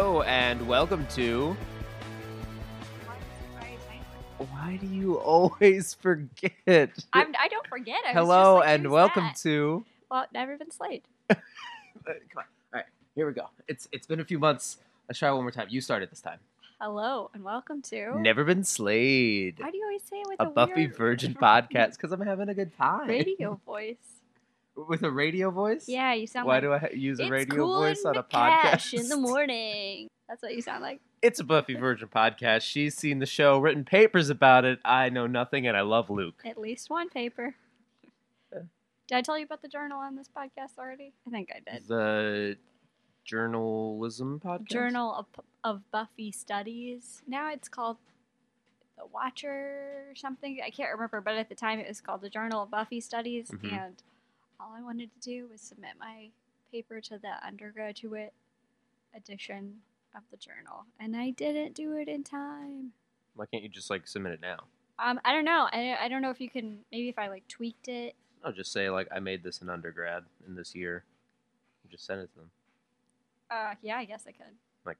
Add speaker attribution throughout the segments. Speaker 1: and welcome to. Why do you always forget?
Speaker 2: I'm, I don't forget. I was just
Speaker 1: Hello
Speaker 2: like,
Speaker 1: and
Speaker 2: who's
Speaker 1: welcome
Speaker 2: that?
Speaker 1: to.
Speaker 2: Well, never been slayed.
Speaker 1: Uh, come on, all right, here we go. It's it's been a few months. Let's try it one more time. You started this time.
Speaker 2: Hello and welcome to.
Speaker 1: Never been slayed.
Speaker 2: Why do you always say it with
Speaker 1: A
Speaker 2: a,
Speaker 1: Buffy
Speaker 2: weird
Speaker 1: Virgin podcast because I'm having a good time
Speaker 2: radio voice?
Speaker 1: with a radio voice.
Speaker 2: Yeah, you sound.
Speaker 1: Why
Speaker 2: like,
Speaker 1: do I ha- use a
Speaker 2: it's
Speaker 1: radio
Speaker 2: cool
Speaker 1: voice
Speaker 2: in
Speaker 1: on a
Speaker 2: Macash
Speaker 1: podcast?
Speaker 2: in the morning? That's what you sound like.
Speaker 1: It's a Buffy Virgin podcast. She's seen the show, written papers about it. I know nothing, and I love Luke.
Speaker 2: At least one paper.
Speaker 1: Yeah.
Speaker 2: Did I tell you about the journal on this podcast already? I think I did.
Speaker 1: The journalism podcast.
Speaker 2: Journal of, of Buffy Studies. Now it's called The Watcher or something. I can't remember, but at the time it was called The Journal of Buffy Studies.
Speaker 1: Mhm.
Speaker 2: And all I wanted to do was submit my paper to the undergraduate edition of the journal. And I didn't do it in time.
Speaker 1: Why can't you just like submit it now?
Speaker 2: Um, I don't know. I, I don't know if you can, maybe if I like tweaked it.
Speaker 1: I'll just say like I made this in undergrad in this year. and Just send it to them.
Speaker 2: Uh, yeah, I guess I could.
Speaker 1: Like-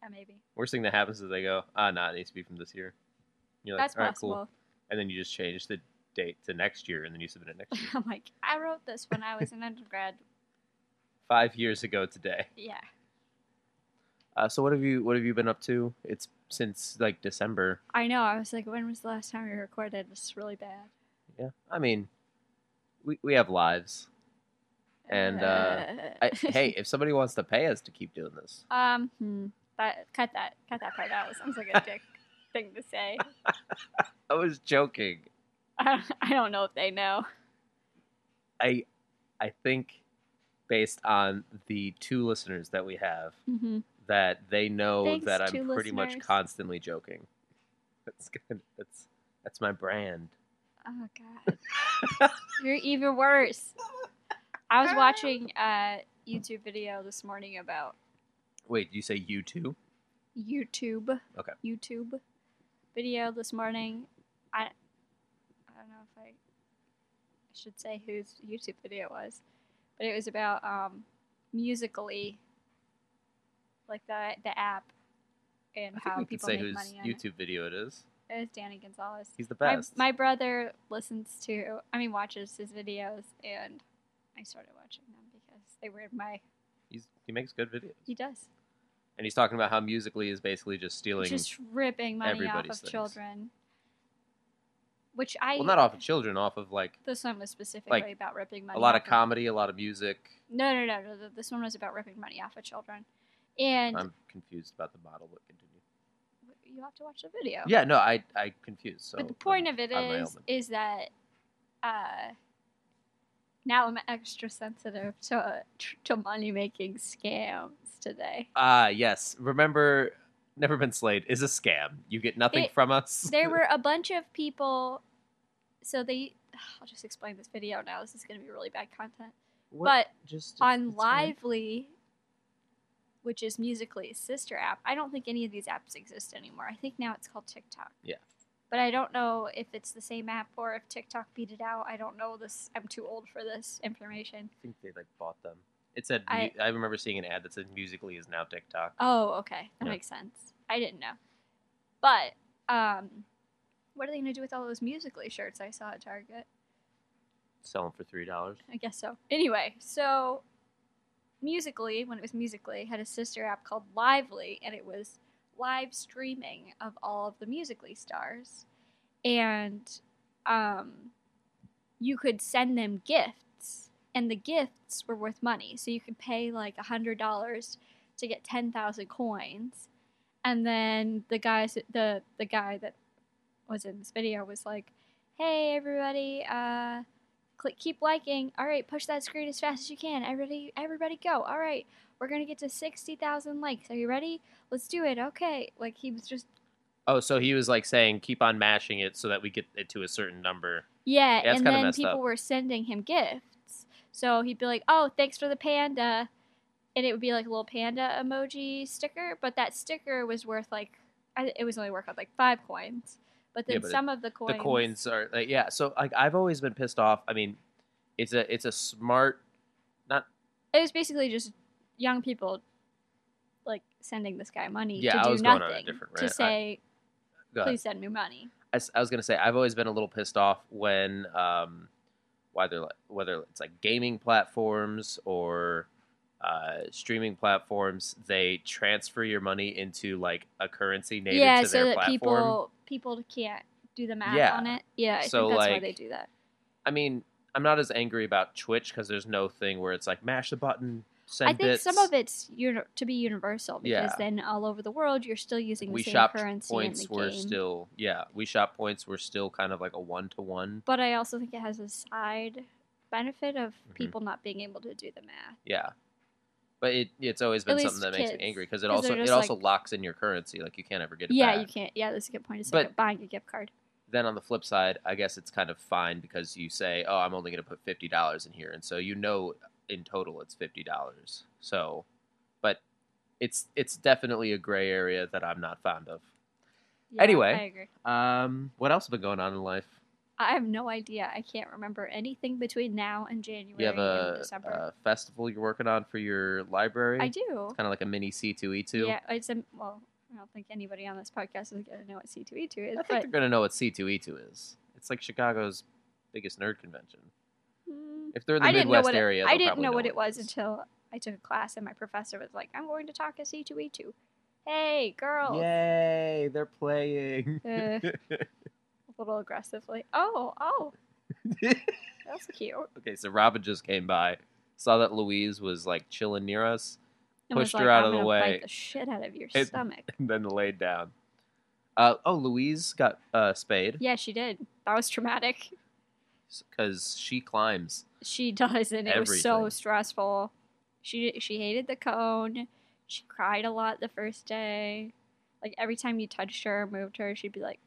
Speaker 2: yeah, maybe.
Speaker 1: Worst thing that happens is they go, ah, nah, it needs to be from this year. And You're like,
Speaker 2: That's
Speaker 1: all right,
Speaker 2: possible.
Speaker 1: cool. And then you just change the date to next year, and then you submit it next year.
Speaker 2: I'm like, I wrote this when I was an undergrad.
Speaker 1: Five years ago today.
Speaker 2: Yeah.
Speaker 1: Uh, so what have you what have you been up to? It's since like December.
Speaker 2: I know. I was like, when was the last time we recorded? It's really bad.
Speaker 1: Yeah, I mean, we we have lives. And, uh, I, hey, if somebody wants to pay us to keep doing this,
Speaker 2: um, hmm, that cut that cut that part out. Sounds like a dick thing to say.
Speaker 1: I was joking.
Speaker 2: I don't, I don't know if they know.
Speaker 1: I I think based on the two listeners that we have,
Speaker 2: Mm-hmm.
Speaker 1: that they know
Speaker 2: Thanks,
Speaker 1: that I'm
Speaker 2: two
Speaker 1: pretty much
Speaker 2: listeners.
Speaker 1: constantly joking. That's good. That's that's my brand.
Speaker 2: Oh god, you're even worse. I was watching a YouTube video this morning about
Speaker 1: Wait, you say you too?
Speaker 2: YouTube.
Speaker 1: Okay.
Speaker 2: YouTube video this morning. I I don't know if I, I should say whose YouTube video it was, but it was about um, Musically, like the the app, and
Speaker 1: I think
Speaker 2: how
Speaker 1: we can
Speaker 2: people
Speaker 1: say
Speaker 2: make
Speaker 1: whose
Speaker 2: money on it.
Speaker 1: YouTube video it is.
Speaker 2: It was Danny Gonzalez.
Speaker 1: He's the
Speaker 2: My,
Speaker 1: best.
Speaker 2: my brother listens to, I mean, watches his videos, and I started watching them because they were my.
Speaker 1: He's, he makes good videos,
Speaker 2: He does.
Speaker 1: and he's talking about how musically is basically just stealing.
Speaker 2: just ripping money off of
Speaker 1: everybody's things.
Speaker 2: children. Which I
Speaker 1: well, not off of children, off of like
Speaker 2: This one was specifically
Speaker 1: like,
Speaker 2: about ripping money.
Speaker 1: a lot of
Speaker 2: off
Speaker 1: comedy, a lot of music.
Speaker 2: No, no, no, no. th- This one was about ripping money off of children, and
Speaker 1: I'm confused about the model, but continue.
Speaker 2: you have to watch the video.
Speaker 1: Yeah, no, I I confused. So,
Speaker 2: Oh. but the point
Speaker 1: um,
Speaker 2: of it
Speaker 1: I'm my
Speaker 2: is,
Speaker 1: element.
Speaker 2: is that uh, now I'm extra sensitive to uh, tr- to money making scams today.
Speaker 1: ah yes, remember, never been slayed is a scam. You get nothing
Speaker 2: It-
Speaker 1: from us.
Speaker 2: there were a bunch of people. So they, I'll just explain this video now. This is going to be really bad content.
Speaker 1: What?
Speaker 2: But
Speaker 1: just
Speaker 2: on
Speaker 1: it's fine.
Speaker 2: Lively, which is Musically's sister app. I don't think any of these apps exist anymore. I think now it's called TikTok.
Speaker 1: Yeah.
Speaker 2: But I don't know if it's the same app or if TikTok beat it out. I don't know this. I'm too old for this information.
Speaker 1: I think they like bought them. It said I,
Speaker 2: I-
Speaker 1: I remember seeing an ad that said Musically is now TikTok.
Speaker 2: Oh, okay. That
Speaker 1: Yeah.
Speaker 2: makes sense. I didn't know. But um, what are they going to do with all those Musically shirts I saw at Target?
Speaker 1: Sell them for three dollars.
Speaker 2: I guess so. Anyway, so Musically, when it was Musically, had a sister app called Lively, and it was live streaming of all of the Musically stars. And um, you could send them gifts, and the gifts were worth money. So you could pay like a $100 to get 10,000 coins. And then the guys, the, the guy that was in this video was like, hey, everybody, uh, click keep liking all right push that screen as fast as you can everybody everybody go all right we're gonna get to 60000 likes are you ready let's do it okay like he was just
Speaker 1: Oh, so he was like saying keep on mashing it so that we get it to a certain number.
Speaker 2: yeah,
Speaker 1: Yeah, it's
Speaker 2: and
Speaker 1: kinda
Speaker 2: then
Speaker 1: messed
Speaker 2: people
Speaker 1: up.
Speaker 2: were sending him gifts so he'd be like oh thanks for the panda and it would be like a little panda emoji sticker but that sticker was worth like I, it was only worth like five coins but then
Speaker 1: Yeah, but it-
Speaker 2: some of the coins
Speaker 1: The coins are like yeah. So like I've always been pissed off. I mean, it's a it's a smart
Speaker 2: it was basically just young people like sending this guy money
Speaker 1: Yeah,
Speaker 2: to
Speaker 1: I
Speaker 2: do
Speaker 1: was going on
Speaker 2: nothing
Speaker 1: a different
Speaker 2: to
Speaker 1: rant. I-
Speaker 2: say
Speaker 1: Go ahead.
Speaker 2: please send me money.
Speaker 1: I, s- I was gonna say I've always been a little pissed off when um, whether li- whether it's like gaming platforms or uh, streaming platforms, they transfer your money into like a currency native
Speaker 2: yeah,
Speaker 1: to
Speaker 2: so
Speaker 1: their
Speaker 2: that
Speaker 1: platform.
Speaker 2: people people can't do the math
Speaker 1: Yeah.
Speaker 2: on it. Yeah, I
Speaker 1: So,
Speaker 2: think that's why
Speaker 1: like,
Speaker 2: they do that.
Speaker 1: I mean, I'm not as angry about Twitch because there's no thing where it's like mash the button, send
Speaker 2: I think
Speaker 1: bits.
Speaker 2: some of it's uni- to be universal because
Speaker 1: Yeah.
Speaker 2: then all over the world you're still using the
Speaker 1: we
Speaker 2: same
Speaker 1: shop
Speaker 2: currency
Speaker 1: points
Speaker 2: in the
Speaker 1: were
Speaker 2: game.
Speaker 1: still yeah we shop points were still kind of like a one to one
Speaker 2: But I also think it has a side benefit of
Speaker 1: Mhm.
Speaker 2: people not being able to do the math.
Speaker 1: yeah. But it, it's always been something
Speaker 2: least
Speaker 1: that makes me
Speaker 2: kids,
Speaker 1: angry because it
Speaker 2: 'cause
Speaker 1: also
Speaker 2: they're
Speaker 1: it
Speaker 2: just
Speaker 1: also
Speaker 2: like-
Speaker 1: locks in your currency like you can't ever get it
Speaker 2: Yeah,
Speaker 1: back.
Speaker 2: you can't. Yeah, that's a good point. It's
Speaker 1: But-
Speaker 2: like buying a gift card.
Speaker 1: then on the flip side, I guess it's kind of fine because you say, "Oh, I'm only going to put fifty dollars in here," and so you know in total it's fifty dollars. So, but it's it's definitely a gray area that I'm not fond of.
Speaker 2: Yeah,
Speaker 1: Anyway.
Speaker 2: I agree.
Speaker 1: Um, what else has been going on in life?
Speaker 2: I have no idea. I can't remember anything between now and January
Speaker 1: You have
Speaker 2: and
Speaker 1: a, uh,
Speaker 2: December.
Speaker 1: a festival you're working on for your library.
Speaker 2: I do.
Speaker 1: Kind of like a mini E C2E2.
Speaker 2: Yeah, it's a, well, I don't think anybody on this podcast is going to know what C2E2 is,
Speaker 1: I think
Speaker 2: but
Speaker 1: they're going to know what C2E2 is. It's like Chicago's biggest nerd convention.
Speaker 2: mm,
Speaker 1: If they're in the
Speaker 2: I didn't know
Speaker 1: Midwest
Speaker 2: what it,
Speaker 1: area,
Speaker 2: I
Speaker 1: they'll
Speaker 2: didn't
Speaker 1: probably
Speaker 2: know what
Speaker 1: what
Speaker 2: it was
Speaker 1: is.
Speaker 2: until I took a class and my professor was like, "I'm going to talk at C2E2." Hey, girls.
Speaker 1: Yay, they're playing.
Speaker 2: Uh, a little aggressively. Oh, oh, that's cute.
Speaker 1: Okay, so Robin just came by, saw that Louise was like chilling near us,
Speaker 2: And was
Speaker 1: Pushed her
Speaker 2: like,
Speaker 1: out
Speaker 2: "I'm
Speaker 1: of the
Speaker 2: gonna
Speaker 1: way.
Speaker 2: Bite the shit out of your
Speaker 1: It-
Speaker 2: stomach.
Speaker 1: and then laid down. Uh, oh, Louise got uh, spayed
Speaker 2: Yeah, she did. That was traumatic.
Speaker 1: because she climbs.
Speaker 2: She does, and it was so
Speaker 1: Everything.
Speaker 2: stressful. She she hated the cone. She cried a lot the first day. Like every time you touched her or moved her, she'd be like,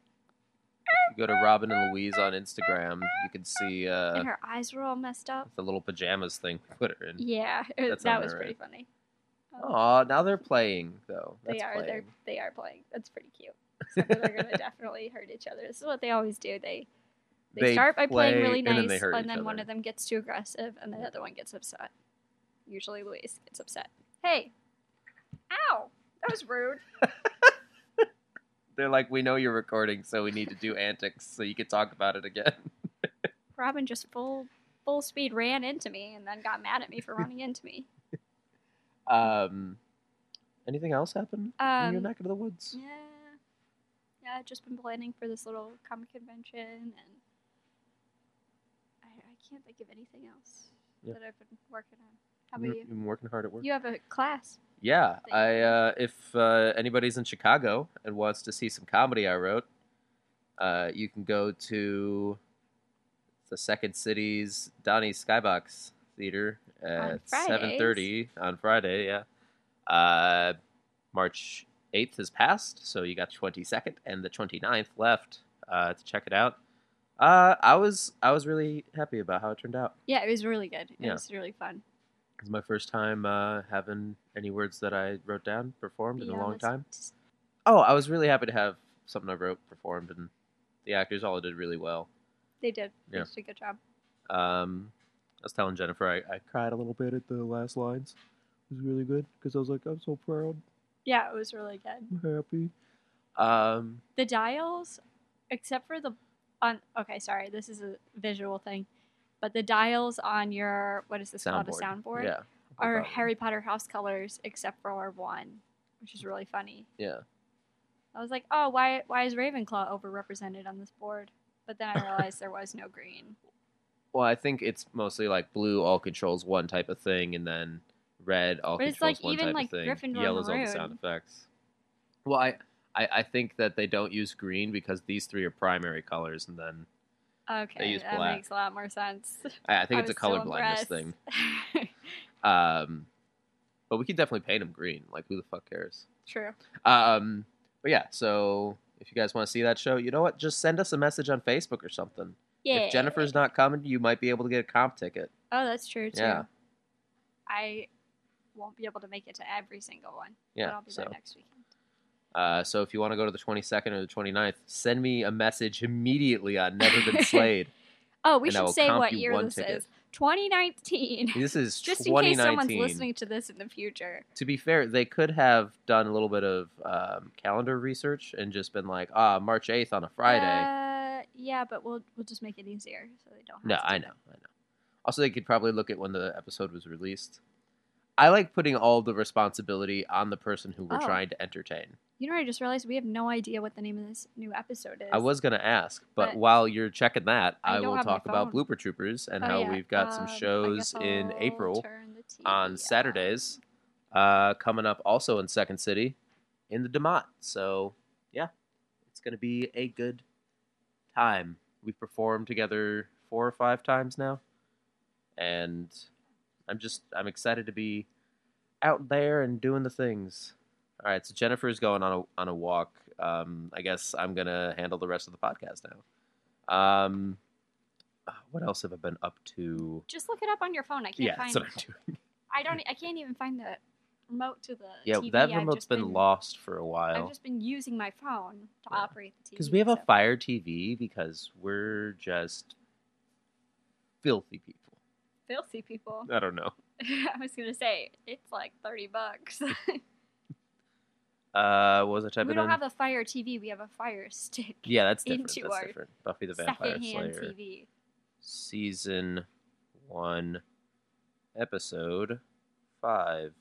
Speaker 1: If you go to Robin and Louise on Instagram, you can see uh,
Speaker 2: and her eyes were all messed up.
Speaker 1: the little pajamas thing we put her in.
Speaker 2: Yeah, it-
Speaker 1: That
Speaker 2: that
Speaker 1: sounded
Speaker 2: was
Speaker 1: right.
Speaker 2: pretty funny. Um,
Speaker 1: Oh, now they're playing though.
Speaker 2: they
Speaker 1: That's
Speaker 2: are they're
Speaker 1: playing.
Speaker 2: they are playing. That's pretty cute. So they're gonna definitely hurt each other. This is what they always do. They they, start by playing
Speaker 1: play,
Speaker 2: really nice,
Speaker 1: and then, they hurt each
Speaker 2: one
Speaker 1: other.
Speaker 2: of them gets too aggressive, and the other one gets upset. Usually, Louise gets upset. Hey, ow, that was rude.
Speaker 1: They're like, we know you're recording, so we need to do antics so you can talk about it again.
Speaker 2: Robin just full full speed ran into me and then got mad at me for running into me.
Speaker 1: Um, anything else happen in your
Speaker 2: Um,
Speaker 1: neck of the woods?
Speaker 2: yeah, yeah. I've just been planning for this little comic convention, and I, I can't think of anything else
Speaker 1: Yeah.
Speaker 2: that I've been working on. How about you?
Speaker 1: You've been working hard at work.
Speaker 2: You have a class.
Speaker 1: Yeah,
Speaker 2: that you
Speaker 1: I
Speaker 2: can-
Speaker 1: uh, if uh, anybody's in Chicago and wants to see some comedy I wrote, uh, you can go to the Second City's Donnie Skybox Theater at seven
Speaker 2: Fridays.
Speaker 1: thirty on Friday. Yeah, uh, March eighth has passed, so you got twenty second and the 29th left uh, to check it out. Uh, I was I was really happy about how it turned out.
Speaker 2: Yeah, it was really good. It
Speaker 1: Yeah.
Speaker 2: was really fun.
Speaker 1: It was my first time uh, having any words that I wrote down performed in
Speaker 2: Yeah,
Speaker 1: a long
Speaker 2: let's
Speaker 1: time.
Speaker 2: just-
Speaker 1: Oh, I was really happy to have something I wrote performed, and the actors all did really well.
Speaker 2: They did. They
Speaker 1: Yeah.
Speaker 2: did a good job.
Speaker 1: Um, I was telling Jennifer I, I cried a little bit at the last lines. It was really good because I was like, I'm so proud,
Speaker 2: Yeah, it was really good.
Speaker 1: I'm happy. Um,
Speaker 2: The dials, except for the on. Okay, sorry. This is a visual thing, but the dials on your what is this called a soundboard
Speaker 1: Yeah.
Speaker 2: are
Speaker 1: About-
Speaker 2: Harry Potter house colors except for one, which is really funny.
Speaker 1: Yeah.
Speaker 2: I was like, oh, why why is Ravenclaw overrepresented on this board? But then I realized there was no green.
Speaker 1: Well, I think it's mostly like blue all controls one type of thing, and then red all
Speaker 2: But it's,
Speaker 1: controls
Speaker 2: like,
Speaker 1: one
Speaker 2: even,
Speaker 1: type
Speaker 2: like,
Speaker 1: of thing.
Speaker 2: Gryffindor and
Speaker 1: Yellow's all the sound
Speaker 2: maroon.
Speaker 1: effects. Well, I, I I think that they don't use green because these three are primary colors, and then
Speaker 2: Okay,
Speaker 1: use
Speaker 2: that
Speaker 1: black.
Speaker 2: makes a lot more sense.
Speaker 1: I, I think it's
Speaker 2: was
Speaker 1: a
Speaker 2: so
Speaker 1: color blindness thing.
Speaker 2: impressed.
Speaker 1: Um, but we could definitely paint them green. Like, who the fuck cares?
Speaker 2: True.
Speaker 1: Um, but yeah, so if you guys want to see that show, you know what? Just send us a message on Facebook or something.
Speaker 2: Yeah.
Speaker 1: If Jennifer's not coming, you might be able to get a comp ticket.
Speaker 2: Oh, that's true too.
Speaker 1: Yeah.
Speaker 2: I won't be able to make it to every single one, but
Speaker 1: Yeah.
Speaker 2: I'll be
Speaker 1: So,
Speaker 2: there next weekend.
Speaker 1: uh, so if you want to go to the 22nd or the 29th, send me a message immediately on Never Been Slayed.
Speaker 2: Oh, we
Speaker 1: and I
Speaker 2: Oh, should
Speaker 1: will
Speaker 2: say
Speaker 1: comp
Speaker 2: what
Speaker 1: you
Speaker 2: year
Speaker 1: one
Speaker 2: this
Speaker 1: ticket.
Speaker 2: is. 2019.
Speaker 1: This is
Speaker 2: Just in case
Speaker 1: 2019.
Speaker 2: someone's listening to this in the future.
Speaker 1: To be fair, they could have done a little bit of um, calendar research and just been like, ah, March 8th on a Friday.
Speaker 2: Uh, yeah, but we'll we'll just make it easier so they don't. Have
Speaker 1: no,
Speaker 2: to do
Speaker 1: I
Speaker 2: that.
Speaker 1: know. I know. Also, they could probably look at when the episode was released. I like putting all the responsibility on the person who we're
Speaker 2: Oh.
Speaker 1: trying to entertain.
Speaker 2: You know, what I just realized we have no idea what the name of this new episode is.
Speaker 1: I was going to ask, but,
Speaker 2: But-
Speaker 1: while you're checking that,
Speaker 2: I
Speaker 1: I,
Speaker 2: don't
Speaker 1: will
Speaker 2: have my
Speaker 1: talk about
Speaker 2: phone.
Speaker 1: Blooper Troopers and
Speaker 2: Oh,
Speaker 1: how
Speaker 2: yeah.
Speaker 1: we've got
Speaker 2: Um,
Speaker 1: some
Speaker 2: I
Speaker 1: shows
Speaker 2: guess
Speaker 1: in
Speaker 2: I'll
Speaker 1: April
Speaker 2: turn the TV
Speaker 1: on Saturdays, uh, coming up also in Second City in the DeMott. So, yeah, it's going to be a good time. We've performed together four or five times now, and I'm just I'm excited to be out there and doing the things. All right, so Jennifer's going on a on a walk. Um, I guess I'm gonna handle the rest of the podcast now. Um, uh, what else have I been up to?
Speaker 2: Just look it up on your phone. I can't
Speaker 1: Yeah,
Speaker 2: find.
Speaker 1: that's what I'm doing.
Speaker 2: I don't. e, I can't even find the remote to the.
Speaker 1: Yeah,
Speaker 2: TV.
Speaker 1: that
Speaker 2: I've
Speaker 1: remote's
Speaker 2: just
Speaker 1: been, lost for a
Speaker 2: I've
Speaker 1: while
Speaker 2: just been using my phone to
Speaker 1: Yeah.
Speaker 2: operate the TV.
Speaker 1: because we have a
Speaker 2: so-
Speaker 1: Fire TV because we're just filthy people.
Speaker 2: filthy people.
Speaker 1: I don't know.
Speaker 2: I was gonna say it's like thirty bucks.
Speaker 1: Uh, what was I typing
Speaker 2: we don't
Speaker 1: in?
Speaker 2: have a Fire TV. We have a Fire Stick.
Speaker 1: yeah, that's different.
Speaker 2: into
Speaker 1: That's
Speaker 2: our
Speaker 1: different. Buffy the Vampire
Speaker 2: Secondhand
Speaker 1: Slayer.
Speaker 2: TV.
Speaker 1: season one, episode five.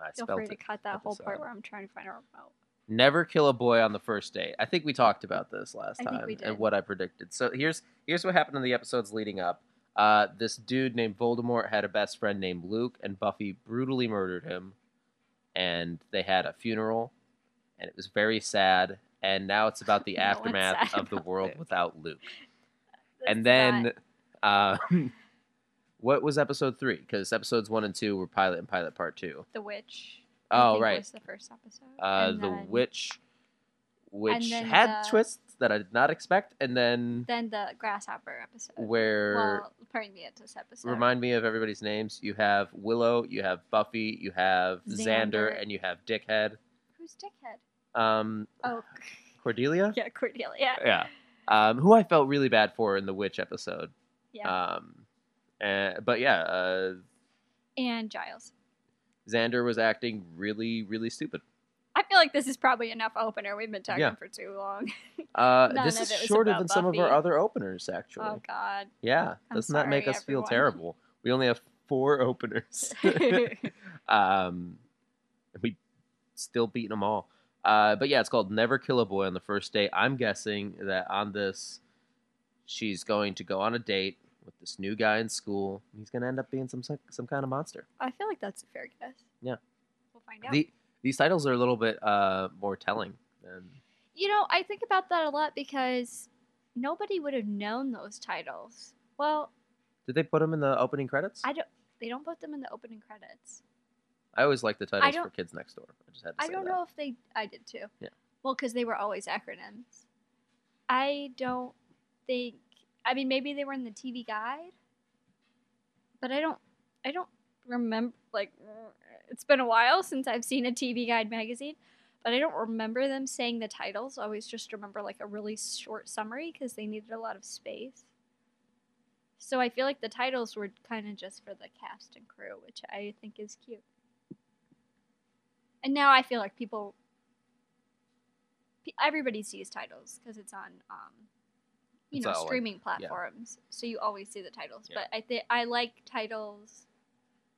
Speaker 1: Ah, I
Speaker 2: Feel
Speaker 1: spelled
Speaker 2: free
Speaker 1: it.
Speaker 2: to cut that whole part
Speaker 1: episode.
Speaker 2: where I'm trying to find a remote.
Speaker 1: Never kill a boy on the first date. I think we talked about this last
Speaker 2: I
Speaker 1: time
Speaker 2: think we
Speaker 1: and
Speaker 2: did.
Speaker 1: what I predicted. So here's here's what happened in the episodes leading up. Uh, this dude named Voldemort had a best friend named Luke, and Buffy brutally murdered him. And they had a funeral, and it was very sad. And now it's about the
Speaker 2: No one's
Speaker 1: aftermath
Speaker 2: sad
Speaker 1: of the
Speaker 2: about
Speaker 1: world
Speaker 2: Luke.
Speaker 1: without Luke. and
Speaker 2: That's
Speaker 1: then
Speaker 2: not-
Speaker 1: uh, what was episode three? Because episodes one and two were pilot and pilot part two.
Speaker 2: the witch. I
Speaker 1: Oh
Speaker 2: think,
Speaker 1: right,
Speaker 2: was the first episode.
Speaker 1: uh,
Speaker 2: And
Speaker 1: the
Speaker 2: then-
Speaker 1: witch, which
Speaker 2: then
Speaker 1: had
Speaker 2: the-
Speaker 1: twists that I did not expect, and then
Speaker 2: Then the grasshopper episode.
Speaker 1: where
Speaker 2: well, pardon me, it's this episode.
Speaker 1: remind me of everybody's names. You have Willow, you have Buffy, you have Xander,
Speaker 2: Xander.
Speaker 1: and you have Dickhead.
Speaker 2: Who's dickhead?
Speaker 1: Um,
Speaker 2: Oh,
Speaker 1: Cordelia.
Speaker 2: yeah, Cordelia.
Speaker 1: Yeah. Um, who I felt really bad for in the witch episode.
Speaker 2: Yeah.
Speaker 1: Um, and, but yeah, uh,
Speaker 2: and Giles.
Speaker 1: Xander was acting really, really stupid.
Speaker 2: I feel like this is probably enough opener. We've been talking
Speaker 1: Yeah.
Speaker 2: for too long.
Speaker 1: Uh,
Speaker 2: None
Speaker 1: this
Speaker 2: of
Speaker 1: is
Speaker 2: it was
Speaker 1: shorter
Speaker 2: about
Speaker 1: than some of our
Speaker 2: Buffy.
Speaker 1: other openers, actually.
Speaker 2: Oh God.
Speaker 1: Yeah,
Speaker 2: I'm
Speaker 1: doesn't that make
Speaker 2: sorry,
Speaker 1: us feel
Speaker 2: everyone.
Speaker 1: terrible? We only have four openers. um, and we still beating them all. Uh, but yeah, it's called Never Kill a Boy on the First Date. I'm guessing that on this, she's going to go on a date with this new guy in school. and He's going to end up being some some kind of monster.
Speaker 2: I feel like that's a fair guess.
Speaker 1: Yeah.
Speaker 2: We'll find out.
Speaker 1: The, these titles are a little bit uh, more telling than
Speaker 2: you know, I think about that a lot because nobody would have known those titles. Well,
Speaker 1: Did they put them in the opening credits?
Speaker 2: I don't. They don't put them in the opening credits.
Speaker 1: I always like the titles for
Speaker 2: don't-
Speaker 1: Kids Next Door. I just had to
Speaker 2: I
Speaker 1: say
Speaker 2: don't
Speaker 1: that.
Speaker 2: know if they. I did too.
Speaker 1: Yeah.
Speaker 2: Well, because they were always acronyms. I don't think. I mean, maybe they were in the TV guide, but I don't. I don't remember. Like, it's been a while since I've seen a TV guide magazine, but I don't remember them saying the titles. I always just remember like a really short summary because they needed a lot of space. So I feel like the titles were kind of just for the cast and crew, which I think is cute. And now I feel like people, pe- everybody sees titles because it's on, um, you
Speaker 1: It's
Speaker 2: know,
Speaker 1: all, like,
Speaker 2: streaming
Speaker 1: yeah.
Speaker 2: platforms. So you always see the titles.
Speaker 1: Yeah.
Speaker 2: But I think I like titles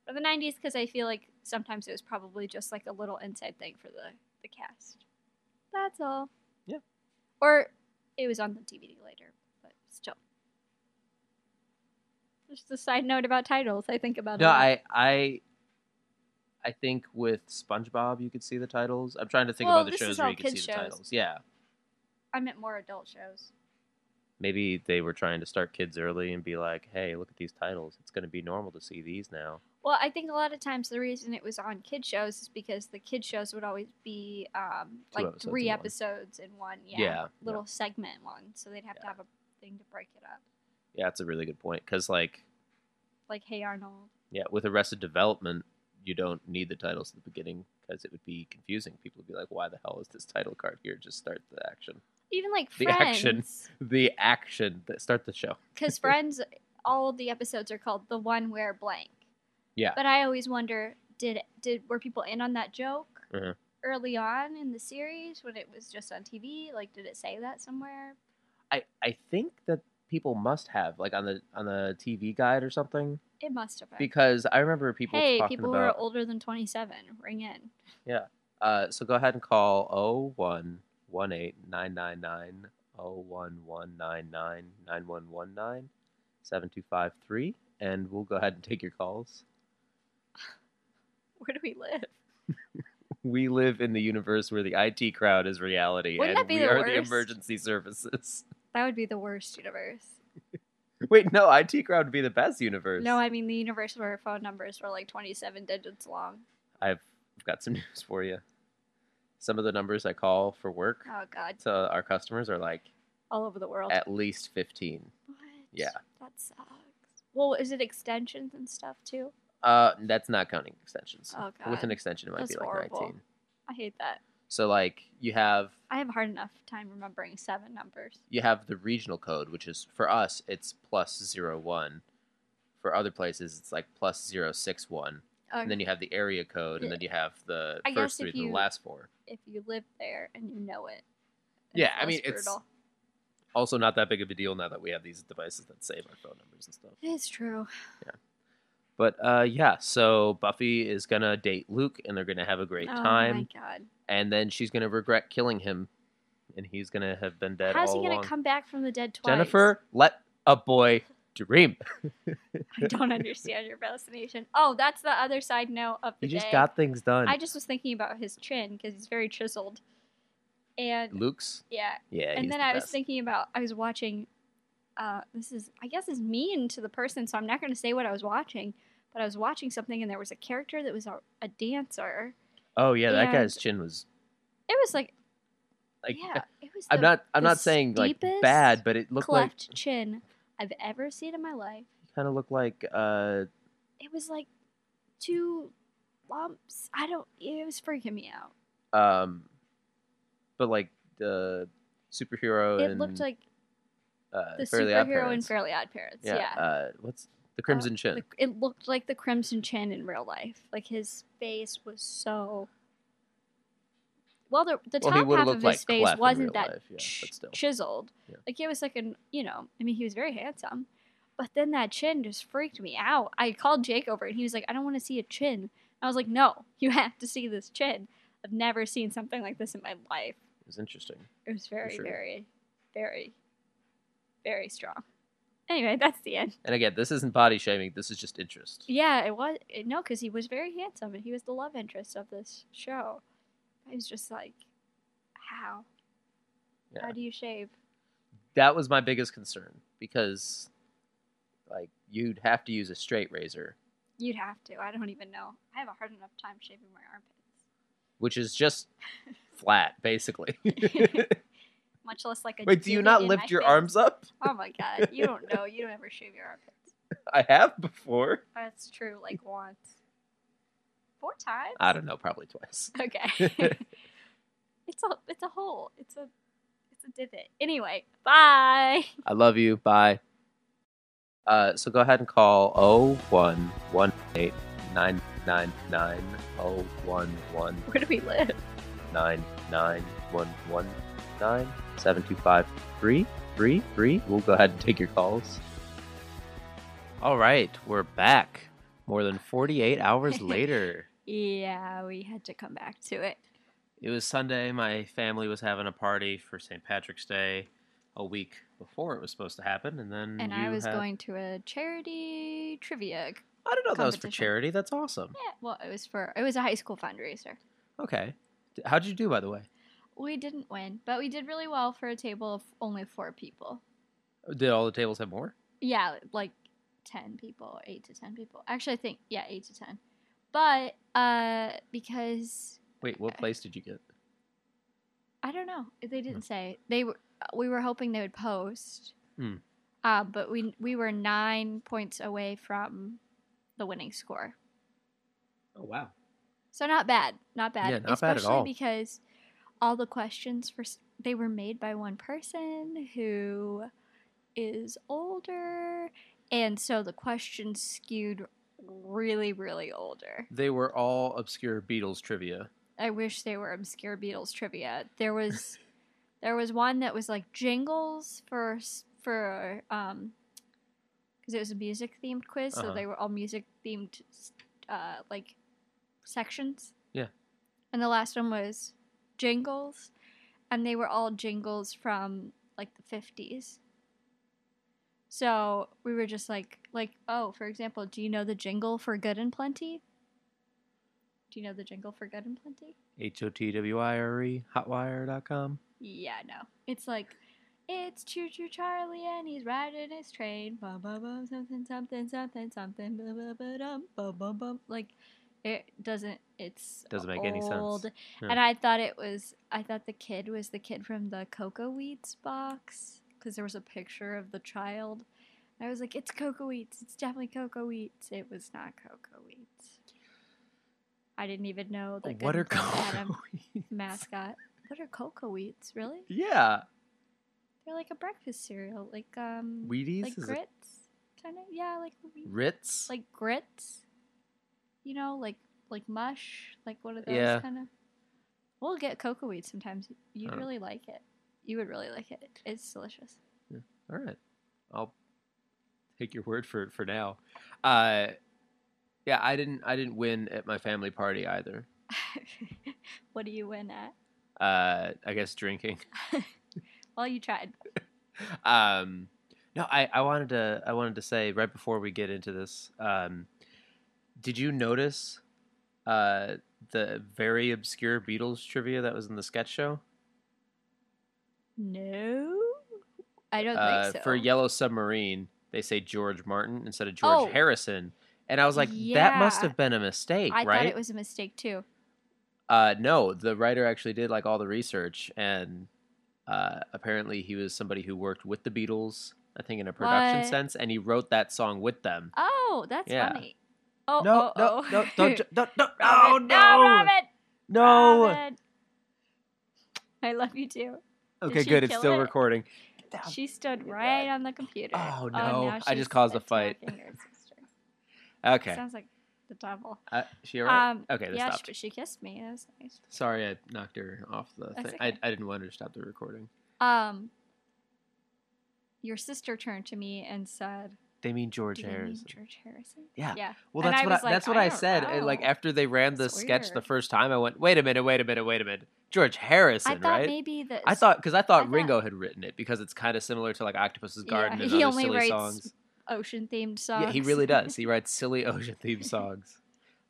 Speaker 2: from the '90s because I feel like sometimes it was probably just like a little inside thing for the the cast. That's all.
Speaker 1: Yeah.
Speaker 2: Or it was on the DVD later, but still. Just a side note about titles. I think about it.
Speaker 1: No,
Speaker 2: a lot.
Speaker 1: I, I, I think with SpongeBob you could see the titles. I'm trying to think
Speaker 2: Well,
Speaker 1: of other
Speaker 2: this is
Speaker 1: shows where
Speaker 2: all
Speaker 1: you could see
Speaker 2: kids'
Speaker 1: the
Speaker 2: shows.
Speaker 1: titles. Yeah,
Speaker 2: I meant more adult shows.
Speaker 1: maybe they were trying to start kids early and be like, "Hey, look at these titles. It's going to be normal to see these now."
Speaker 2: Well, I think a lot of times the reason it was on kid shows is because the kid shows would always be um,
Speaker 1: Two
Speaker 2: like
Speaker 1: episodes
Speaker 2: three
Speaker 1: in one.
Speaker 2: episodes in one, yeah,
Speaker 1: Yeah,
Speaker 2: little segment one, so they'd have to
Speaker 1: Yeah.
Speaker 2: have a thing to break it up,
Speaker 1: Yeah, that's a really good point because, like,
Speaker 2: like Hey Arnold.
Speaker 1: yeah, with Arrested Development, you don't need the titles at the beginning because it would be confusing. People would be like, "Why the hell is this title card here? Just start the action.
Speaker 2: Even like
Speaker 1: The action.
Speaker 2: Friends,
Speaker 1: The action. Start the show."
Speaker 2: because Friends all the episodes are called the one where blank.
Speaker 1: Yeah.
Speaker 2: But I always wonder did did were people in on that joke
Speaker 1: Mhm.
Speaker 2: early on in the series when it was just on TV? Like, did it say that somewhere?
Speaker 1: I I think that people must have like on the on the TV guide or something
Speaker 2: It must have. Been.
Speaker 1: because I remember people
Speaker 2: Hey,
Speaker 1: talking
Speaker 2: people who
Speaker 1: about.
Speaker 2: are older than twenty seven, ring in.
Speaker 1: Uh, so go ahead and call 0118999 01199 7253 and we'll go ahead and take your calls.
Speaker 2: Where do we live?
Speaker 1: We live in the universe where the IT crowd is reality
Speaker 2: Wouldn't
Speaker 1: and
Speaker 2: that be
Speaker 1: we
Speaker 2: the
Speaker 1: are the
Speaker 2: worst?
Speaker 1: emergency services.
Speaker 2: That would be the worst universe.
Speaker 1: Wait, no, IT crowd would be the best universe.
Speaker 2: No, I mean the universe where phone numbers were like twenty seven digits long.
Speaker 1: I've I've got some news for you. Some of the numbers I call for work
Speaker 2: Oh God,
Speaker 1: to our customers are like
Speaker 2: all over the world.
Speaker 1: at least 15.
Speaker 2: What?
Speaker 1: Yeah.
Speaker 2: That sucks. Well, is it extensions and stuff too?
Speaker 1: Uh, that's not counting extensions.
Speaker 2: Oh,
Speaker 1: With
Speaker 2: God.
Speaker 1: an extension, it might
Speaker 2: That's
Speaker 1: be like
Speaker 2: horrible.
Speaker 1: 19.
Speaker 2: I hate that.
Speaker 1: So like you have
Speaker 2: I have a hard enough time remembering seven numbers.
Speaker 1: you have the regional code, which is for us it's plus zero one. For other places, it's like plus zero six one,
Speaker 2: Okay.
Speaker 1: and then you have the area code, and
Speaker 2: Yeah.
Speaker 1: then you have the
Speaker 2: I guess
Speaker 1: first three
Speaker 2: if
Speaker 1: to the
Speaker 2: you-
Speaker 1: last four.
Speaker 2: if you live there and you know it.
Speaker 1: Yeah,
Speaker 2: it's
Speaker 1: I mean,
Speaker 2: less
Speaker 1: it's-
Speaker 2: brutal.
Speaker 1: Also, not that big of a deal now that we have these devices that save our phone numbers and stuff.
Speaker 2: it's true.
Speaker 1: But uh, yeah, so Buffy is gonna date Luke, and they're gonna have a great
Speaker 2: Oh my
Speaker 1: time,
Speaker 2: god,
Speaker 1: and then she's gonna regret killing him, and he's gonna have been dead
Speaker 2: how's he
Speaker 1: all
Speaker 2: gonna
Speaker 1: along.
Speaker 2: come back from the dead twice?
Speaker 1: Jennifer, let a boy dream.
Speaker 2: I don't understand your fascination. Oh, that's the other side note of the
Speaker 1: He just
Speaker 2: day.
Speaker 1: got things done.
Speaker 2: I just was thinking about his chin because he's very chiseled, and
Speaker 1: Luke's.
Speaker 2: yeah,
Speaker 1: Yeah.
Speaker 2: and
Speaker 1: he's
Speaker 2: then
Speaker 1: the
Speaker 2: I was
Speaker 1: best.
Speaker 2: thinking about I was watching. Uh, this is I guess is mean to the person, so I'm not going to say what I was watching. But I was watching something, and there was a character that was a, a dancer.
Speaker 1: Oh yeah, that
Speaker 2: and-
Speaker 1: guy's chin was
Speaker 2: It was like,
Speaker 1: like.
Speaker 2: yeah, it was.
Speaker 1: I'm
Speaker 2: the
Speaker 1: not. I'm
Speaker 2: the
Speaker 1: not saying like
Speaker 2: steepest
Speaker 1: bad, but it looked like
Speaker 2: cleft chin I've ever seen in my life.
Speaker 1: kind of looked like uh
Speaker 2: It was like two lumps. I don't. It was freaking me out.
Speaker 1: um, but like the superhero.
Speaker 2: It
Speaker 1: Oh, and,
Speaker 2: looked like
Speaker 1: uh,
Speaker 2: the
Speaker 1: Fairly Odd
Speaker 2: superhero in
Speaker 1: Parents.
Speaker 2: Fairly Odd Parents. Yeah.
Speaker 1: Uh, what's the Crimson Chin?
Speaker 2: The- it looked like the Crimson Chin in real life. Like his face was so. Well, the, the
Speaker 1: Well,
Speaker 2: top
Speaker 1: he would
Speaker 2: half
Speaker 1: have
Speaker 2: of
Speaker 1: looked
Speaker 2: his
Speaker 1: like
Speaker 2: face
Speaker 1: Clef in real
Speaker 2: wasn't that
Speaker 1: life, yeah,
Speaker 2: ch-
Speaker 1: but still.
Speaker 2: chiseled.
Speaker 1: Yeah.
Speaker 2: Like it was like an you know, I mean, he was very handsome, but then that chin just freaked me out. I called Jake over and he was like, "I don't want to see a chin." I was like, "No, you have to see this chin. I've never seen something like this in my life.
Speaker 1: It was interesting.
Speaker 2: It was very,
Speaker 1: sure.
Speaker 2: very, very, very strong." Anyway, that's the end.
Speaker 1: And again, this isn't body shaming. This is just interest.
Speaker 2: Yeah, it was it- no, because he was very handsome and he was the love interest of this show. I was just like, how?
Speaker 1: Yeah.
Speaker 2: How do you shave?
Speaker 1: That was my biggest concern because, like, you'd have to use a straight razor,
Speaker 2: You'd have to. I don't even know. I have a hard enough time shaving my armpits,
Speaker 1: which is just flat, basically.
Speaker 2: much less like a.
Speaker 1: Wait, do you
Speaker 2: divot
Speaker 1: not
Speaker 2: in my
Speaker 1: lift your
Speaker 2: face.
Speaker 1: arms up?
Speaker 2: Oh my god, you don't know. You don't ever shave your armpits.
Speaker 1: I have before.
Speaker 2: That's true. Like once, four times.
Speaker 1: I don't know, probably twice.
Speaker 2: Okay. it's a it's a hole. It's a it's a divot. Anyway, bye.
Speaker 1: I love you. Bye. Uh, so go ahead and call oh 01189990111.
Speaker 2: Where do we live?
Speaker 1: nine nine one one nine seven two five three three three. We'll go ahead and take your calls. All right, we're back. More than forty eight hours later.
Speaker 2: Yeah, we had to come back to it.
Speaker 1: It was Sunday. My family was having a party for St. Patrick's Day a week before it was supposed to happen, and then
Speaker 2: And
Speaker 1: you
Speaker 2: I was
Speaker 1: had-
Speaker 2: going to a charity trivia.
Speaker 1: I don't know. if That was for
Speaker 2: competition.
Speaker 1: charity. That's awesome.
Speaker 2: Yeah, well, it was for it was a high school fundraiser.
Speaker 1: Okay. D- How'd you do, by the way?
Speaker 2: We didn't win, but we did really well for a table of only four people.
Speaker 1: Did all the tables have more?
Speaker 2: Yeah, like ten people, eight to ten people. Actually, I think yeah, eight to ten. But uh, because
Speaker 1: Wait, what place did you get?
Speaker 2: I don't know. They didn't say they were. We were hoping they would post,
Speaker 1: Hmm.
Speaker 2: uh, but we we were nine points away from the winning score.
Speaker 1: Oh wow.
Speaker 2: So not bad, not bad.
Speaker 1: Yeah, not bad
Speaker 2: Especially
Speaker 1: at all.
Speaker 2: because all the questions for s- they were made by one person who is older And so the questions skewed really, really older.
Speaker 1: They were all obscure Beatles trivia.
Speaker 2: I wish they were obscure Beatles trivia. There was there was one that was like jingles for s- for um because it was a music themed quiz, so
Speaker 1: Uh-huh.
Speaker 2: they were all music themed uh like sections.
Speaker 1: Yeah.
Speaker 2: And the last one was jingles, and they were all jingles from like the 50s. So, we were just like like oh, for example, do you know the jingle for Good and Plenty? Do you know the jingle for Good and Plenty?
Speaker 1: H O T W I R E, hotwire.com.
Speaker 2: Yeah, no. It's like, it's Choo Choo Charlie and he's riding his train. Bum, bum, bum, something, something, something, something. Bum, bum, bum, dum, bum, bum, bum. Like, it doesn't, it's
Speaker 1: Doesn't make any sense.
Speaker 2: old.
Speaker 1: Yeah.
Speaker 2: And I thought it was, I thought the kid was the kid from the Cocoa Weeds box because there was a picture of the child. I was like, it's Cocoa Weeds. It's definitely Cocoa Weeds. It was not Cocoa Weeds. I didn't even know that.
Speaker 1: what
Speaker 2: Good
Speaker 1: are
Speaker 2: and Plenty had a
Speaker 1: cocoa weeds?
Speaker 2: mascot. What are cocoa wheats? Really?
Speaker 1: Yeah.
Speaker 2: They're like a breakfast cereal, like um,
Speaker 1: Wheaties
Speaker 2: like
Speaker 1: is a
Speaker 2: grits, kind of. Yeah, like the wheat,
Speaker 1: Ritz.
Speaker 2: like grits. You know, like like mush, like one of those
Speaker 1: Yeah.
Speaker 2: kind of. We'll get cocoa wheat sometimes. You'd
Speaker 1: Oh.
Speaker 2: really like it. You would really like it. It's delicious.
Speaker 1: All right. I'll take your word for it for now. Uh yeah, I didn't I didn't win at my family party either.
Speaker 2: what do you win at?
Speaker 1: Uh I guess drinking.
Speaker 2: Well, you tried.
Speaker 1: um no I, I wanted to i wanted to say right before we get into this um did you notice uh the very obscure beatles trivia that was in the sketch show
Speaker 2: No, I don't
Speaker 1: uh,
Speaker 2: think so.
Speaker 1: for yellow submarine they say george martin instead of george
Speaker 2: Oh.
Speaker 1: harrison and i was like that must
Speaker 2: Yeah.
Speaker 1: have been a mistake
Speaker 2: I thought
Speaker 1: right
Speaker 2: it was a mistake too.
Speaker 1: uh no the writer actually did like all the research and uh apparently he was somebody who worked with the beatles i think in a production
Speaker 2: What?
Speaker 1: sense and he wrote that song with them
Speaker 2: Oh, that's
Speaker 1: Yeah.
Speaker 2: funny. Oh,
Speaker 1: No,
Speaker 2: oh,
Speaker 1: no,
Speaker 2: oh.
Speaker 1: no, don't, ju- don't, don't, oh,
Speaker 2: Robin. No,
Speaker 1: no,
Speaker 2: Robin.
Speaker 1: no.
Speaker 2: Robin. I love you too. Did
Speaker 1: Okay,
Speaker 2: she
Speaker 1: good. It's
Speaker 2: kill
Speaker 1: still
Speaker 2: it?
Speaker 1: recording. Get down.
Speaker 2: She stood
Speaker 1: God.
Speaker 2: right on the computer.
Speaker 1: Oh, no.
Speaker 2: now
Speaker 1: I just
Speaker 2: she's
Speaker 1: caused a fight.
Speaker 2: attacking her sister.
Speaker 1: Okay.
Speaker 2: Sounds like the devil.
Speaker 1: Uh, she all right?
Speaker 2: Um,
Speaker 1: Okay, they
Speaker 2: yeah, she,
Speaker 1: stopped.
Speaker 2: but she kissed me. That was nice.
Speaker 1: Sorry, I knocked her off the
Speaker 2: That's
Speaker 1: thing. I,
Speaker 2: okay.
Speaker 1: I didn't want her to stop the recording.
Speaker 2: Um, your sister turned to me and said,
Speaker 1: They mean George
Speaker 2: "Do you mean
Speaker 1: Harrison.
Speaker 2: George Harrison?"
Speaker 1: Yeah.
Speaker 2: Yeah.
Speaker 1: Well,
Speaker 2: And
Speaker 1: that's
Speaker 2: I
Speaker 1: what I,
Speaker 2: was like,
Speaker 1: that's what
Speaker 2: I
Speaker 1: I,
Speaker 2: don't
Speaker 1: said. and, like
Speaker 2: know.
Speaker 1: after they ran the
Speaker 2: That's
Speaker 1: sketch the
Speaker 2: weird.
Speaker 1: first time, I went, "Wait a minute, wait a minute, wait a minute. George Harrison,
Speaker 2: I thought
Speaker 1: right?"
Speaker 2: maybe that
Speaker 1: I thought because I thought
Speaker 2: I thought-
Speaker 1: Ringo had written it because it's kind of similar to like Octopus's
Speaker 2: Yeah,
Speaker 1: Garden and
Speaker 2: he
Speaker 1: other
Speaker 2: only
Speaker 1: silly
Speaker 2: writes
Speaker 1: songs.
Speaker 2: ocean themed songs.
Speaker 1: Yeah, he really does. He writes silly ocean theme songs.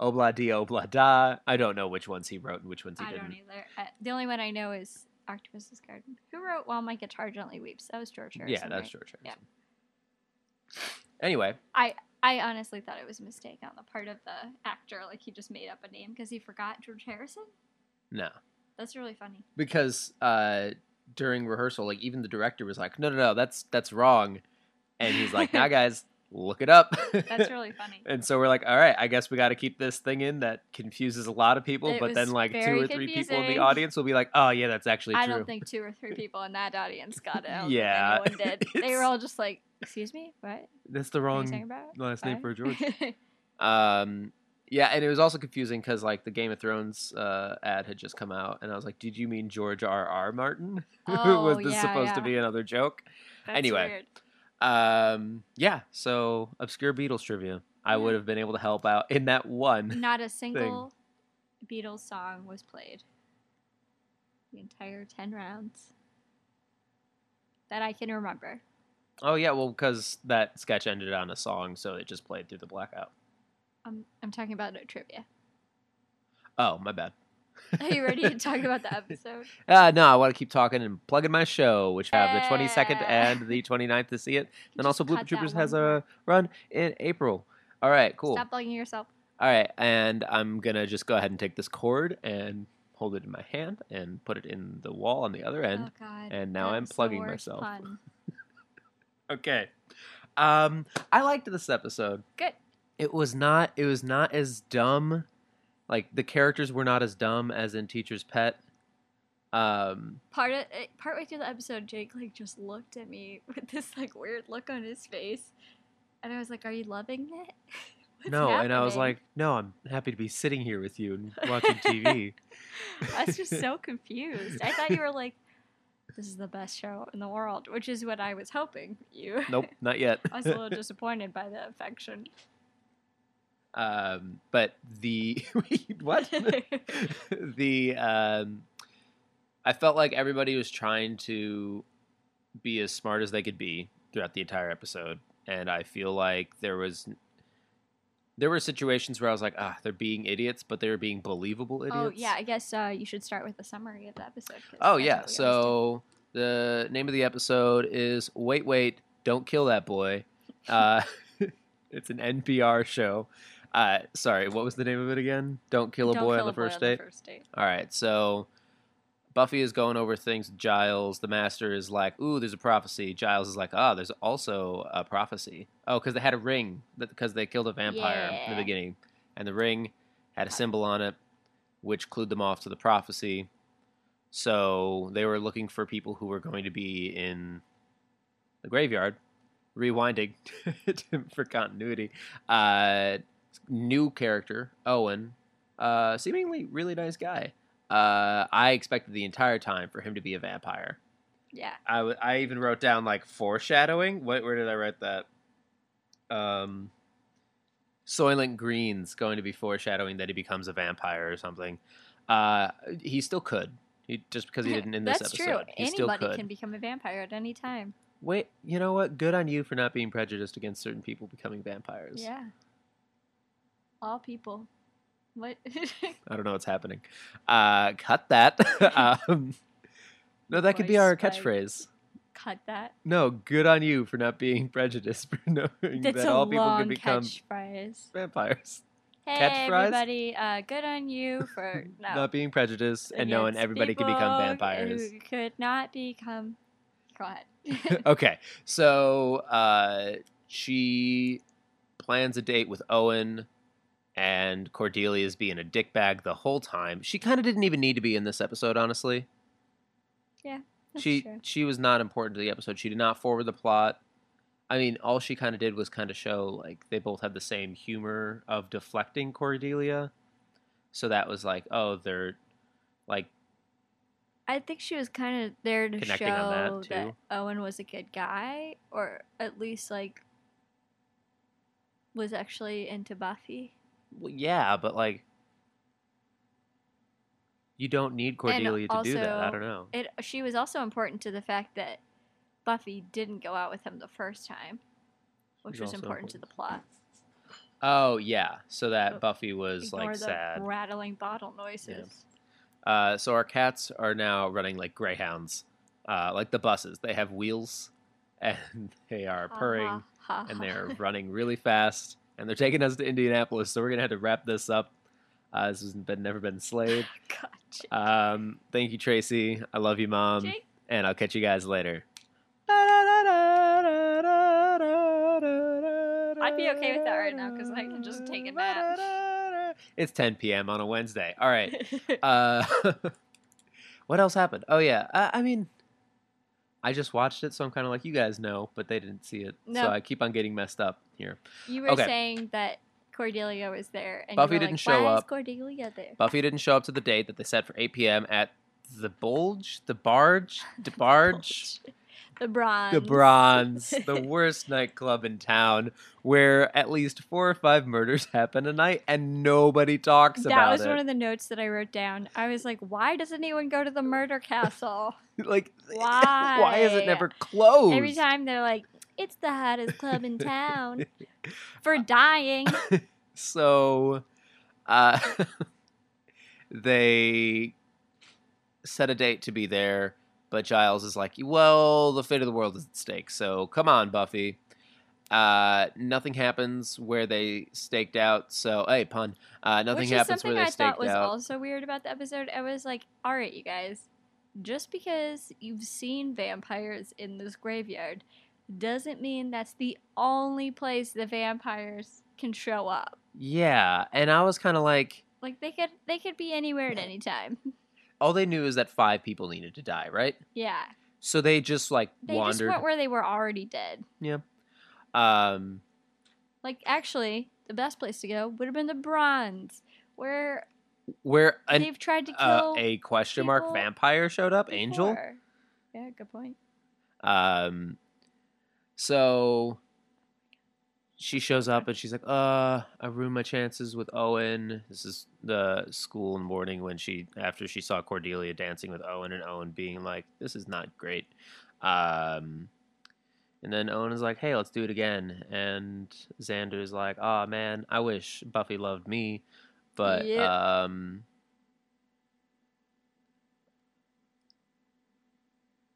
Speaker 1: Oh, Obla di obla da. I don't know which ones he wrote and which ones he
Speaker 2: I
Speaker 1: didn't.
Speaker 2: don't either. Uh, the only one I know is Octopus's Garden. Who wrote "While My Guitar Gently Weeps"? That was George Harrison.
Speaker 1: yeah, that's
Speaker 2: right?
Speaker 1: George
Speaker 2: Yeah.
Speaker 1: Harrison. Anyway,
Speaker 2: I honestly thought it was a mistake on the part of the actor. Like he just made up a name because he forgot George Harrison.
Speaker 1: no,
Speaker 2: That's really funny.
Speaker 1: because uh, during rehearsal, like even the director was like, "No, no, no, that's that's wrong," and he's like, "Now, guys, look it up."
Speaker 2: That's really funny.
Speaker 1: and so we're like, "All right, I guess we got to keep this thing in that confuses a lot of people."
Speaker 2: It
Speaker 1: but then,
Speaker 2: was
Speaker 1: like two
Speaker 2: very
Speaker 1: or three people in the
Speaker 2: confusing.
Speaker 1: audience will be like, "Oh, yeah, that's actually
Speaker 2: I
Speaker 1: true."
Speaker 2: don't think two or three people in that audience got it. I don't think
Speaker 1: Yeah.
Speaker 2: anyone did. They were
Speaker 1: It's-
Speaker 2: all just like, "Excuse me, what?
Speaker 1: that's the
Speaker 2: What are you talking
Speaker 1: wrong
Speaker 2: about?"
Speaker 1: last name
Speaker 2: What?"
Speaker 1: for George. Um, yeah, and it was also confusing because like the Game of Thrones uh, ad had just come out, and I was like, "Did you mean George R. R. Martin?
Speaker 2: oh,
Speaker 1: was this
Speaker 2: yeah,
Speaker 1: supposed to
Speaker 2: yeah.
Speaker 1: be another joke?"
Speaker 2: That's
Speaker 1: Anyway.
Speaker 2: weird.
Speaker 1: Um, yeah. So obscure Beatles trivia. I
Speaker 2: Yeah.
Speaker 1: would have been able to help out in that one.
Speaker 2: Not a single Beatles song was played. The entire 10 rounds that I can remember.
Speaker 1: Oh yeah, well because that sketch ended on a song, so it just played through the blackout.
Speaker 2: I'm, Um, I'm talking about no trivia.
Speaker 1: Oh my bad.
Speaker 2: Are you ready to talk about the episode?
Speaker 1: Uh, no, I want to keep talking and plugging my show, which have the 22nd
Speaker 2: Yeah.
Speaker 1: and the 29th to see it. And
Speaker 2: Just
Speaker 1: also, Blooper
Speaker 2: cut that
Speaker 1: Troopers has
Speaker 2: one
Speaker 1: a
Speaker 2: part.
Speaker 1: run in April. All right, cool.
Speaker 2: Stop bugging yourself.
Speaker 1: All right, and I'm gonna just go ahead and take this cord and hold it in my hand and put it in the wall on the other
Speaker 2: oh,
Speaker 1: end.
Speaker 2: God.
Speaker 1: and now
Speaker 2: that
Speaker 1: I'm
Speaker 2: was the
Speaker 1: plugging
Speaker 2: worst
Speaker 1: myself.
Speaker 2: pun.
Speaker 1: Okay. Um, I liked this episode.
Speaker 2: Good.
Speaker 1: It was not. It was not as dumb. Like the characters were not as dumb as in Teacher's Pet. Um,
Speaker 2: Part of, eh, partway through the episode, Jake like just looked at me with this like weird look on his face, And I was like, "Are you loving it?" What's
Speaker 1: no, and I was
Speaker 2: happening?"
Speaker 1: like, no, I'm happy to be sitting here with you and watching TV.
Speaker 2: I was just so confused. I thought you were like, "This is the best show in the world," which is what I was hoping for you.
Speaker 1: nope, not yet.
Speaker 2: I was a little disappointed by the affection.
Speaker 1: Um, but the what? the um, I felt like everybody was trying to be as smart as they could be throughout the entire episode, and I feel like there was there were situations where I was like, ah, they're being idiots, but they were being believable idiots.
Speaker 2: Oh yeah, I guess uh, you should start with a summary of the episode. 'cause
Speaker 1: Oh
Speaker 2: that's
Speaker 1: yeah.
Speaker 2: what we always
Speaker 1: So
Speaker 2: do.
Speaker 1: the name of the episode is "Wait, Wait, Don't Kill That Boy." Uh, it's an NPR show. Uh, sorry, what was the name of it again? Don't kill a
Speaker 2: Don't
Speaker 1: boy
Speaker 2: kill
Speaker 1: on the first
Speaker 2: boy
Speaker 1: date.
Speaker 2: first date.
Speaker 1: All right, so Buffy is going over things with Giles. The Master is like, "Ooh, there's a prophecy." Giles is like, "Ah, there's also a prophecy." Oh, because they had a ring because they killed a vampire in
Speaker 2: Yeah.
Speaker 1: the beginning, and the ring had a symbol on it, which clued them off to the prophecy. So they were looking for people who were going to be in the graveyard. Rewinding to- for continuity, uh, new character Owen, uh, seemingly really nice guy. Uh, I expected the entire time for him to be a vampire.
Speaker 2: Yeah.
Speaker 1: I, w- I even wrote down like foreshadowing. What, where did I write that? Um, Soylent Green's going to be foreshadowing that he becomes a vampire or something. Uh, he still could. He, just because he didn't in this
Speaker 2: That's
Speaker 1: episode,
Speaker 2: true.
Speaker 1: he still
Speaker 2: Anybody
Speaker 1: could.
Speaker 2: can become a vampire at any time.
Speaker 1: Wait, you know what? Good on you for not being prejudiced against certain people becoming vampires.
Speaker 2: Yeah. All people. What?
Speaker 1: I don't know what's happening. Uh, cut that. um, no, that could be
Speaker 2: Voice
Speaker 1: our
Speaker 2: spike.
Speaker 1: catchphrase.
Speaker 2: Cut that.
Speaker 1: No, good on you for not being prejudiced for knowing
Speaker 2: That's
Speaker 1: that
Speaker 2: a
Speaker 1: all people
Speaker 2: long
Speaker 1: can become
Speaker 2: catchphrase.
Speaker 1: vampires.
Speaker 2: Hey
Speaker 1: Catchphrase?
Speaker 2: everybody, uh, good on you for no,
Speaker 1: Not being prejudiced and knowing
Speaker 2: against
Speaker 1: everybody can
Speaker 2: people
Speaker 1: become vampires.
Speaker 2: Who could not become. Go ahead.
Speaker 1: okay, so uh, she plans a date with Owen, and Cordelia's being a dickbag the whole time. She kind of didn't even need to be in this episode, honestly.
Speaker 2: That's
Speaker 1: she
Speaker 2: true.
Speaker 1: she was not important to the episode. She did not forward the plot. I mean, all she kind of did was kind of show like they both had the same humor of deflecting Cordelia. So that was like, oh, they're like
Speaker 2: I think she was kind of there to
Speaker 1: Connecting
Speaker 2: show
Speaker 1: on that,
Speaker 2: that,
Speaker 1: too.
Speaker 2: Owen was a good guy, or at least like was actually into Buffy.
Speaker 1: well, yeah, but like you don't need Cordelia to do that. I
Speaker 2: also-
Speaker 1: don't know.
Speaker 2: It she was also important to the fact that Buffy didn't go out with him the first time, which
Speaker 1: She's
Speaker 2: was
Speaker 1: also
Speaker 2: important to the plot.
Speaker 1: Oh yeah, so that
Speaker 2: Oh,
Speaker 1: Buffy was
Speaker 2: Ignore
Speaker 1: like
Speaker 2: the
Speaker 1: sad.
Speaker 2: rattling bottle noises.
Speaker 1: Uh, so our cats are now running like greyhounds, uh, like the buses. They have wheels, and they are
Speaker 2: Ha,
Speaker 1: purring.
Speaker 2: ha, ha,
Speaker 1: and
Speaker 2: ha.
Speaker 1: they're running really fast and they're taking us to indianapolis so we're gonna have to wrap this up uh, this has been never been slayed
Speaker 2: God, Jake.
Speaker 1: um, thank you tracy i love you mom
Speaker 2: Jake.
Speaker 1: and i'll catch you guys later
Speaker 2: I'd be okay with that right now 'cause I can just take a nap.
Speaker 1: it's 10 p.m on a wednesday all right uh, what else happened oh yeah I, I mean i just watched it so i'm kind of like you guys know but they didn't see it
Speaker 2: No.
Speaker 1: so i keep on getting messed up here
Speaker 2: you were
Speaker 1: okay.
Speaker 2: saying that Cordelia was there, and
Speaker 1: Buffy
Speaker 2: you were
Speaker 1: didn't
Speaker 2: like,
Speaker 1: show
Speaker 2: Why
Speaker 1: up."
Speaker 2: Is Cordelia there?
Speaker 1: Buffy didn't show up to the date that they set for 8 p.m. at the Bulge, the Barge, the Barge,
Speaker 2: the bronze.
Speaker 1: the Bronze, the worst nightclub in town, where at least four or five murders happen a night and nobody talks
Speaker 2: That
Speaker 1: about
Speaker 2: was
Speaker 1: it.
Speaker 2: one of the notes that I wrote down. I was like, why does anyone go to the murder castle?
Speaker 1: like, why is it
Speaker 2: Why?
Speaker 1: never closed?
Speaker 2: Every time they're like, it's the hottest club in town for dying.
Speaker 1: So, uh, they set a date to be there, but Giles is like, "Well, the fate of the world is at stake, so come on, Buffy." Uh, nothing happens where they staked out. So, hey, pun. Uh, nothing
Speaker 2: Which is
Speaker 1: happens where
Speaker 2: something
Speaker 1: they
Speaker 2: I thought
Speaker 1: staked
Speaker 2: was
Speaker 1: out.
Speaker 2: also weird about the episode. I was like, all right, you guys, just because you've seen vampires in this graveyard doesn't mean that's the only place the vampires can show up.
Speaker 1: yeah, and I was kind of like,
Speaker 2: Like they could they could be anywhere at any time.
Speaker 1: all they knew is that five people needed to die, right?
Speaker 2: Yeah.
Speaker 1: So they just like
Speaker 2: They just
Speaker 1: wandered.
Speaker 2: went where they were already dead.
Speaker 1: Um,
Speaker 2: Like, actually, the best place to go would have been the Bronze, where
Speaker 1: Where an,
Speaker 2: they've tried to
Speaker 1: uh,
Speaker 2: kill
Speaker 1: a question mark
Speaker 2: people
Speaker 1: vampire showed up, Angel.
Speaker 2: before. Yeah, good point.
Speaker 1: Um, so she shows up and she's like, "Uh, I ruined my chances with Owen." This is the school in the morning when she, after she saw Cordelia dancing with Owen, and Owen being like, "This is not great." Um, and then Owen is like, "Hey, let's do it again." And Xander is like, "Ah, man, I wish Buffy loved me, but
Speaker 2: Yep.
Speaker 1: um."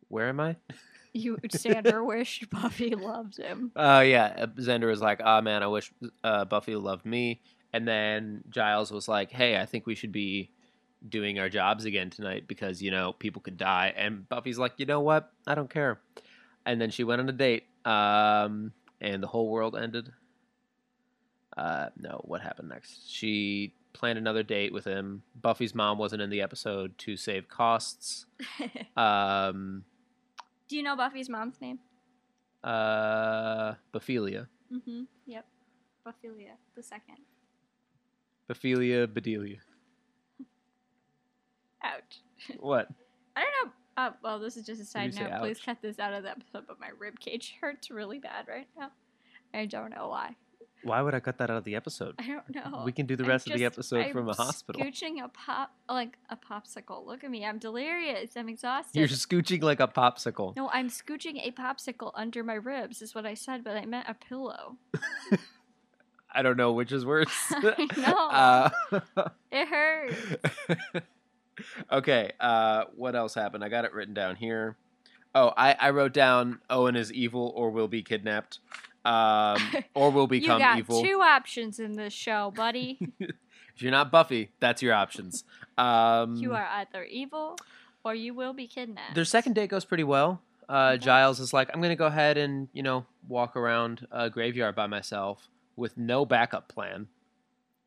Speaker 1: Where am I?
Speaker 2: You Xander wished Buffy loved him.
Speaker 1: Oh yeah, uh, Xander was like, "Ah man, I wish uh, Buffy loved me." And then Giles was like, "Hey, I think we should be doing our jobs again tonight because you know people could die." And Buffy's like, "You know what? I don't care." And then she went on a date, um, and the whole world ended. Uh, no, what happened next? She planned another date with him. Buffy's mom wasn't in the episode to save costs. Um,
Speaker 2: Do you know Buffy's mom's name?
Speaker 1: uh, Bophelia,
Speaker 2: Mm-hmm. Yep. Buffylia the second.
Speaker 1: Bophelia, Bedelia.
Speaker 2: Ouch.
Speaker 1: What?
Speaker 2: I don't know. Uh, well, this is just a side
Speaker 1: you say
Speaker 2: note. Please
Speaker 1: ouch?
Speaker 2: cut this out of the episode, but my rib cage hurts really bad right now. I don't know why.
Speaker 1: Why would I cut that out of the episode?
Speaker 2: I don't know.
Speaker 1: We can do the
Speaker 2: Oh, I'm
Speaker 1: rest of the
Speaker 2: just-
Speaker 1: episode
Speaker 2: I'm
Speaker 1: from a hospital.
Speaker 2: Scooching a pop, like a popsicle. Look at me. I'm delirious. I'm exhausted.
Speaker 1: You're scooching like a popsicle.
Speaker 2: No, I'm scooching a popsicle under my ribs, is what I said, but I meant a pillow.
Speaker 1: I don't know which is worse.
Speaker 2: I
Speaker 1: Uh,
Speaker 2: It hurts.
Speaker 1: okay, uh, what else happened? I got it written down here. Oh, I, I wrote down Owen is evil or will be kidnapped, um, or will
Speaker 2: You
Speaker 1: become
Speaker 2: got
Speaker 1: evil.
Speaker 2: two options in this show, buddy.
Speaker 1: If you're not Buffy, that's your options. Um,
Speaker 2: you are either evil or you will be kidnapped.
Speaker 1: Their second date goes pretty well. Uh,
Speaker 2: Okay.
Speaker 1: Giles is like, I'm going to go ahead and, you know, walk around a graveyard by myself with no backup plan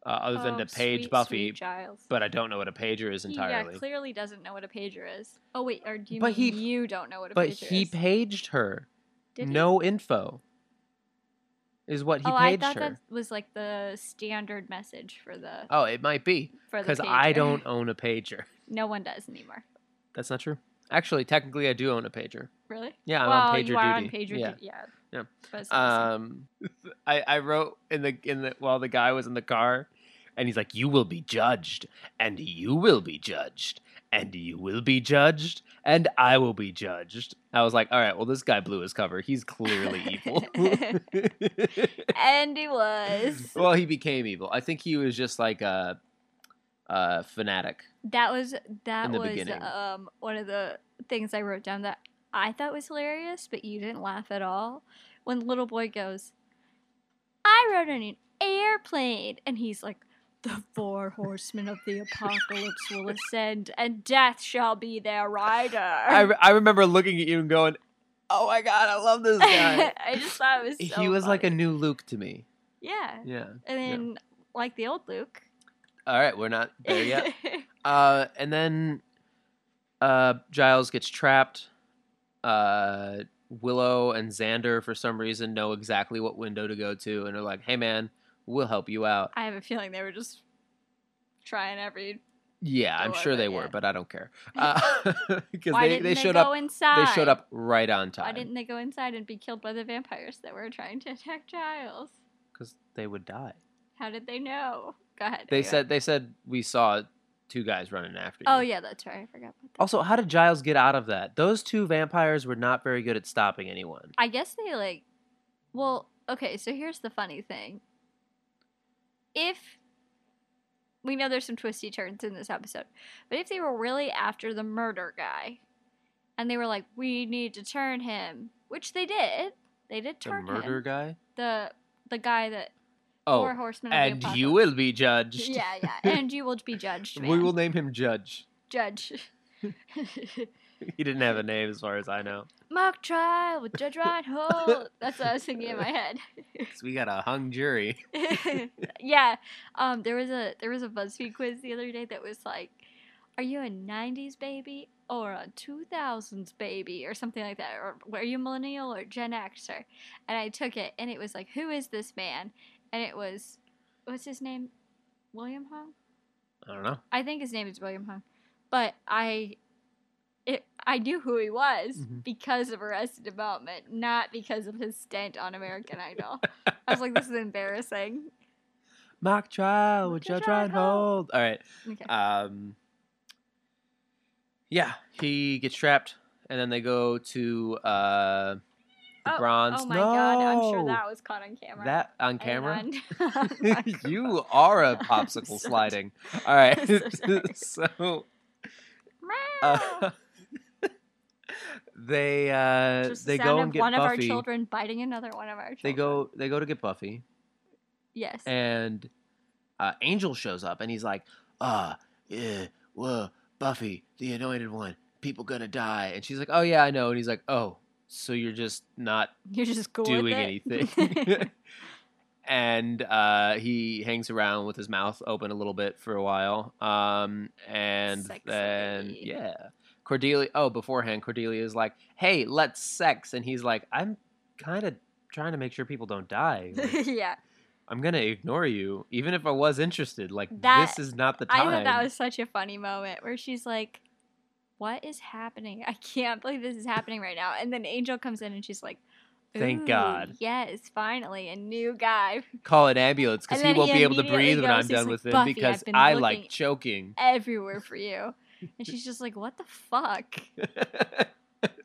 Speaker 1: uh, other than
Speaker 2: Oh,
Speaker 1: to page
Speaker 2: sweet,
Speaker 1: Buffy,
Speaker 2: sweet Giles.
Speaker 1: but I don't know what a pager is
Speaker 2: He,
Speaker 1: entirely.
Speaker 2: yeah, clearly doesn't know what a pager is. Oh wait, or do you
Speaker 1: But
Speaker 2: mean
Speaker 1: he-
Speaker 2: you don't know what a
Speaker 1: but
Speaker 2: pager
Speaker 1: he
Speaker 2: is?
Speaker 1: paged her.
Speaker 2: Did he?
Speaker 1: no info is what he
Speaker 2: oh, I
Speaker 1: paged
Speaker 2: thought
Speaker 1: her.
Speaker 2: that was like the standard message for the
Speaker 1: Oh, it might be
Speaker 2: for the
Speaker 1: because I
Speaker 2: pager.
Speaker 1: don't own a pager.
Speaker 2: No one does anymore.
Speaker 1: That's not true. Actually, technically, I do own a pager.
Speaker 2: Really?
Speaker 1: Yeah, I'm
Speaker 2: well,
Speaker 1: on pager
Speaker 2: you are
Speaker 1: duty.
Speaker 2: on pager
Speaker 1: yeah.
Speaker 2: duty. Yeah.
Speaker 1: Yeah.
Speaker 2: But it's not the same.
Speaker 1: Um, I, I wrote in the in the while the guy was in the car, and he's like, "You will be judged, and you will be judged, and you will be judged, and I will be judged." I was like, "All right, well, this guy blew his cover. He's clearly evil." Uh,
Speaker 2: and he was.
Speaker 1: well, he became evil. I think he was just like a, a fanatic.
Speaker 2: That was that
Speaker 1: in the
Speaker 2: was
Speaker 1: beginning.
Speaker 2: um one of the things I wrote down that I thought was hilarious, but you didn't laugh at all. When the little boy goes, I rode on an airplane, and he's like, "The four horsemen of the apocalypse will ascend, and death shall be their rider."
Speaker 1: I, re- I remember looking at you and going, "Oh my god, I love this guy."
Speaker 2: I just thought it was. So
Speaker 1: he was like a
Speaker 2: funny.
Speaker 1: new Luke to me.
Speaker 2: yeah,
Speaker 1: Yeah.
Speaker 2: and then like the old Luke.
Speaker 1: All right, we're not there yet. Uh, and then uh, Giles gets trapped. Uh, Willow and Xander, for some reason, know exactly what window to go to and are like, hey, man, we'll help you out.
Speaker 2: I have a feeling they were just trying every.
Speaker 1: Yeah, I'm
Speaker 2: Don't
Speaker 1: sure
Speaker 2: worry
Speaker 1: they
Speaker 2: about
Speaker 1: were,
Speaker 2: it.
Speaker 1: but I don't care. Because
Speaker 2: Why
Speaker 1: they,
Speaker 2: didn't
Speaker 1: they showed
Speaker 2: go
Speaker 1: up.
Speaker 2: inside?
Speaker 1: They showed up right on
Speaker 2: Why
Speaker 1: time
Speaker 2: didn't they go inside and be killed by the vampires that were trying to attack Giles?
Speaker 1: because they would die.
Speaker 2: How did they know? Go ahead.
Speaker 1: They
Speaker 2: anyway.
Speaker 1: said they said we saw two guys running after you.
Speaker 2: Oh yeah, that's right. I forgot about that.
Speaker 1: Also, how did Giles get out of that? Those two vampires were not very good at stopping anyone.
Speaker 2: I guess they like. Well, okay. So here's the funny thing. If we know there's some twisty turns in this episode, but if they were really after the murder guy, and they were like, "We need to turn him," which they did. They
Speaker 1: The
Speaker 2: did turn
Speaker 1: murder
Speaker 2: him.
Speaker 1: guy.
Speaker 2: The the guy that
Speaker 1: Oh,
Speaker 2: four horsemen. of the
Speaker 1: and you
Speaker 2: apocalypse-
Speaker 1: will be judged.
Speaker 2: Yeah, yeah, and you will be judged.
Speaker 1: we
Speaker 2: man.
Speaker 1: will name him Judge.
Speaker 2: judge.
Speaker 1: He didn't have a name, as far as I know.
Speaker 2: Mock trial with Judge Reinhold. That's what I was thinking in my head.
Speaker 1: 'Cause we got a hung jury.
Speaker 2: yeah, um, there was a there was a BuzzFeed quiz the other day that was like, are you a 90s baby or a 2000s baby or something like that? Or were you millennial or Gen Xer? And I took it and it was like, who is this man? And it was, what's his name? William Hung?
Speaker 1: I don't know.
Speaker 2: I think his name is William Hung. But I. It, I knew who he was
Speaker 1: Mhm.
Speaker 2: because of Arrested Development, not because of his stint on American Idol. I was like, this is embarrassing.
Speaker 1: Mock trial with
Speaker 2: Mock trial
Speaker 1: Judge Reinhold. All right.
Speaker 2: Okay.
Speaker 1: Um, yeah, he gets trapped, and then they go to uh, the
Speaker 2: Oh,
Speaker 1: bronze.
Speaker 2: Oh my god, I'm sure
Speaker 1: No!
Speaker 2: that was caught on camera.
Speaker 1: That on
Speaker 2: And
Speaker 1: camera.
Speaker 2: on-
Speaker 1: you are a
Speaker 2: I'm
Speaker 1: popsicle
Speaker 2: so-
Speaker 1: sliding. All right.
Speaker 2: I'm so sorry.
Speaker 1: so
Speaker 2: Meow.
Speaker 1: uh, they uh,
Speaker 2: Just the
Speaker 1: they
Speaker 2: sound
Speaker 1: go
Speaker 2: of
Speaker 1: and get
Speaker 2: one of our
Speaker 1: Buffy.
Speaker 2: children biting another one of our children.
Speaker 1: They go they go to get Buffy,
Speaker 2: Yes.
Speaker 1: and uh, Angel shows up, and he's like, "Ah, yeah, whoa, Buffy, the Anointed One, people gonna die." And she's like, "Oh yeah, I know." And he's like, "Oh, so you're just not
Speaker 2: You're just cool
Speaker 1: doing
Speaker 2: with it.
Speaker 1: anything. and uh, he hangs around with his mouth open a little bit for a while. Um, and then,
Speaker 2: Sexy.
Speaker 1: yeah. Cordelia, oh, beforehand, Cordelia is like, hey, let's sex. And he's like, I'm kind of trying to make sure people don't die. Like,
Speaker 2: yeah.
Speaker 1: I'm going to ignore you, even if I was interested. Like,
Speaker 2: That-
Speaker 1: this is not the
Speaker 2: I
Speaker 1: time.
Speaker 2: thought that was such a funny moment where she's like, What is happening? I can't believe this is happening right now. And then Angel comes in and she's like,
Speaker 1: Thank
Speaker 2: "Ooh,
Speaker 1: God."
Speaker 2: Yes, finally, a new guy.
Speaker 1: Call an ambulance because
Speaker 2: And
Speaker 1: he
Speaker 2: then
Speaker 1: won't
Speaker 2: he
Speaker 1: be able to
Speaker 2: immediately
Speaker 1: breathe when I'm
Speaker 2: goes, he's
Speaker 1: done
Speaker 2: like,
Speaker 1: with him
Speaker 2: "Buffy, I've
Speaker 1: because
Speaker 2: been
Speaker 1: I
Speaker 2: looking
Speaker 1: like choking.
Speaker 2: everywhere for you. And she's just like, what the fuck?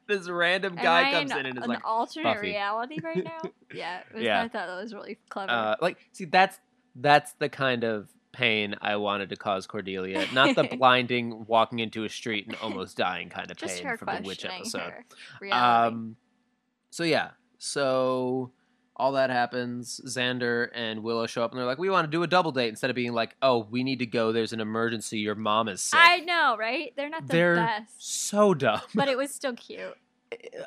Speaker 1: this random
Speaker 2: Am
Speaker 1: guy
Speaker 2: I
Speaker 1: comes
Speaker 2: in
Speaker 1: in and is
Speaker 2: an
Speaker 1: like,
Speaker 2: alternate
Speaker 1: "Buffy."
Speaker 2: reality right now? Yeah, it was-
Speaker 1: Yeah.
Speaker 2: I thought that was really clever.
Speaker 1: uh, like, see, that's that's the kind of pain I wanted to cause Cordelia, not the blinding, walking into a street and almost dying kind of
Speaker 2: just
Speaker 1: pain
Speaker 2: her
Speaker 1: from the witch
Speaker 2: questioning
Speaker 1: episode.
Speaker 2: her reality.
Speaker 1: Um, so yeah, so all that happens. Xander and Willow show up and they're like, "We want to do a double date," instead of being like, "Oh, we need to go. There's an emergency. Your mom is sick."
Speaker 2: I know, right? They're not the
Speaker 1: They're-
Speaker 2: best,
Speaker 1: so dumb.
Speaker 2: but it was still cute.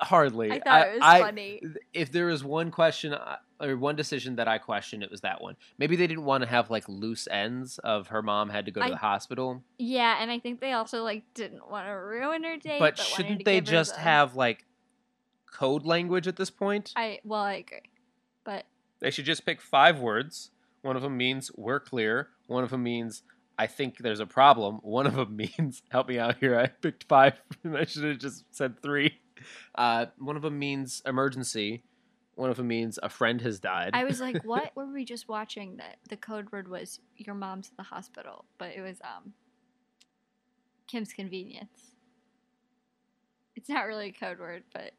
Speaker 1: Hardly.
Speaker 2: I thought it was funny.
Speaker 1: if there is one question I- or one decision that I question, it was that one. Maybe they didn't want to have like loose ends of her mom had to go to
Speaker 2: I-
Speaker 1: the hospital.
Speaker 2: Yeah, and I think they also like didn't want to ruin her day.
Speaker 1: But
Speaker 2: wanted to
Speaker 1: shouldn't they
Speaker 2: give her
Speaker 1: just
Speaker 2: the-
Speaker 1: have like code language at this point?
Speaker 2: I well, I agree, but
Speaker 1: They should just pick five words. One of them means we're clear. One of them means I think there's a problem. One of them means help me out here. I picked five and I should have just said three. Uh, one of them means emergency. One of them means a friend has died.
Speaker 2: I was like, what were we just watching? That the code word was your mom's at the hospital, but it was um Kim's convenience. It's not really a code word, but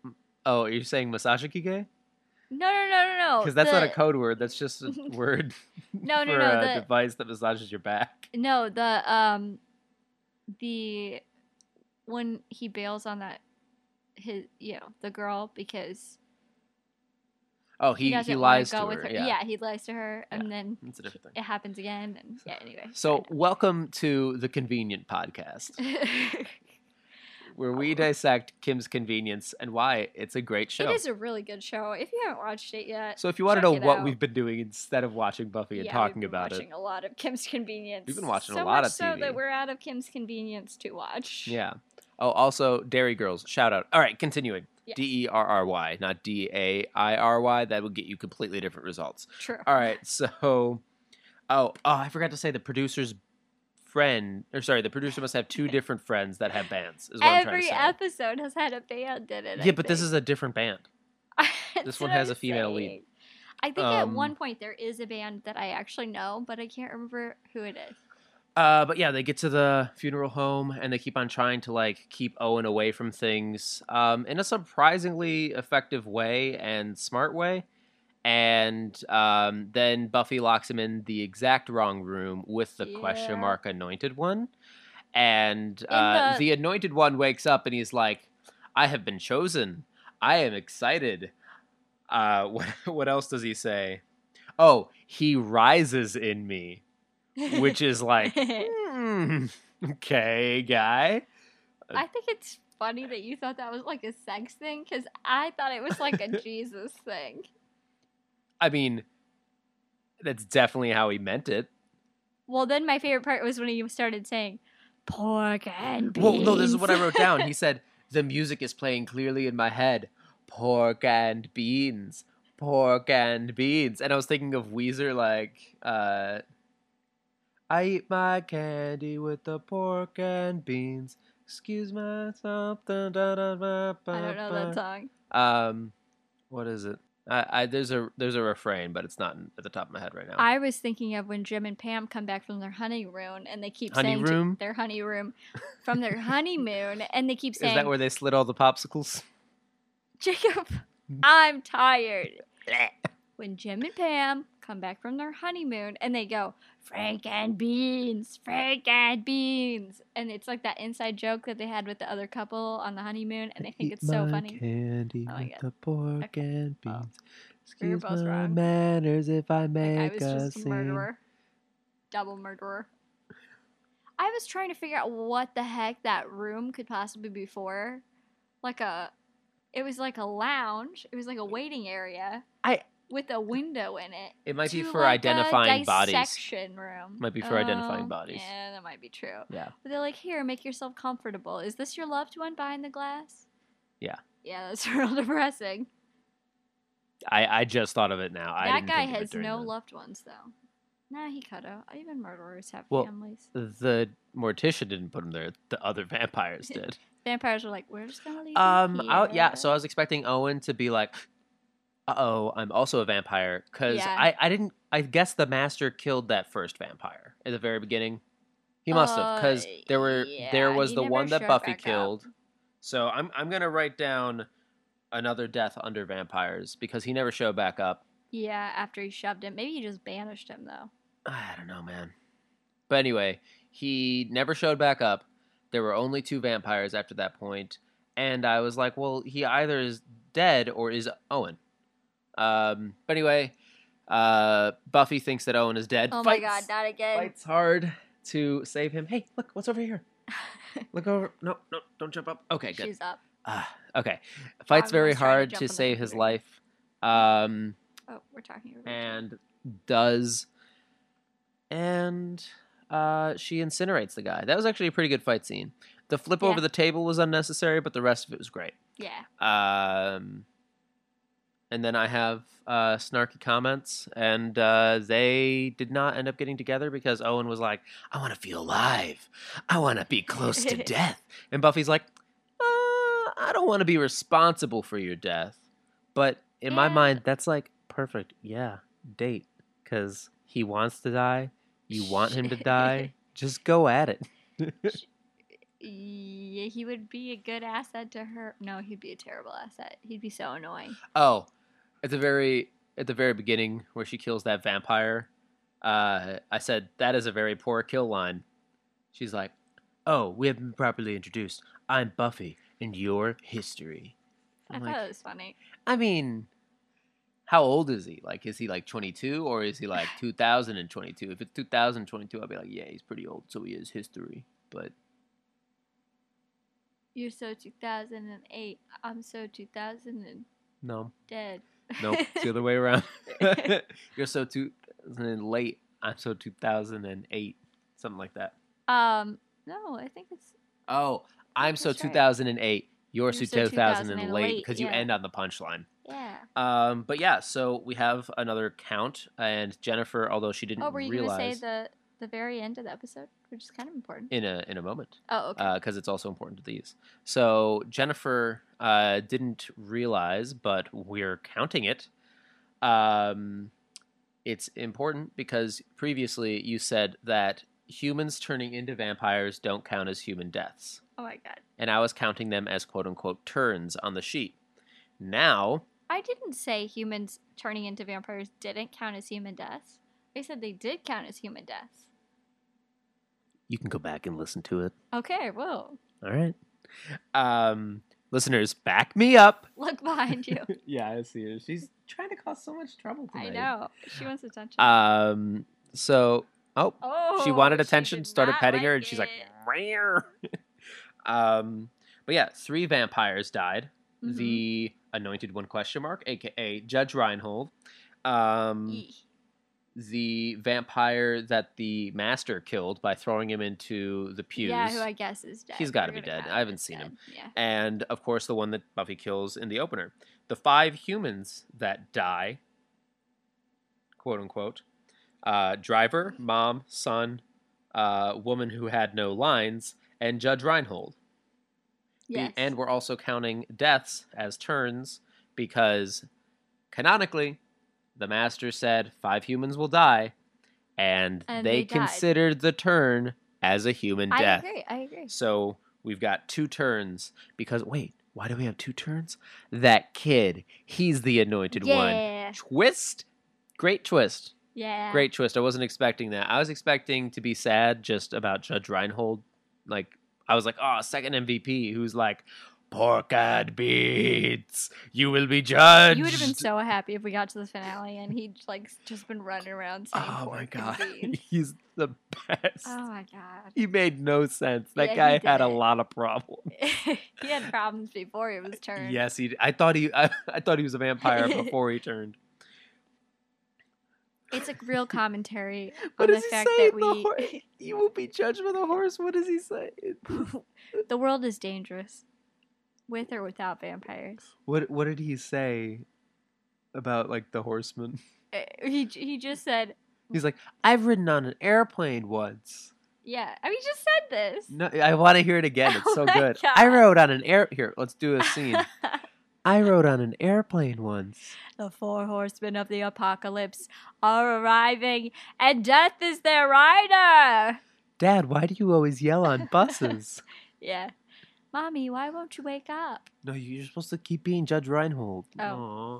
Speaker 1: oh, are you saying Masashi Kige?
Speaker 2: no, no, no, no, no.
Speaker 1: Because that's not a
Speaker 2: Oh, the-
Speaker 1: code word. That's just a word
Speaker 2: No, no,
Speaker 1: for
Speaker 2: no.
Speaker 1: a
Speaker 2: the,
Speaker 1: device that massages your back.
Speaker 2: No, the um, the when he bails on that his you know the girl because
Speaker 1: Oh,
Speaker 2: he,
Speaker 1: he, he,
Speaker 2: doesn't want
Speaker 1: lies
Speaker 2: to go
Speaker 1: to
Speaker 2: with
Speaker 1: her.
Speaker 2: her.
Speaker 1: Yeah.
Speaker 2: he lies to her, and then
Speaker 1: That's a different thing.
Speaker 2: it happens again, and yeah. Anyway,
Speaker 1: So, welcome to the Convenient Podcast,
Speaker 2: it
Speaker 1: where
Speaker 2: Oh.
Speaker 1: we dissect Kim's Convenience and why it's a great show.
Speaker 2: is a really good show. If you haven't watched it yet,
Speaker 1: so, if you want to
Speaker 2: check
Speaker 1: know
Speaker 2: it
Speaker 1: what
Speaker 2: out.
Speaker 1: we've been doing instead of watching Buffy and
Speaker 2: yeah,
Speaker 1: talking
Speaker 2: we've been
Speaker 1: about
Speaker 2: watching a lot of Kim's Convenience.
Speaker 1: We've been watching a
Speaker 2: so
Speaker 1: lot
Speaker 2: much
Speaker 1: of
Speaker 2: so
Speaker 1: TV.
Speaker 2: that we're out of Kim's Convenience to watch.
Speaker 1: it, yeah. Oh, also Dairy Girls, shout out. All right, continuing.
Speaker 2: Yes.
Speaker 1: D E R R Y, not D A I R Y. That would get you completely different results.
Speaker 2: true.
Speaker 1: All right, so oh oh, I forgot to say the producer's friend, or sorry, the producer must have two different friends that have bands. Is what I'm
Speaker 2: Every
Speaker 1: trying to
Speaker 2: episode has had a band in it.
Speaker 1: say.
Speaker 2: I
Speaker 1: Yeah, but this
Speaker 2: think.
Speaker 1: is a different band.
Speaker 2: That's
Speaker 1: This one
Speaker 2: what I
Speaker 1: has a
Speaker 2: was
Speaker 1: female lead.
Speaker 2: saying. I think at
Speaker 1: Um,
Speaker 2: one point there is a band that I actually know, but I can't remember who it is.
Speaker 1: Uh, but yeah, they get to the funeral home and they keep on trying to like keep Owen away from things um, in a surprisingly effective way and smart way. And um, then Buffy locks him in the exact wrong room with the question
Speaker 2: Yeah.
Speaker 1: mark anointed one. And uh,
Speaker 2: the-
Speaker 1: the anointed one wakes up and he's like, I have been chosen. I am excited. Uh, what, what else does he say? Oh, he rises in me, which is like, Hmm. Okay, guy.
Speaker 2: I think it's funny that you thought that was like a sex thing because I thought it was like a Jesus thing.
Speaker 1: I mean, that's definitely how he meant it.
Speaker 2: Well, then my favorite part was when he started saying, pork and beans.
Speaker 1: Well, no, this is what I wrote down. He said, The music is playing clearly in my head. Pork and beans. Pork and beans. And I was thinking of Weezer, like, uh, I eat my candy with the pork and beans. Excuse my something. Da, da, ba, ba,
Speaker 2: I don't know that song.
Speaker 1: that. Um, what is it? I, I there's a there's a refrain, but it's not in, at the top of my head right now.
Speaker 2: I was thinking of when Jim and Pam come back from their honeymoon and they keep saying to-
Speaker 1: Honeyroom?
Speaker 2: their honeyroom from their honeymoon and they keep
Speaker 1: is
Speaker 2: saying
Speaker 1: that where they slid all the popsicles?
Speaker 2: Jacob, I'm tired. when Jim and Pam come back from their honeymoon and they go, Frank and Beans, Frank and Beans. And it's like that inside joke that they had with the other couple on the honeymoon. And I think it's so funny.
Speaker 1: Candy
Speaker 2: I like with it.
Speaker 1: the pork
Speaker 2: Okay.
Speaker 1: and
Speaker 2: Well, we
Speaker 1: Excuse
Speaker 2: were Excuse both my wrong.
Speaker 1: manners if I
Speaker 2: Like,
Speaker 1: make
Speaker 2: I was just a murderer, double murderer. I was trying to figure out what the heck that room could possibly be for. Like a, it was like a lounge. It was like a waiting area.
Speaker 1: I-
Speaker 2: with a window in it.
Speaker 1: It might be
Speaker 2: to,
Speaker 1: for
Speaker 2: like, a
Speaker 1: identifying bodies.
Speaker 2: dissection room.
Speaker 1: Might be for identifying
Speaker 2: Oh,
Speaker 1: bodies.
Speaker 2: Yeah, that might be true.
Speaker 1: Yeah.
Speaker 2: But they're like, here, make yourself comfortable. Is this your loved one behind the glass?
Speaker 1: Yeah.
Speaker 2: Yeah, that's real depressing.
Speaker 1: I, I just thought of it now. I
Speaker 2: that
Speaker 1: didn't
Speaker 2: guy
Speaker 1: think of it
Speaker 2: has
Speaker 1: during
Speaker 2: no
Speaker 1: the-
Speaker 2: loved ones though. Nah, he coulda. Even murderers have
Speaker 1: Well-
Speaker 2: families.
Speaker 1: The mortician didn't put him there. The other vampires did.
Speaker 2: Vampires are like, we're just gonna leave. you
Speaker 1: um. I, yeah.
Speaker 2: here."
Speaker 1: So I was expecting Owen to be like, "Uh oh, I'm also a vampire," because
Speaker 2: Yeah.
Speaker 1: I I didn't. I guess the master killed that first vampire at the very beginning. He must have,
Speaker 2: Uh,
Speaker 1: because there were there
Speaker 2: yeah,
Speaker 1: was
Speaker 2: he
Speaker 1: the
Speaker 2: never
Speaker 1: one that
Speaker 2: showed
Speaker 1: Buffy
Speaker 2: back up.
Speaker 1: killed. So I'm I'm gonna write down another death under vampires because he never showed back up.
Speaker 2: Yeah, after he shoved him, maybe he just banished him though.
Speaker 1: I don't know, man. But anyway, he never showed back up. There were only two vampires after that point, and I was like, well, he either is dead or is Owen. Um, but anyway, uh, Buffy thinks that Owen is dead.
Speaker 2: Oh
Speaker 1: fights,
Speaker 2: my god, not again.
Speaker 1: fights hard to save him. Hey, look, what's over here? look over. No, no, don't jump up. Okay, good.
Speaker 2: She's up.
Speaker 1: Ah, okay, fights
Speaker 2: Gavin
Speaker 1: very
Speaker 2: was trying to
Speaker 1: hard
Speaker 2: jump
Speaker 1: to
Speaker 2: on the
Speaker 1: save his
Speaker 2: computer.
Speaker 1: life. Um
Speaker 2: Oh, we're talking. over each other.
Speaker 1: and does and uh, she incinerates the guy. That was actually a pretty good fight scene. The flip
Speaker 2: Yeah.
Speaker 1: over the table was unnecessary, but the rest of it was great.
Speaker 2: yeah,
Speaker 1: Um, and then I have uh, snarky comments, and uh, they did not end up getting together because Owen was like, "I want to feel alive, I want to be close to death," and Buffy's like, uh, "I don't want to be responsible for your death," but in my
Speaker 2: Yeah.
Speaker 1: mind, that's like perfect. Yeah, date because he wants to die, you want him to die. Just go at it.
Speaker 2: yeah, he would be a good asset to her. No, he'd be a terrible asset. He'd be so annoying.
Speaker 1: Oh, at the very at the very beginning where she kills that vampire, uh, I said that is a very poor kill line. She's like, "Oh, we haven't been properly introduced. I'm Buffy, and your history."
Speaker 2: I
Speaker 1: I'm
Speaker 2: thought it
Speaker 1: like,
Speaker 2: was funny.
Speaker 1: I mean, how old is he? Like, is he like 22 or is he like 2022? If it's 2022, I'll be like, yeah, he's pretty old, so he is history. But
Speaker 2: You're so 2008. I'm so 2000 and
Speaker 1: no,
Speaker 2: dead.
Speaker 1: nope, it's the other way around. You're so 2000 and late. I'm so 2008, something like that.
Speaker 2: um, no, I think it's
Speaker 1: Oh, I'm so
Speaker 2: That's right.
Speaker 1: 2008. You're,
Speaker 2: You're
Speaker 1: so
Speaker 2: so
Speaker 1: 2000 late
Speaker 2: 2008,
Speaker 1: because you
Speaker 2: yeah.
Speaker 1: end on the punchline.
Speaker 2: yeah.
Speaker 1: Um, but yeah, so we have another count, and Jennifer, although she didn't
Speaker 2: Oh, were you gonna
Speaker 1: realize
Speaker 2: say the the very end of the episode, which is kind of important?
Speaker 1: in a in a moment,
Speaker 2: oh, okay.
Speaker 1: because uh, it's also important to these. So Jennifer uh, didn't realize, but we're counting it. Um, it's important because previously you said that humans turning into vampires don't count as human deaths.
Speaker 2: oh my god,
Speaker 1: and I was counting them as quote unquote turns on the sheet. Now,
Speaker 2: I didn't say humans turning into vampires didn't count as human deaths. I said they did count as human deaths.
Speaker 1: you can go back and listen to it.
Speaker 2: Okay, whoa,
Speaker 1: All right. Um, listeners, back me up.
Speaker 2: look behind you.
Speaker 1: yeah, I see her. She's trying to cause so much trouble
Speaker 2: I know she wants attention.
Speaker 1: Um, so, oh,
Speaker 2: oh,
Speaker 1: she wanted attention,
Speaker 2: did
Speaker 1: started
Speaker 2: not
Speaker 1: petting her,
Speaker 2: like
Speaker 1: and she's like,
Speaker 2: it.
Speaker 1: "Meow." um, but yeah, three vampires died.
Speaker 2: Mhm. Mm-hmm.
Speaker 1: The anointed one question mark, aka Judge Reinhold. Um,
Speaker 2: Yee.
Speaker 1: the vampire that the master killed by throwing him into the pews.
Speaker 2: Yeah, who I guess is dead.
Speaker 1: He's gotta
Speaker 2: We're
Speaker 1: be
Speaker 2: gonna
Speaker 1: dead.
Speaker 2: find
Speaker 1: I haven't
Speaker 2: out
Speaker 1: seen him.
Speaker 2: dead. Yeah.
Speaker 1: and of course the one that Buffy kills in the opener. The five humans that die, quote unquote, uh, driver, mom, son, uh, woman who had no lines, and Judge Reinhold. The-
Speaker 2: Yes.
Speaker 1: and we're also counting deaths as turns because canonically, the master said five humans will die, and,
Speaker 2: And
Speaker 1: they,
Speaker 2: they died.
Speaker 1: considered the turn as a human
Speaker 2: I
Speaker 1: death.
Speaker 2: agree. I agree.
Speaker 1: So we've got two turns because wait, why do we have two turns? That kid, he's the anointed one.
Speaker 2: yeah.
Speaker 1: Twist, great twist,
Speaker 2: Yeah.
Speaker 1: great twist. I wasn't expecting that. I was expecting to be sad just about Judge Reinhold. Like I was like, oh, second MVP, who's like, pork-eyed beats, you will be judged.
Speaker 2: You would have been so happy if we got to the finale and he'd like just been running around saying,
Speaker 1: Oh my
Speaker 2: pork and
Speaker 1: god,
Speaker 2: beans.
Speaker 1: he's the best.
Speaker 2: Oh my god.
Speaker 1: He made no sense. That
Speaker 2: Yeah, he
Speaker 1: guy had a
Speaker 2: did.
Speaker 1: lot of problems.
Speaker 2: he had problems before it was turned.
Speaker 1: Yes, he. I thought he. I, I thought he was a vampire before he turned.
Speaker 2: It's a real commentary
Speaker 1: What
Speaker 2: on
Speaker 1: does
Speaker 2: the
Speaker 1: he
Speaker 2: fact
Speaker 1: say?
Speaker 2: that
Speaker 1: in the
Speaker 2: we
Speaker 1: hor- you will be judged by the horse. What does he say?
Speaker 2: the world is dangerous with or without vampires.
Speaker 1: What What did he say about like the horseman?
Speaker 2: Uh, He j- he just said,
Speaker 1: He's like, I've ridden on an airplane once.
Speaker 2: yeah. I mean, he just said this.
Speaker 1: No, I want to hear it again. It's
Speaker 2: Oh
Speaker 1: so
Speaker 2: my
Speaker 1: good. I
Speaker 2: God.
Speaker 1: rode on an air. Here, let's do a scene. I rode on an airplane once.
Speaker 2: the four horsemen of the apocalypse are arriving, and death is their rider.
Speaker 1: Dad, why do you always yell on buses?
Speaker 2: Yeah, mommy, why won't you wake up?
Speaker 1: no, you're supposed to keep being Judge Reinhold.
Speaker 2: Oh.
Speaker 1: Aw.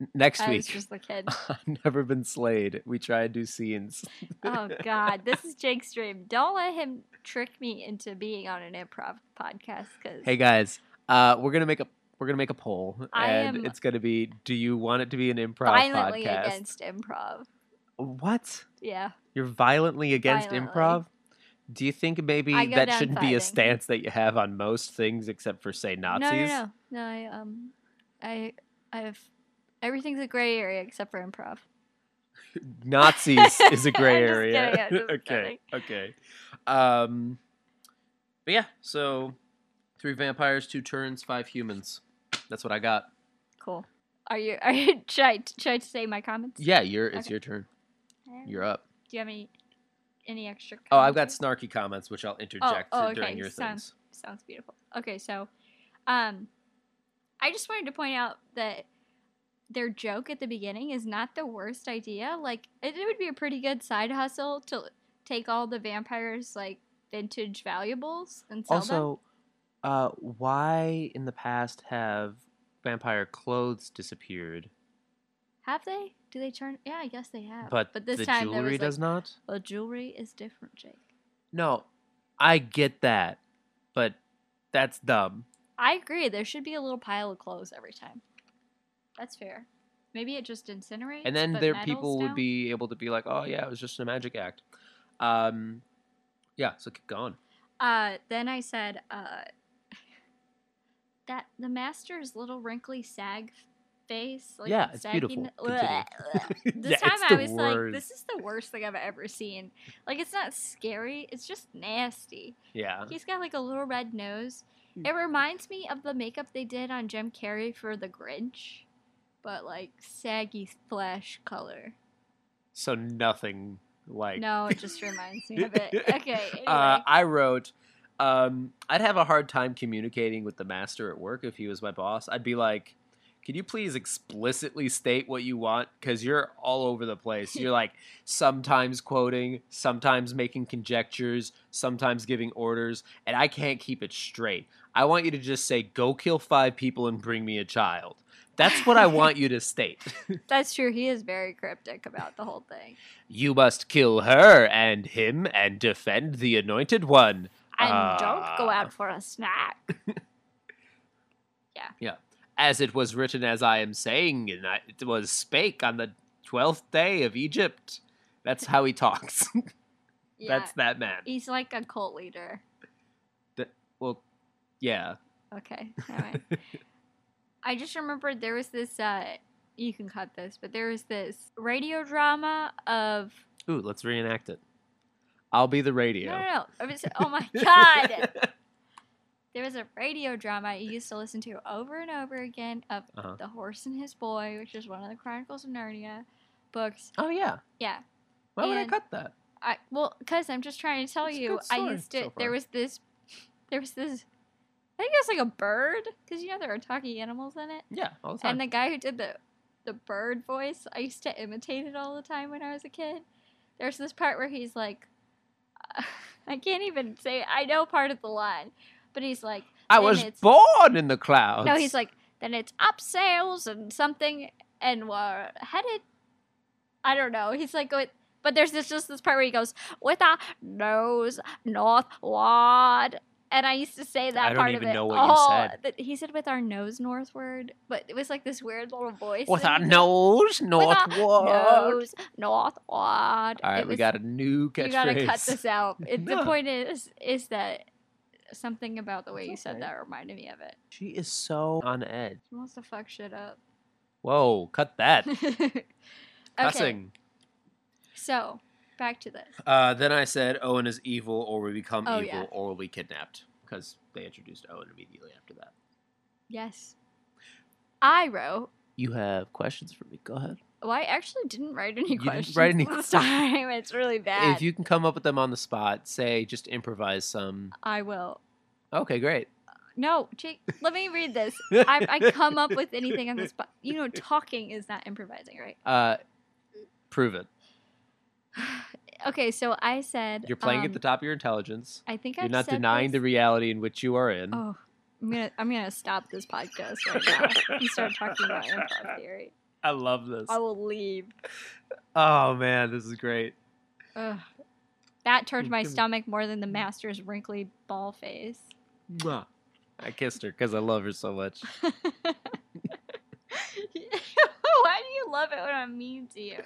Speaker 1: N- Next
Speaker 2: I
Speaker 1: week.
Speaker 2: was just the kid.
Speaker 1: I've never been slayed. We tried to scenes.
Speaker 2: Oh God, this is Jake's dream. Don't let him trick me into being on an improv podcast. Cause
Speaker 1: Hey guys, uh, we're gonna make a we're gonna make a poll,
Speaker 2: I
Speaker 1: and
Speaker 2: am
Speaker 1: it's gonna be: Do you want it to be an improv
Speaker 2: violently
Speaker 1: podcast?
Speaker 2: against improv.
Speaker 1: What?
Speaker 2: Yeah,
Speaker 1: You're violently against
Speaker 2: Violently.
Speaker 1: improv? Do you think maybe
Speaker 2: I go
Speaker 1: that
Speaker 2: down
Speaker 1: shouldn't be a
Speaker 2: fighting.
Speaker 1: stance that you have on most things, except for say Nazis?
Speaker 2: no, no, no, no. I um, I, I've everything's a gray area except for improv.
Speaker 1: Nazis is a gray
Speaker 2: I'm just
Speaker 1: area.
Speaker 2: kidding, I'm just
Speaker 1: okay, okay. Um, but yeah, so three vampires, two turns, five humans. That's what I got.
Speaker 2: Cool. Are you? Are you? Should I, should I say my comments?
Speaker 1: Yeah, you're, it's
Speaker 2: Okay.
Speaker 1: your turn.
Speaker 2: Yeah.
Speaker 1: You're up.
Speaker 2: Do you have any any extra?
Speaker 1: Oh, I've got
Speaker 2: commentary?
Speaker 1: snarky comments, which I'll interject
Speaker 2: oh,
Speaker 1: during
Speaker 2: okay,
Speaker 1: your
Speaker 2: sounds-
Speaker 1: things.
Speaker 2: Sounds beautiful. Okay, so, um, I just wanted to point out that their joke at the beginning is not the worst idea. Like, it, it would be a pretty good side hustle to take all the vampires' like vintage valuables and sell them.
Speaker 1: Also, uh, why in the past have vampire clothes disappeared,
Speaker 2: Have they? Do they turn? Yeah, I guess they have.
Speaker 1: but,
Speaker 2: but this
Speaker 1: the
Speaker 2: time there
Speaker 1: jewelry
Speaker 2: was,
Speaker 1: does
Speaker 2: like,
Speaker 1: not?
Speaker 2: Well, jewelry is different, Jake.
Speaker 1: No, I get that, but that's dumb.
Speaker 2: I agree. There should be a little pile of clothes every time. That's fair. Maybe it just incinerates.
Speaker 1: And then
Speaker 2: but
Speaker 1: there
Speaker 2: metals
Speaker 1: people would
Speaker 2: now?
Speaker 1: be able to be like, "Oh yeah, it was just a magic act." Um, yeah, so keep going.
Speaker 2: Uh, then I said, uh, that the master's little wrinkly sag face. Like,
Speaker 1: yeah, it's
Speaker 2: sagging-
Speaker 1: beautiful.
Speaker 2: Blech, blech.
Speaker 1: Continue.
Speaker 2: This
Speaker 1: Yeah,
Speaker 2: time
Speaker 1: it's
Speaker 2: I
Speaker 1: the
Speaker 2: was like,
Speaker 1: worst.
Speaker 2: this is the worst thing I've ever seen. Like, it's not scary, it's just nasty.
Speaker 1: yeah,
Speaker 2: He's got like a little red nose.
Speaker 1: Uh-huh. Hmm.
Speaker 2: It reminds me of the makeup they did on Jim Carrey for The Grinch, but like saggy flesh color.
Speaker 1: so nothing like
Speaker 2: No, it just reminds me of it. Okay, anyway.
Speaker 1: Uh, I wrote, um, I'd have a hard time communicating with the master at work if he was my boss. I'd be like, can you please explicitly state what you want? Because you're all over the place. You're like sometimes quoting, sometimes making conjectures, sometimes giving orders, and I can't keep it straight. I want you to just say, go kill five people and bring me a child. That's what I want you to state.
Speaker 2: That's true. He is very cryptic about the whole thing.
Speaker 1: You must kill her and him and defend the anointed one.
Speaker 2: And don't go
Speaker 1: Ah.
Speaker 2: out for a snack.
Speaker 1: as it was written as I am saying, and I, it was spake on the twelfth day of Egypt. That's how he talks.
Speaker 2: Yeah.
Speaker 1: That's that man.
Speaker 2: He's like a cult leader.
Speaker 1: Well, yeah.
Speaker 2: Okay. All right. I just remembered there was this uh, you can cut this, but there was this radio drama of
Speaker 1: Ooh, let's reenact it. I'll be the radio.
Speaker 2: no, no, no. I was- oh my god! There was a radio drama I used to listen to over and over again of
Speaker 1: Uh-huh.
Speaker 2: the Horse and His Boy, which is one of the Chronicles of Narnia books.
Speaker 1: oh yeah.
Speaker 2: Yeah,
Speaker 1: Why would I
Speaker 2: And-
Speaker 1: cut that?
Speaker 2: I well, cause I'm just trying to tell
Speaker 1: It's a
Speaker 2: you,
Speaker 1: good
Speaker 2: I
Speaker 1: story
Speaker 2: used it.
Speaker 1: so
Speaker 2: there
Speaker 1: far.
Speaker 2: was this, there was this. I think it was like a bird, cause you know there are talking animals in it.
Speaker 1: Yeah, all the time.
Speaker 2: And the guy who did the the bird voice, I used to imitate it all the time when I was a kid. There's this part where he's like, I can't even say. I know part of the line, but he's like,
Speaker 1: I
Speaker 2: and
Speaker 1: was
Speaker 2: it's-
Speaker 1: born in the clouds.
Speaker 2: no, he's like, then it's up sails and something, and we're headed. I don't know. He's like going, but there's this just this part where he goes with our nose northward, and I used to say that
Speaker 1: I don't
Speaker 2: part
Speaker 1: even
Speaker 2: of it.
Speaker 1: know what you
Speaker 2: all-
Speaker 1: said.
Speaker 2: that- he said with our nose northward, but it was like this weird little voice.
Speaker 1: with
Speaker 2: that
Speaker 1: our
Speaker 2: he did.
Speaker 1: nose
Speaker 2: our
Speaker 1: northward. All
Speaker 2: nose northward. All
Speaker 1: right, we got a new catchphrase.
Speaker 2: You gotta cut this out. It, The
Speaker 1: No.
Speaker 2: point is, is that something about the way
Speaker 1: It's
Speaker 2: you
Speaker 1: okay.
Speaker 2: said that reminded me of it.
Speaker 1: She is so on edge.
Speaker 2: She wants to fuck shit up.
Speaker 1: Whoa, cut that.
Speaker 2: okay.
Speaker 1: Cussing.
Speaker 2: So back to this.
Speaker 1: Uh, then I said Owen is evil, or we become
Speaker 2: Oh,
Speaker 1: evil,
Speaker 2: yeah.
Speaker 1: or we kidnapped because they introduced Owen immediately after that.
Speaker 2: Yes. I wrote.
Speaker 1: You have questions for me? Go ahead.
Speaker 2: Well, I actually didn't write any
Speaker 1: You didn't
Speaker 2: questions
Speaker 1: write any
Speaker 2: this time. It's really bad.
Speaker 1: If you can come up with them on the spot, say just improvise some.
Speaker 2: I will.
Speaker 1: Okay, great.
Speaker 2: No, Jake. Let me read this. I, I come up with anything on the spot. You know, talking is not improvising, right?
Speaker 1: Uh, prove it.
Speaker 2: Okay, so I said
Speaker 1: You're playing at
Speaker 2: um,
Speaker 1: the top of your intelligence.
Speaker 2: I think
Speaker 1: You're
Speaker 2: I've
Speaker 1: not
Speaker 2: said
Speaker 1: denying the
Speaker 2: this-
Speaker 1: reality in which you are in.
Speaker 2: Oh, I'm gonna I'm gonna stop this podcast right now and start talking about improv theory.
Speaker 1: I love this.
Speaker 2: I will leave.
Speaker 1: Oh man, this is great.
Speaker 2: Ugh. That turned my
Speaker 1: Mm.
Speaker 2: stomach more than the master's wrinkly ball face.
Speaker 1: Mwah. I kissed her because I love her so much.
Speaker 2: Why do you love it when I'm mean to you?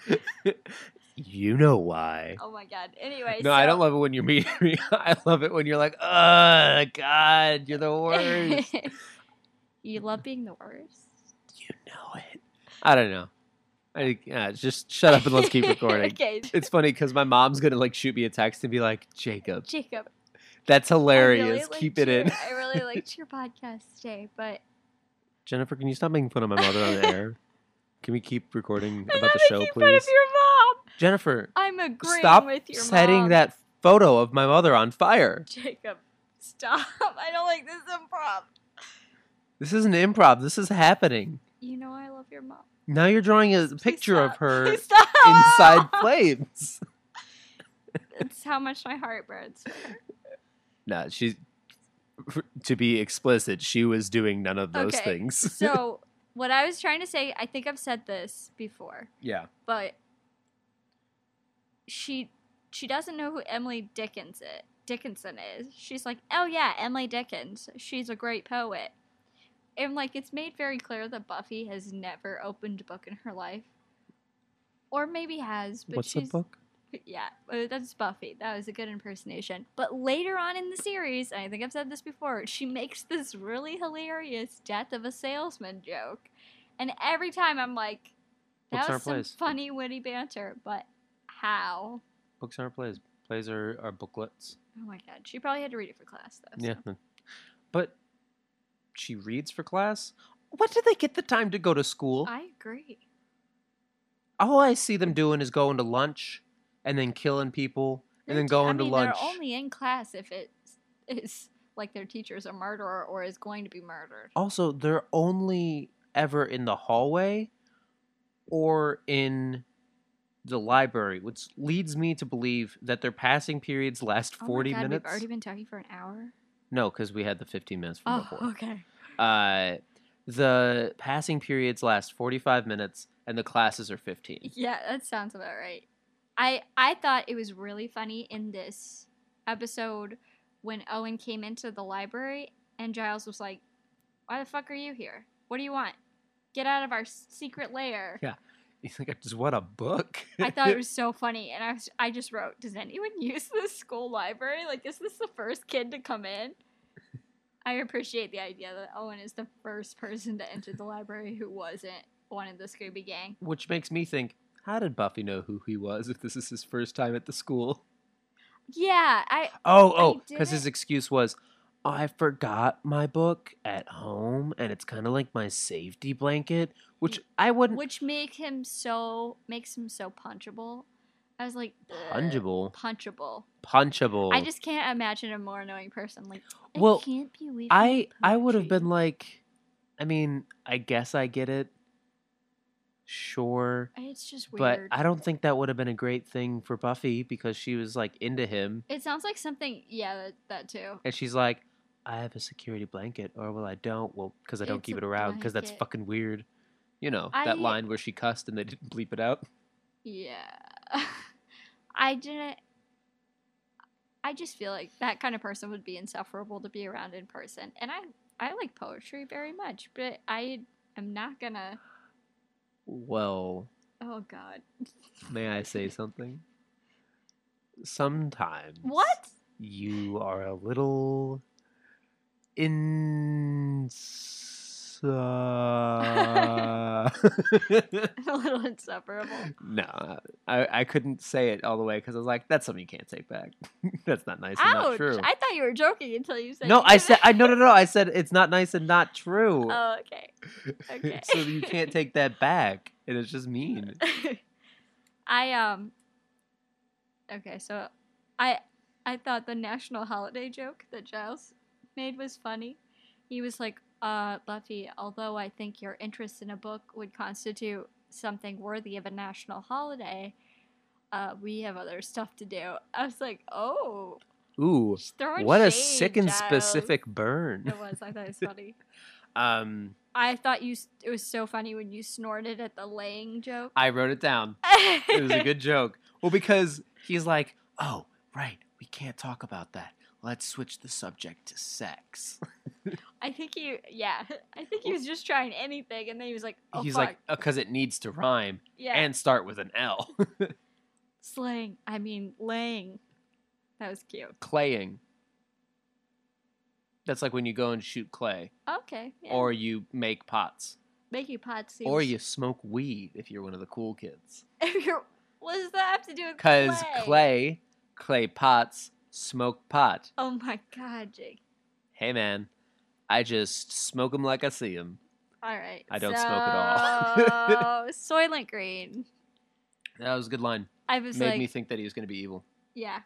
Speaker 1: You know why?
Speaker 2: Oh my god. Anyway,
Speaker 1: No, I don't love it when you're mean to me. I love it when you're like, "Oh God, you're the worst."
Speaker 2: you love being the worst.
Speaker 1: you know it. I don't know. I yeah, just shut up and let's keep recording.
Speaker 2: okay,
Speaker 1: It's funny because my mom's gonna like shoot me a text and be like, "Jacob,
Speaker 2: Jacob.
Speaker 1: that's
Speaker 2: I
Speaker 1: hilarious.
Speaker 2: really liked
Speaker 1: keep it
Speaker 2: your-
Speaker 1: in."
Speaker 2: I really liked your podcast today, but
Speaker 1: Jennifer, can you stop making fun of my mother on air? Can we keep recording
Speaker 2: I'm
Speaker 1: about
Speaker 2: not
Speaker 1: the show,
Speaker 2: making fun of
Speaker 1: please?
Speaker 2: your mom.
Speaker 1: Jennifer,
Speaker 2: I'm agreeing
Speaker 1: stop
Speaker 2: with your
Speaker 1: setting
Speaker 2: mom.
Speaker 1: that photo of my mother on fire.
Speaker 2: Jacob, stop. I don't like this improv.
Speaker 1: This isn't improv. This is happening.
Speaker 2: You know I love your mom.
Speaker 1: Now you're drawing a picture of
Speaker 2: stop.
Speaker 1: her
Speaker 2: Please stop.
Speaker 1: inside flames.
Speaker 2: It's how much my heart burns. for her.
Speaker 1: No, she's to be explicit, she was doing none of those
Speaker 2: Okay,
Speaker 1: things.
Speaker 2: So, what I was trying to say, I think I've said this before,
Speaker 1: Yeah.
Speaker 2: but she she doesn't know who Emily Dickens it Dickinson is. She's like, oh yeah, Emily Dickens. She's a great poet. And like, it's made very clear that Buffy has never opened a book in her life, or maybe has, but
Speaker 1: What's the
Speaker 2: she's
Speaker 1: book?
Speaker 2: Yeah, uh, that's Buffy. That was a good impersonation. But later on in the series, and I think I've said this before, she makes this really hilarious death of a salesman joke. And every time I'm like, that
Speaker 1: Books
Speaker 2: was
Speaker 1: aren't
Speaker 2: some
Speaker 1: plays.
Speaker 2: funny, witty banter, but how?
Speaker 1: Books aren't plays. Plays are, are booklets.
Speaker 2: Oh my god. She probably had to read it for class, though. so-
Speaker 1: Yeah. But she reads for class? What do they get the time to go to school?
Speaker 2: I agree.
Speaker 1: All I see them doing is going to lunch and then killing people and
Speaker 2: They're
Speaker 1: then
Speaker 2: t-
Speaker 1: going
Speaker 2: I
Speaker 1: to
Speaker 2: mean,
Speaker 1: lunch.
Speaker 2: They're only in class if it is like their teacher's a murderer or is going to be murdered.
Speaker 1: Also, they're only ever in the hallway or in the library, which leads me to believe that their passing periods last
Speaker 2: Oh my
Speaker 1: 40
Speaker 2: God,
Speaker 1: minutes.
Speaker 2: We've already been talking for an hour.
Speaker 1: No, because we had the 15 minutes from
Speaker 2: Oh,
Speaker 1: before.
Speaker 2: okay.
Speaker 1: Uh, the passing periods last 45 minutes and the classes are 15.
Speaker 2: Yeah, that sounds about right. I I thought it was really funny in this episode when Owen came into the library and Giles was like, "Why the fuck are you here? What do you want? Get out of our s- secret lair."
Speaker 1: Yeah. You think I just want a book?
Speaker 2: I thought it was so funny, and I was, I just wrote, "Does anyone use this school library? Like, is this the first kid to come in?" I appreciate the idea that Owen is the first person to enter the library who wasn't one of the Scooby Gang.
Speaker 1: Which makes me think, how did Buffy know who he was if this is his first time at the school?
Speaker 2: Yeah, I
Speaker 1: Oh,
Speaker 2: I
Speaker 1: oh, because his
Speaker 2: didn't-
Speaker 1: excuse was, I forgot my book at home, and it's kind of like my safety blanket, which I wouldn't
Speaker 2: which make him so makes him so punchable. I was like "Ugh,
Speaker 1: punchable,
Speaker 2: punchable.
Speaker 1: punchable.
Speaker 2: I just can't imagine a more annoying person. Like, I
Speaker 1: Well,
Speaker 2: can't believe
Speaker 1: I I would have been like, I mean, I guess I get it. Sure,
Speaker 2: It's just
Speaker 1: but
Speaker 2: weird.
Speaker 1: I don't think that would have been a great thing for Buffy because she was like into him,
Speaker 2: It sounds like something. Yeah, that, that too.
Speaker 1: and she's like, I have a security blanket, or well, I don't, well, because I don't
Speaker 2: It's
Speaker 1: keep
Speaker 2: a
Speaker 1: it around because that's
Speaker 2: blanket.
Speaker 1: fucking weird. You know that
Speaker 2: I-
Speaker 1: line where she cussed and they didn't bleep it out.
Speaker 2: Yeah, I didn't. I just feel like that kind of person would be insufferable to be around in person, and I I like poetry very much, but I am not gonna.
Speaker 1: Well,
Speaker 2: Oh God,
Speaker 1: may I say something? Sometimes
Speaker 2: what?
Speaker 1: you are a little ins uh,
Speaker 2: a little insufferable.
Speaker 1: no uh, I, I couldn't say it all the way because i was like that's something you can't take back that's not nice and not
Speaker 2: Ouch!
Speaker 1: true
Speaker 2: I thought you were joking until you said.
Speaker 1: no
Speaker 2: you
Speaker 1: i
Speaker 2: did
Speaker 1: said
Speaker 2: it.
Speaker 1: i no no no i said it's not nice and not true
Speaker 2: Oh, okay. okay.
Speaker 1: so you can't take that back and it's just mean
Speaker 2: I um Okay, so I I thought the national holiday joke that Giles made was funny. He was like, uh, Buffy, although I think your interest in a book would constitute something worthy of a national holiday, uh, we have other stuff to do. I was like, oh,
Speaker 1: ooh
Speaker 2: she's throwing
Speaker 1: what a
Speaker 2: shade,
Speaker 1: sick and
Speaker 2: Giles.
Speaker 1: specific burn
Speaker 2: It was. I thought it was funny.
Speaker 1: um
Speaker 2: I thought you. s- It was so funny when you snorted at the laying joke.
Speaker 1: i wrote it down it was a good joke. Well, because he's like, oh, right, we can't talk about that. Let's switch the subject to sex.
Speaker 2: I think he, yeah, I think he was just trying anything, and then he was like, "Oh
Speaker 1: he's
Speaker 2: fuck,
Speaker 1: like, because it needs to rhyme
Speaker 2: yeah,
Speaker 1: and start with an L.
Speaker 2: slaying." I mean, laying. That was cute.
Speaker 1: Claying. That's like when you go and shoot clay,
Speaker 2: Okay. Yeah.
Speaker 1: or you make pots,
Speaker 2: Mickey Pot seems.
Speaker 1: or you smoke weed if you're one of the cool kids.
Speaker 2: If you're, what does that have to do with?
Speaker 1: Because clay, clay pots, smoke pot.
Speaker 2: Oh my god, Jake.
Speaker 1: Hey, man, I just smoke 'em like I see 'em.
Speaker 2: All right.
Speaker 1: I don't smoke at
Speaker 2: all. Soylent Green.
Speaker 1: That was a good line.
Speaker 2: I was
Speaker 1: Made
Speaker 2: like,
Speaker 1: me think that he was going to be evil.
Speaker 2: yeah.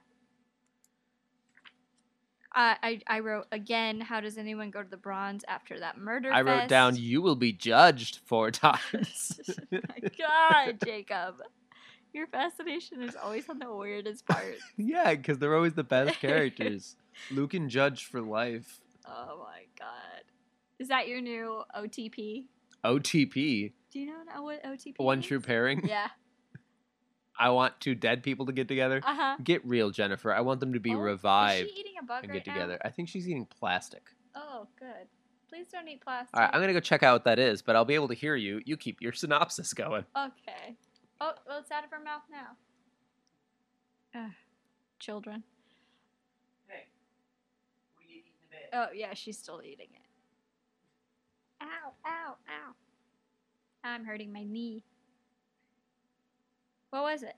Speaker 2: I, I I wrote again. How does anyone go to the bronze after that murder?
Speaker 1: I wrote down,
Speaker 2: fest?"
Speaker 1: "You will be judged four times."
Speaker 2: my God, Jacob. Your fascination is always on the weirdest part.
Speaker 1: yeah, because they're always the best characters. Luke and Judge for life.
Speaker 2: Oh my God. Is that your new OTP?
Speaker 1: OTP,
Speaker 2: Do you know now what OTP
Speaker 1: one
Speaker 2: is?
Speaker 1: true pairing.
Speaker 2: Yeah.
Speaker 1: I want two dead people to get together.
Speaker 2: Uh huh.
Speaker 1: Get real, Jennifer. I want them to be
Speaker 2: Oh, Is
Speaker 1: revived
Speaker 2: she eating a bug
Speaker 1: and
Speaker 2: right
Speaker 1: get together.
Speaker 2: now?
Speaker 1: I think she's eating plastic.
Speaker 2: Oh, good. Please don't eat plastic.
Speaker 1: All right, I'm gonna go check out what that is, but I'll be able to hear you. You keep your synopsis going.
Speaker 2: Okay. Oh, well, it's out of her mouth now. Ugh, children.
Speaker 1: Hey, what are you eating today?
Speaker 2: Oh, yeah, she's still eating it. Ow, ow, ow. I'm hurting my knee. What was it?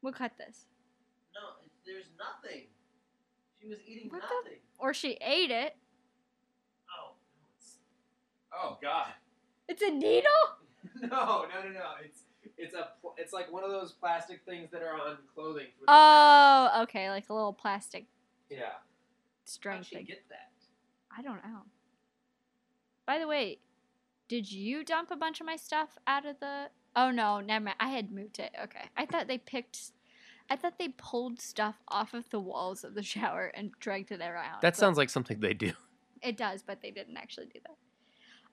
Speaker 2: We'll cut this.
Speaker 1: No, there's nothing. She was eating
Speaker 2: What the- Or she ate it.
Speaker 1: Oh, oh God.
Speaker 2: It's a needle?
Speaker 1: No, no, no, no. It's it's a pl- it's like one of those plastic things that are on clothing. For the
Speaker 2: Oh, okay, like a little plastic
Speaker 1: yeah.
Speaker 2: string
Speaker 1: How'd she
Speaker 2: thing.
Speaker 1: get that?
Speaker 2: I don't know. By the way, did you dump a bunch of my stuff out of the? Oh no, never mind. I had moved it. Okay, I thought they picked. I thought they pulled stuff off of the walls of the shower and dragged it around.
Speaker 1: That sounds like something they do.
Speaker 2: It does, but they didn't actually do that.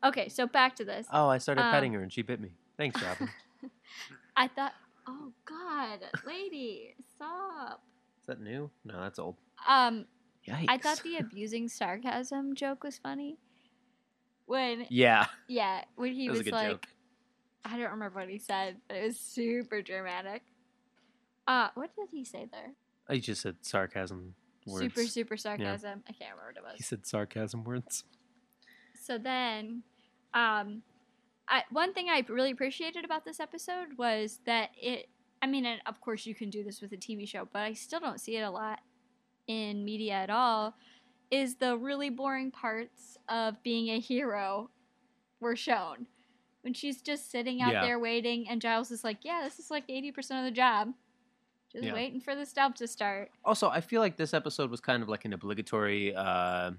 Speaker 2: Okay, so back to this.
Speaker 1: Oh, I started
Speaker 2: Um,
Speaker 1: petting her and she bit me. Thanks, Robin. Is
Speaker 2: I thought, oh God, lady, stop.
Speaker 1: that new? No, that's old.
Speaker 2: Um,
Speaker 1: Yikes.
Speaker 2: I thought the abusing sarcasm joke was funny. When
Speaker 1: yeah,
Speaker 2: yeah, when he
Speaker 1: it was,
Speaker 2: was,
Speaker 1: a good
Speaker 2: like,
Speaker 1: joke.
Speaker 2: I don't remember what he said, but it was super dramatic. Uh, what did he say there?
Speaker 1: I just said sarcasm words.
Speaker 2: Super, super sarcasm. I can't remember what it was.
Speaker 1: He said sarcasm words.
Speaker 2: So then, um, I, one thing I really appreciated about this episode was that it. I mean, and of course you can do this with a TV show, but I still don't see it a lot in media at all. Is the really boring parts of being a hero were shown when she's just sitting out
Speaker 3: Yeah.
Speaker 2: there waiting, and Giles is like, "Yeah, this is like eighty percent of the job, just
Speaker 3: Yeah.
Speaker 2: waiting for the stub to start."
Speaker 1: Also, I feel like this episode was kind of like an obligatory uh,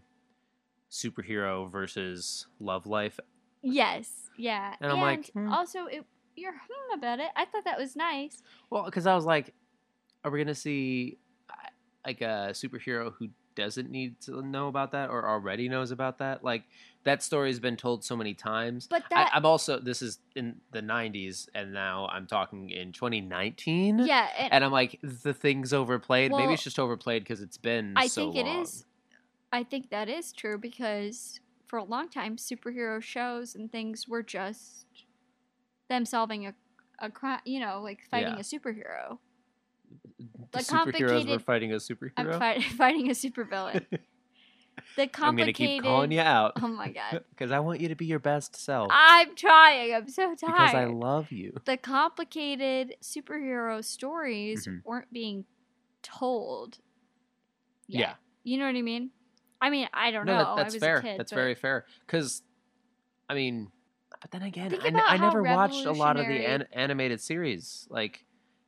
Speaker 1: superhero versus love life.
Speaker 2: Yes, yeah.
Speaker 1: And I'm like, hmm.
Speaker 2: also, it, you're hmm about it. I thought that was nice.
Speaker 1: Well, because I was like, are we gonna see uh, like a superhero who doesn't need to know about that or already knows about that? Like that story has been told so many times.
Speaker 2: But that,
Speaker 1: I, I'm also this is in the '90s, and now I'm talking in 2019.
Speaker 2: yeah, and
Speaker 1: And I'm like, the thing's overplayed. Maybe
Speaker 2: Well,
Speaker 1: it's just overplayed because it's been.
Speaker 2: I
Speaker 1: so
Speaker 2: think it
Speaker 1: long.
Speaker 2: is. I think that is true because for a long time, superhero shows and things were just them solving a, a crime, you know, like fighting
Speaker 1: Yeah.
Speaker 2: a superhero.
Speaker 1: The
Speaker 2: The
Speaker 1: superheroes were
Speaker 2: complicated-
Speaker 1: fighting a superhero.
Speaker 2: I'm fight, fighting a supervillain. the complicated.
Speaker 1: I'm gonna keep calling you out
Speaker 2: Oh my god.
Speaker 1: because I want you to be your best self
Speaker 2: I'm trying. I'm so tired.
Speaker 1: because I love you.
Speaker 2: the complicated superhero stories
Speaker 1: Mhm.
Speaker 2: weren't being told. yet.
Speaker 1: Yeah.
Speaker 2: You know what I mean? I mean, I don't
Speaker 1: no,
Speaker 2: know.
Speaker 1: that, that's
Speaker 2: I was
Speaker 1: fair.
Speaker 2: A kid,
Speaker 1: that's
Speaker 2: but
Speaker 1: very fair. Because, I mean, but then again,
Speaker 2: Think
Speaker 1: I, n-
Speaker 2: about
Speaker 1: I
Speaker 2: how
Speaker 1: never watched a lot of the an-
Speaker 2: revolutionary-
Speaker 1: animated series, like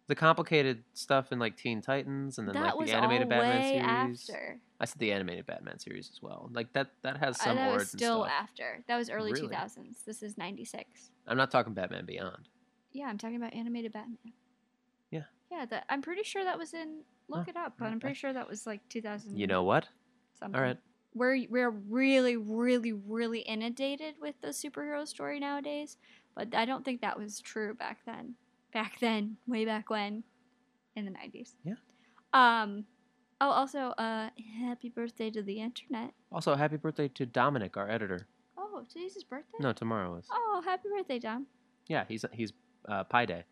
Speaker 1: the complicated stuff in like Teen Titans, and then
Speaker 2: that
Speaker 1: like
Speaker 2: was
Speaker 1: the animated
Speaker 2: all
Speaker 1: Batman
Speaker 2: way
Speaker 1: series.
Speaker 2: after.
Speaker 1: I said the animated Batman series as well. Like that, that has
Speaker 2: Uh,
Speaker 1: some
Speaker 2: that
Speaker 1: origin
Speaker 2: was still
Speaker 1: stuff.
Speaker 2: after. That was early
Speaker 1: Really?
Speaker 2: 2000s. This is 96.
Speaker 1: I'm not talking Batman Beyond.
Speaker 2: Yeah, I'm talking about animated Batman.
Speaker 1: Yeah.
Speaker 2: Yeah, that I'm pretty sure that was in. Look it up, but
Speaker 1: okay.
Speaker 2: I'm pretty sure that was like 2000.
Speaker 1: You know what?
Speaker 2: Something.
Speaker 1: All right.
Speaker 2: we're we're really really really inundated with the superhero story nowadays but i don't think that was true back then back then way back when in the 90s
Speaker 1: Yeah.
Speaker 2: um oh also uh happy birthday to the internet
Speaker 1: Also, happy birthday to Dominic, our editor.
Speaker 2: oh today's his birthday
Speaker 1: No, tomorrow is.
Speaker 2: oh happy birthday dom
Speaker 1: Yeah, he's he's uh, Pi Day.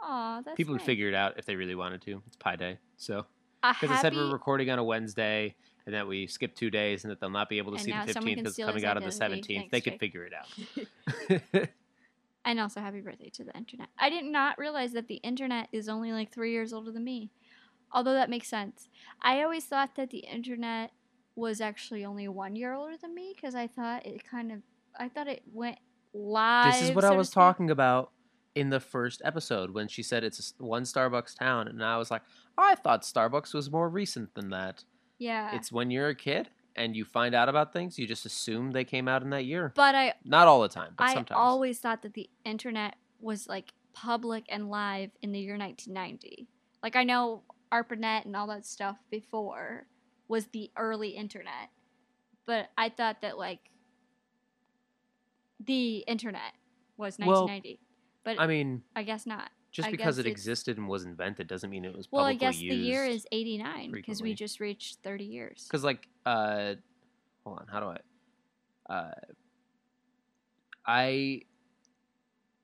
Speaker 2: oh that's
Speaker 1: People
Speaker 2: nice.
Speaker 1: would figure it out if they really wanted to. It's Pi Day, so
Speaker 2: A
Speaker 1: because it said we
Speaker 2: happy-
Speaker 1: we're recording on a Wednesday and that we skipped two days and that they'll not be able to
Speaker 2: And
Speaker 1: see
Speaker 2: now
Speaker 1: the
Speaker 2: someone
Speaker 1: fifteenth
Speaker 2: can
Speaker 1: because it's
Speaker 2: steal
Speaker 1: coming
Speaker 2: his
Speaker 1: out on the
Speaker 2: identity.
Speaker 1: seventeenth.
Speaker 2: Thanks,
Speaker 1: They could
Speaker 2: Jake.
Speaker 1: figure it out.
Speaker 2: and also happy birthday to the internet i did not realize that the internet is only like three years older than me although that makes sense i always thought that the internet was actually only one year older than me because i thought it kind of i thought it went live
Speaker 1: this is what I
Speaker 2: so to
Speaker 1: was
Speaker 2: speak.
Speaker 1: talking about in the first episode when she said it's a s- one Starbucks town, and I was like, I thought Starbucks was more recent than that.
Speaker 2: yeah
Speaker 1: It's when you're a kid and you find out about things, you just assume they came out in that year.
Speaker 2: but i
Speaker 1: Not all the time, but
Speaker 2: i
Speaker 1: sometimes.
Speaker 2: always thought that the internet was like public and live in the year 1990 like i know arpanet and all that stuff before was the early internet but i thought that like the internet was
Speaker 1: Well,
Speaker 2: 1990 but
Speaker 1: I
Speaker 2: I,
Speaker 1: mean,
Speaker 2: guess not
Speaker 1: just
Speaker 2: I
Speaker 1: because
Speaker 2: guess
Speaker 1: it
Speaker 2: it's-
Speaker 1: existed and was invented doesn't mean it was
Speaker 2: well i
Speaker 1: publicly
Speaker 2: guess the year
Speaker 1: used.
Speaker 2: is 89 because
Speaker 1: frequently.
Speaker 2: we just reached 30 years
Speaker 1: Because like, uh, hold on, how do I? Uh, I,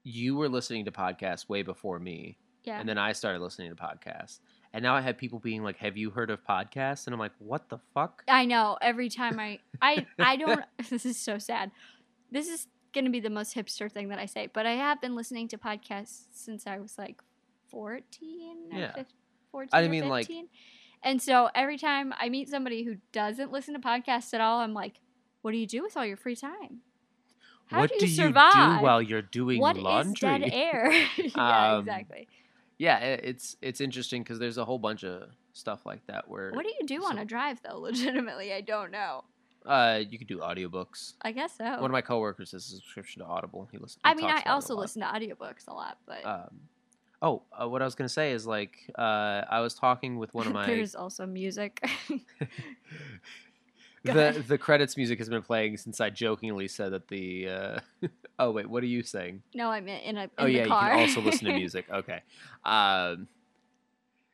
Speaker 1: you were listening to podcasts way before me,
Speaker 2: yeah
Speaker 1: and then I started listening to podcasts, and now I have people being like, "Have you heard of podcasts?" And I'm like, "What the fuck?"
Speaker 2: I know. Every time I, I, I don't. this is so sad. This is gonna be the most hipster thing that I say, but I have been listening to podcasts since I was like fourteen or
Speaker 1: Yeah.
Speaker 2: 15, fourteen.
Speaker 1: I
Speaker 2: or
Speaker 1: mean, like-
Speaker 2: 15. And so every time I meet somebody who doesn't listen to podcasts at all, I'm like, "What do you do with all your free time? How
Speaker 1: what
Speaker 2: do you
Speaker 1: you
Speaker 2: survive?
Speaker 1: do while you're doing
Speaker 2: What is
Speaker 1: laundry?
Speaker 2: dead air? yeah,
Speaker 1: Um,
Speaker 2: exactly.
Speaker 1: yeah, i- it's it's interesting because there's a whole bunch of stuff like that where
Speaker 2: What do you do on
Speaker 1: er, so-
Speaker 2: a drive though? Legitimately, I don't know.
Speaker 1: uh you could do audiobooks.
Speaker 2: I guess so.
Speaker 1: One of my coworkers has a subscription to Audible. He listens.
Speaker 2: Oh. I
Speaker 1: he
Speaker 2: mean,
Speaker 1: talks
Speaker 2: I
Speaker 1: about it a
Speaker 2: also
Speaker 1: lot.
Speaker 2: listen to audiobooks a lot, but
Speaker 1: um, oh uh, what i was going to say is like uh, i was talking with one of my
Speaker 2: There's also music. Go
Speaker 1: the,
Speaker 2: ahead.
Speaker 1: the credits music has been playing since i jokingly said that the uh, oh wait what are you saying
Speaker 2: no, I meant in a in
Speaker 1: oh
Speaker 2: the
Speaker 1: yeah
Speaker 2: car.
Speaker 1: you can also listen to music okay um,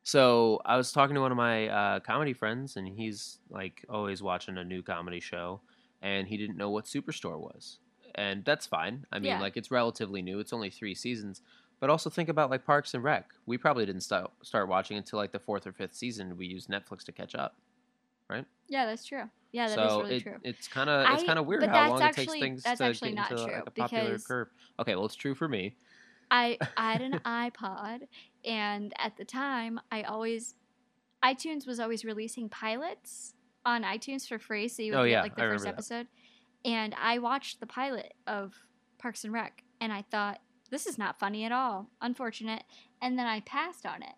Speaker 1: so i was talking to one of my uh, comedy friends and he's like always watching a new comedy show and he didn't know what superstore was and that's fine i mean
Speaker 2: Yeah.
Speaker 1: like it's relatively new it's only three seasons but also think about like parks and rec we probably didn't start, start watching until like the fourth or fifth season we used netflix to catch up right?
Speaker 2: Yeah, that's true. Yeah, that is
Speaker 1: so
Speaker 2: really
Speaker 1: it,
Speaker 2: true.
Speaker 1: it's kind of it's
Speaker 2: I-
Speaker 1: kind of weird
Speaker 2: but
Speaker 1: how
Speaker 2: that's
Speaker 1: long
Speaker 2: actually-
Speaker 1: it takes things
Speaker 2: that's
Speaker 1: to
Speaker 2: actually
Speaker 1: get
Speaker 2: not
Speaker 1: into
Speaker 2: true,
Speaker 1: like a popular
Speaker 2: because-
Speaker 1: curve. Okay, well it's true for me.
Speaker 2: I I had an iPod, and at the time, I always iTunes was always releasing pilots on iTunes for free, so you would
Speaker 1: Oh,
Speaker 2: get
Speaker 1: yeah,
Speaker 2: like the
Speaker 1: I
Speaker 2: first
Speaker 1: remember
Speaker 2: episode. And I watched the pilot of Parks and Rec, and I thought this is not funny at all, unfortunate. And then I passed on it,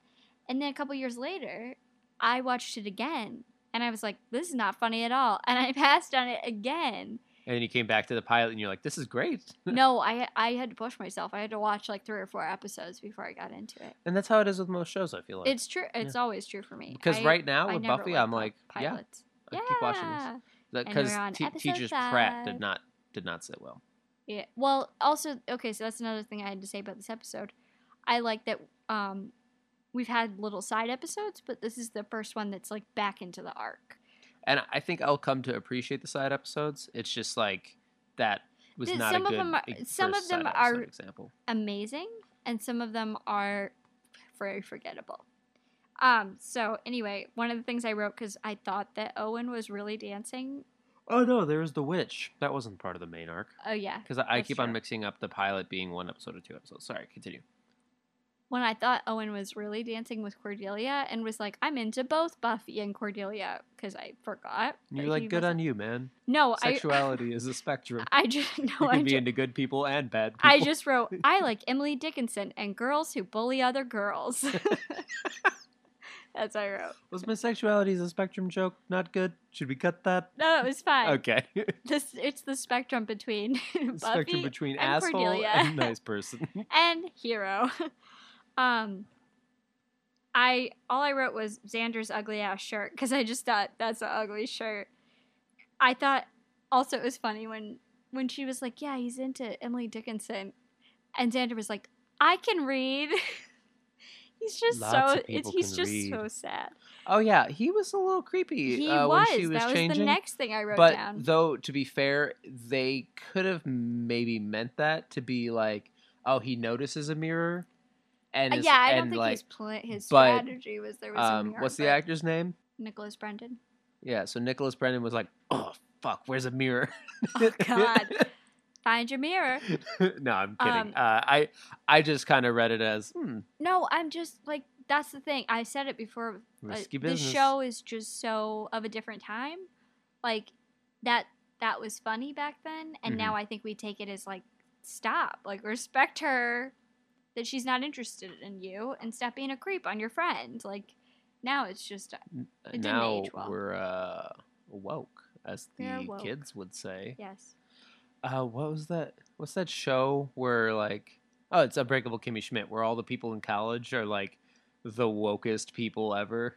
Speaker 2: and then a couple years later, I watched it again, and I was like, this is not funny at all, and I passed on it again.
Speaker 1: And then you came back to the pilot and you're like, this is great.
Speaker 2: no, I I had to push myself. I had to watch like three or four episodes before I got into it.
Speaker 1: And that's how it is with most shows. I feel like
Speaker 2: It's true. It's always true for me.
Speaker 1: because
Speaker 2: I-
Speaker 1: right now
Speaker 2: I
Speaker 1: with
Speaker 2: never
Speaker 1: Buffy,
Speaker 2: liked
Speaker 1: I'm
Speaker 2: pil-
Speaker 1: like, yeah,
Speaker 2: pilots.
Speaker 1: I keep watching this
Speaker 2: Yeah. And
Speaker 1: because
Speaker 2: we're on episode
Speaker 1: teachers Pratt
Speaker 2: five.
Speaker 1: did not did not sit well.
Speaker 2: Yeah. Well, also, okay, so that's another thing I had to say about this episode. I like that um, we've had little side episodes, but this is the first one that's like back into the arc.
Speaker 1: And I think I'll come to appreciate the side episodes. It's just like that was
Speaker 2: Th-
Speaker 1: not
Speaker 2: some
Speaker 1: a
Speaker 2: of
Speaker 1: good
Speaker 2: them are-
Speaker 1: e-
Speaker 2: some
Speaker 1: first
Speaker 2: of them
Speaker 1: side episode
Speaker 2: are-
Speaker 1: example.
Speaker 2: Amazing, and some of them are very forgettable. Um, so anyway, one of the things I wrote because I thought that Owen was really dancing.
Speaker 1: Oh no, there was the witch. That wasn't part of the main arc
Speaker 2: Oh yeah,
Speaker 1: because I, I
Speaker 2: That's
Speaker 1: keep on
Speaker 2: true.
Speaker 1: mixing up the pilot being one episode or two episodes. Sorry, continue.
Speaker 2: when I thought Owen was really dancing with Cordelia and was like, I'm into both Buffy and Cordelia because I forgot.
Speaker 1: And
Speaker 2: that
Speaker 1: You're like,
Speaker 2: he
Speaker 1: good
Speaker 2: wasn't-
Speaker 1: on you, man.
Speaker 2: No,
Speaker 1: Sexuality is a spectrum.
Speaker 2: I, I just
Speaker 1: You
Speaker 2: no, I
Speaker 1: can be
Speaker 2: just,
Speaker 1: into good people and bad people.
Speaker 2: I just wrote, I like Emily Dickinson and girls who bully other girls. That's what I wrote.
Speaker 1: was my sexuality is a spectrum joke not good? Should we cut that?
Speaker 2: No, it was fine.
Speaker 1: Okay.
Speaker 2: This it's the spectrum between Buffy
Speaker 1: spectrum between
Speaker 2: and
Speaker 1: asshole
Speaker 2: Cordelia.
Speaker 1: and nice person.
Speaker 2: and hero. um, I all I wrote was Xander's ugly ass shirt because I just thought that's an ugly shirt. I thought also it was funny when when she was like, "Yeah, he's into Emily Dickinson," and Xander was like, "I can read." he's just
Speaker 1: Lots
Speaker 2: so
Speaker 1: of
Speaker 2: it's,
Speaker 1: people
Speaker 2: he's
Speaker 1: can
Speaker 2: just
Speaker 1: read.
Speaker 2: so sad.
Speaker 1: Oh yeah, he was a little creepy
Speaker 2: He
Speaker 1: uh,
Speaker 2: was.
Speaker 1: when she was
Speaker 2: that was
Speaker 1: changing.
Speaker 2: the next thing I wrote
Speaker 1: but
Speaker 2: down.
Speaker 1: though, to be fair, they could have maybe meant that to be like, oh, he notices a mirror, and
Speaker 2: Uh,
Speaker 1: is-
Speaker 2: yeah, I
Speaker 1: and
Speaker 2: don't think
Speaker 1: like,
Speaker 2: his pla- his
Speaker 1: but,
Speaker 2: strategy was there was
Speaker 1: um,
Speaker 2: a mirror,
Speaker 1: what's the
Speaker 2: but-
Speaker 1: actor's name?
Speaker 2: Nicholas Brendan.
Speaker 1: Yeah, so Nicholas Brennan was like, oh fuck, where's a mirror?
Speaker 2: Oh God, find your mirror.
Speaker 1: no, I'm kidding.
Speaker 2: Um,
Speaker 1: uh, I I just kind of read it as hmm,
Speaker 2: No, I'm just like that's the thing. I said it before. Like,
Speaker 1: risky
Speaker 2: Uh, this
Speaker 1: business.
Speaker 2: show is just so of a different time. Like that that was funny back then, and now
Speaker 1: Mm-hmm.
Speaker 2: I think we take it as like stop, like respect her that she's not interested in you, and stop being a creep on your friend. Like now it's just uh, didn't
Speaker 1: Uh, now
Speaker 2: age well.
Speaker 1: we're uh, woke, as
Speaker 2: They're
Speaker 1: the
Speaker 2: woke.
Speaker 1: kids would say.
Speaker 2: yes,
Speaker 1: uh what was that what's that show where like oh it's unbreakable kimmy schmidt where all the people in college are like the wokest people ever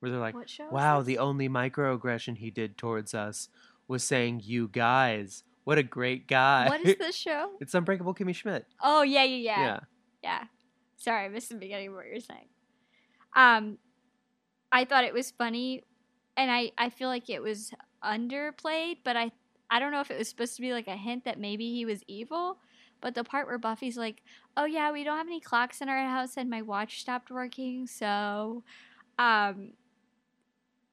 Speaker 1: where they're like
Speaker 2: what show? is
Speaker 1: wow
Speaker 2: this?
Speaker 1: the only microaggression he did towards us was saying you guys what a great guy
Speaker 2: what is this show?
Speaker 1: it's unbreakable kimmy schmidt
Speaker 2: Oh yeah, yeah, yeah.
Speaker 1: yeah,
Speaker 2: Yeah. Sorry, I missed the beginning of what you were saying. Um, I thought it was funny, and I, I feel like it was underplayed, but I I don't know if it was supposed to be like a hint that maybe he was evil. But the part where Buffy's like, "Oh yeah, we don't have any clocks in our house, and my watch stopped working, so." Um,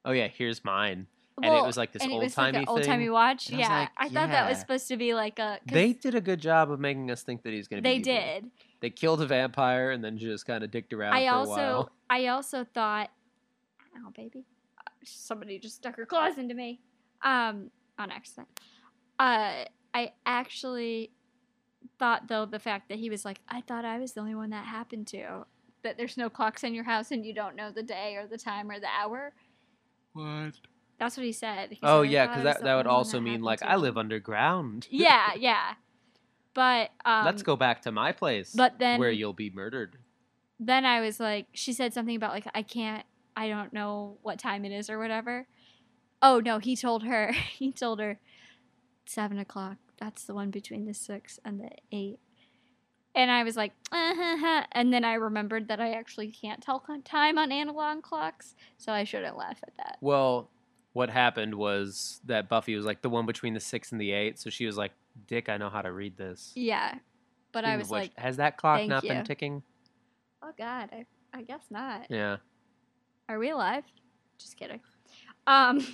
Speaker 1: oh yeah here's mine and
Speaker 2: well,
Speaker 1: it was like this
Speaker 2: and it
Speaker 1: old
Speaker 2: was like
Speaker 1: timey
Speaker 2: an old
Speaker 1: thing
Speaker 2: timey watch.
Speaker 1: And I was
Speaker 2: yeah,
Speaker 1: like,
Speaker 2: I thought that was
Speaker 1: yeah.
Speaker 2: supposed to be like a. 'cause
Speaker 1: they did a good job of making us think that he's gonna
Speaker 2: they
Speaker 1: be evil.
Speaker 2: did.
Speaker 1: they killed a vampire and then just kind of dicked around
Speaker 2: I
Speaker 1: for
Speaker 2: also
Speaker 1: a while
Speaker 2: I also thought, oh baby, Uh, somebody just stuck her claws into me, um, on accident. Uh, I actually thought though the fact that he was like, I thought I was the only one that happened to, that there's no clocks in your house and you don't know the day or the time or the hour.
Speaker 1: what
Speaker 2: That's what he said. He
Speaker 1: Oh
Speaker 2: said, "I
Speaker 1: yeah,
Speaker 2: thought
Speaker 1: because
Speaker 2: I was
Speaker 1: that,
Speaker 2: the
Speaker 1: that would
Speaker 2: only one
Speaker 1: also mean
Speaker 2: happened
Speaker 1: like
Speaker 2: to."
Speaker 1: I live underground.
Speaker 2: yeah, yeah, but um,
Speaker 1: Let's go back to my place,
Speaker 2: But then
Speaker 1: where you'll be murdered.
Speaker 2: then I was like, she said something about like I can't, I don't know what time it is or whatever. Oh no, he told her, he told her, seven o'clock. That's the one between the six and the eight. And I was like, uh-huh-huh. and then I remembered that I actually can't tell con- time on analog clocks, so I shouldn't laugh at that.
Speaker 1: Well, what happened was that Buffy was like the one between the six and the eight, so she was like, "Dick, I know how to read this."
Speaker 2: Yeah, but I
Speaker 1: Speaking of
Speaker 2: was
Speaker 1: which,
Speaker 2: like,
Speaker 1: "Has that clock
Speaker 2: "Thank
Speaker 1: not
Speaker 2: you."
Speaker 1: been ticking?"
Speaker 2: oh god, I, I guess not.
Speaker 1: Yeah.
Speaker 2: Are we alive? Just kidding. Um,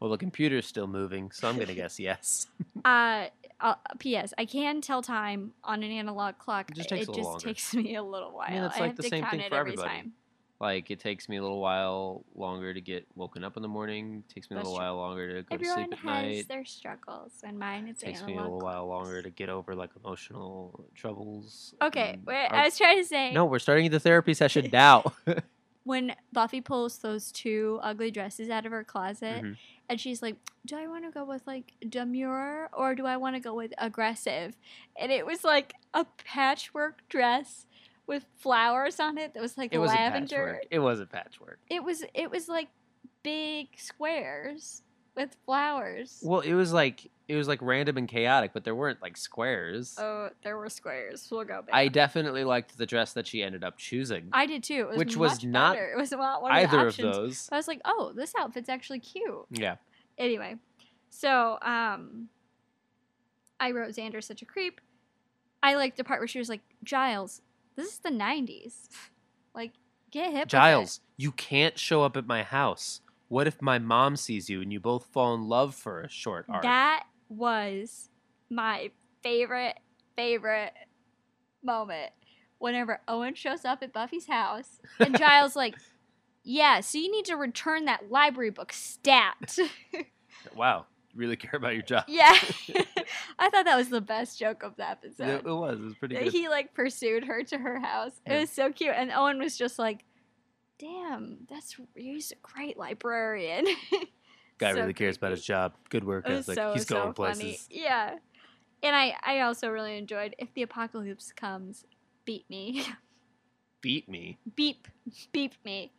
Speaker 1: Well, the computer's still moving, so I'm going to guess yes.
Speaker 2: uh, uh, P.S. I can tell time on an analog clock.
Speaker 1: It just takes a little
Speaker 2: just
Speaker 1: longer.
Speaker 2: takes me a little while.
Speaker 1: I mean, it's like
Speaker 2: have
Speaker 1: the
Speaker 2: to
Speaker 1: same
Speaker 2: count
Speaker 1: thing
Speaker 2: it
Speaker 1: for
Speaker 2: every
Speaker 1: everybody.
Speaker 2: time.
Speaker 1: Like it takes me a little while longer to get woken up in the morning. takes me a
Speaker 2: That's
Speaker 1: little
Speaker 2: true.
Speaker 1: while longer to go to
Speaker 2: Everyone
Speaker 1: sleep
Speaker 2: has
Speaker 1: at night.
Speaker 2: their struggles, and mine is
Speaker 1: takes
Speaker 2: analog
Speaker 1: me a little while
Speaker 2: clocks.
Speaker 1: longer to get over like emotional troubles.
Speaker 2: Okay,
Speaker 1: and
Speaker 2: wait,
Speaker 1: our-
Speaker 2: I was trying to say
Speaker 1: Mm-hmm. no, we're starting the therapy session now.
Speaker 2: when Buffy pulls those two ugly dresses out of her closet,
Speaker 1: Mhm.
Speaker 2: and she's like, "Do I want to go with like demure or do I want to go with aggressive?" And it was like a patchwork dress with flowers on it that was like
Speaker 1: it was a
Speaker 2: lavender.
Speaker 1: patchwork. It was a patchwork.
Speaker 2: It was it was like big squares with flowers.
Speaker 1: Well, it was like it was like random and chaotic, but there weren't like squares.
Speaker 2: Oh, there were squares. We'll go back.
Speaker 1: I definitely liked the dress that she ended up choosing.
Speaker 2: I did too. It was
Speaker 1: which was
Speaker 2: much
Speaker 1: not
Speaker 2: better. It was not one of the
Speaker 1: Either of
Speaker 2: options.
Speaker 1: those.
Speaker 2: I was like, "Oh, this outfit's actually cute."
Speaker 1: Yeah.
Speaker 2: anyway, so um, I wrote Xander such a creep. I liked the part where she was like, Giles, this is the '90s. Like, get hip. with it."
Speaker 1: Giles, you can't show up at my house. What if my mom sees you and you both fall in love for a short arc?
Speaker 2: That was my favorite favorite moment. Whenever Owen shows up at Buffy's house and Giles like, yeah, so you need to return that library book stat.
Speaker 1: wow. You really care about your job.
Speaker 2: yeah, I thought that was the best joke of the episode.
Speaker 1: It, it was. It was pretty
Speaker 2: that
Speaker 1: good.
Speaker 2: he like pursued her to her house. It
Speaker 1: Yeah.
Speaker 2: was so cute, and Owen was just like, "Damn, that's he's a great librarian."
Speaker 1: Guy
Speaker 2: So
Speaker 1: really cares about his
Speaker 2: creepy.
Speaker 1: job. Good work.
Speaker 2: It was
Speaker 1: ethic.
Speaker 2: so
Speaker 1: He's
Speaker 2: so
Speaker 1: going
Speaker 2: funny.
Speaker 1: places.
Speaker 2: Yeah, and I I also really enjoyed if the apocalypse comes, beat me,
Speaker 1: Beat me.
Speaker 2: beep, beep me.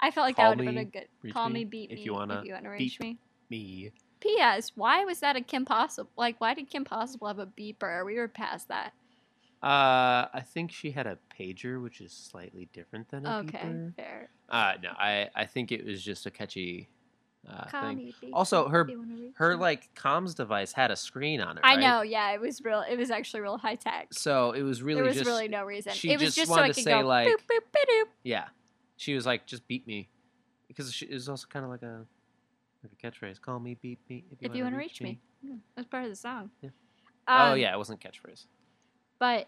Speaker 2: I felt like
Speaker 1: Call
Speaker 2: that would have
Speaker 1: me,
Speaker 2: been a good
Speaker 1: reach
Speaker 2: call
Speaker 1: me
Speaker 2: me, beat
Speaker 1: if
Speaker 2: me
Speaker 1: you wanna
Speaker 2: if you wanna reach
Speaker 1: beep.
Speaker 2: me.
Speaker 1: Me.
Speaker 2: P.S. Why was that a Kim Possible? Like, why did Kim Possible have a beeper? We were past that.
Speaker 1: Uh, I think she had a pager, which is slightly different than a
Speaker 2: Okay,
Speaker 1: beeper.
Speaker 2: fair.
Speaker 1: Uh, no, I, I think it was just a catchy uh,
Speaker 2: Call
Speaker 1: thing.
Speaker 2: me, beep
Speaker 1: Also,
Speaker 2: me
Speaker 1: her-
Speaker 2: if you wanna reach
Speaker 1: Her
Speaker 2: me.
Speaker 1: like comms device had a screen on it.
Speaker 2: I
Speaker 1: right?
Speaker 2: know, yeah, it was real. It was actually real high tech.
Speaker 1: So it was really
Speaker 2: there was
Speaker 1: just
Speaker 2: really no reason.
Speaker 1: she
Speaker 2: It was
Speaker 1: just
Speaker 2: just so
Speaker 1: wanted
Speaker 2: I
Speaker 1: to
Speaker 2: could
Speaker 1: say,
Speaker 2: go
Speaker 1: like-
Speaker 2: boop boop boop.
Speaker 1: yeah. She was like, just beat me, because she, it was also kind of like a like a catchphrase. Call me, beat me if you
Speaker 2: If you
Speaker 1: want
Speaker 2: want
Speaker 1: to
Speaker 2: to reach me, Hmm, that's part of the song.
Speaker 1: Yeah.
Speaker 2: Um,
Speaker 1: oh yeah, it wasn't catchphrase.
Speaker 2: but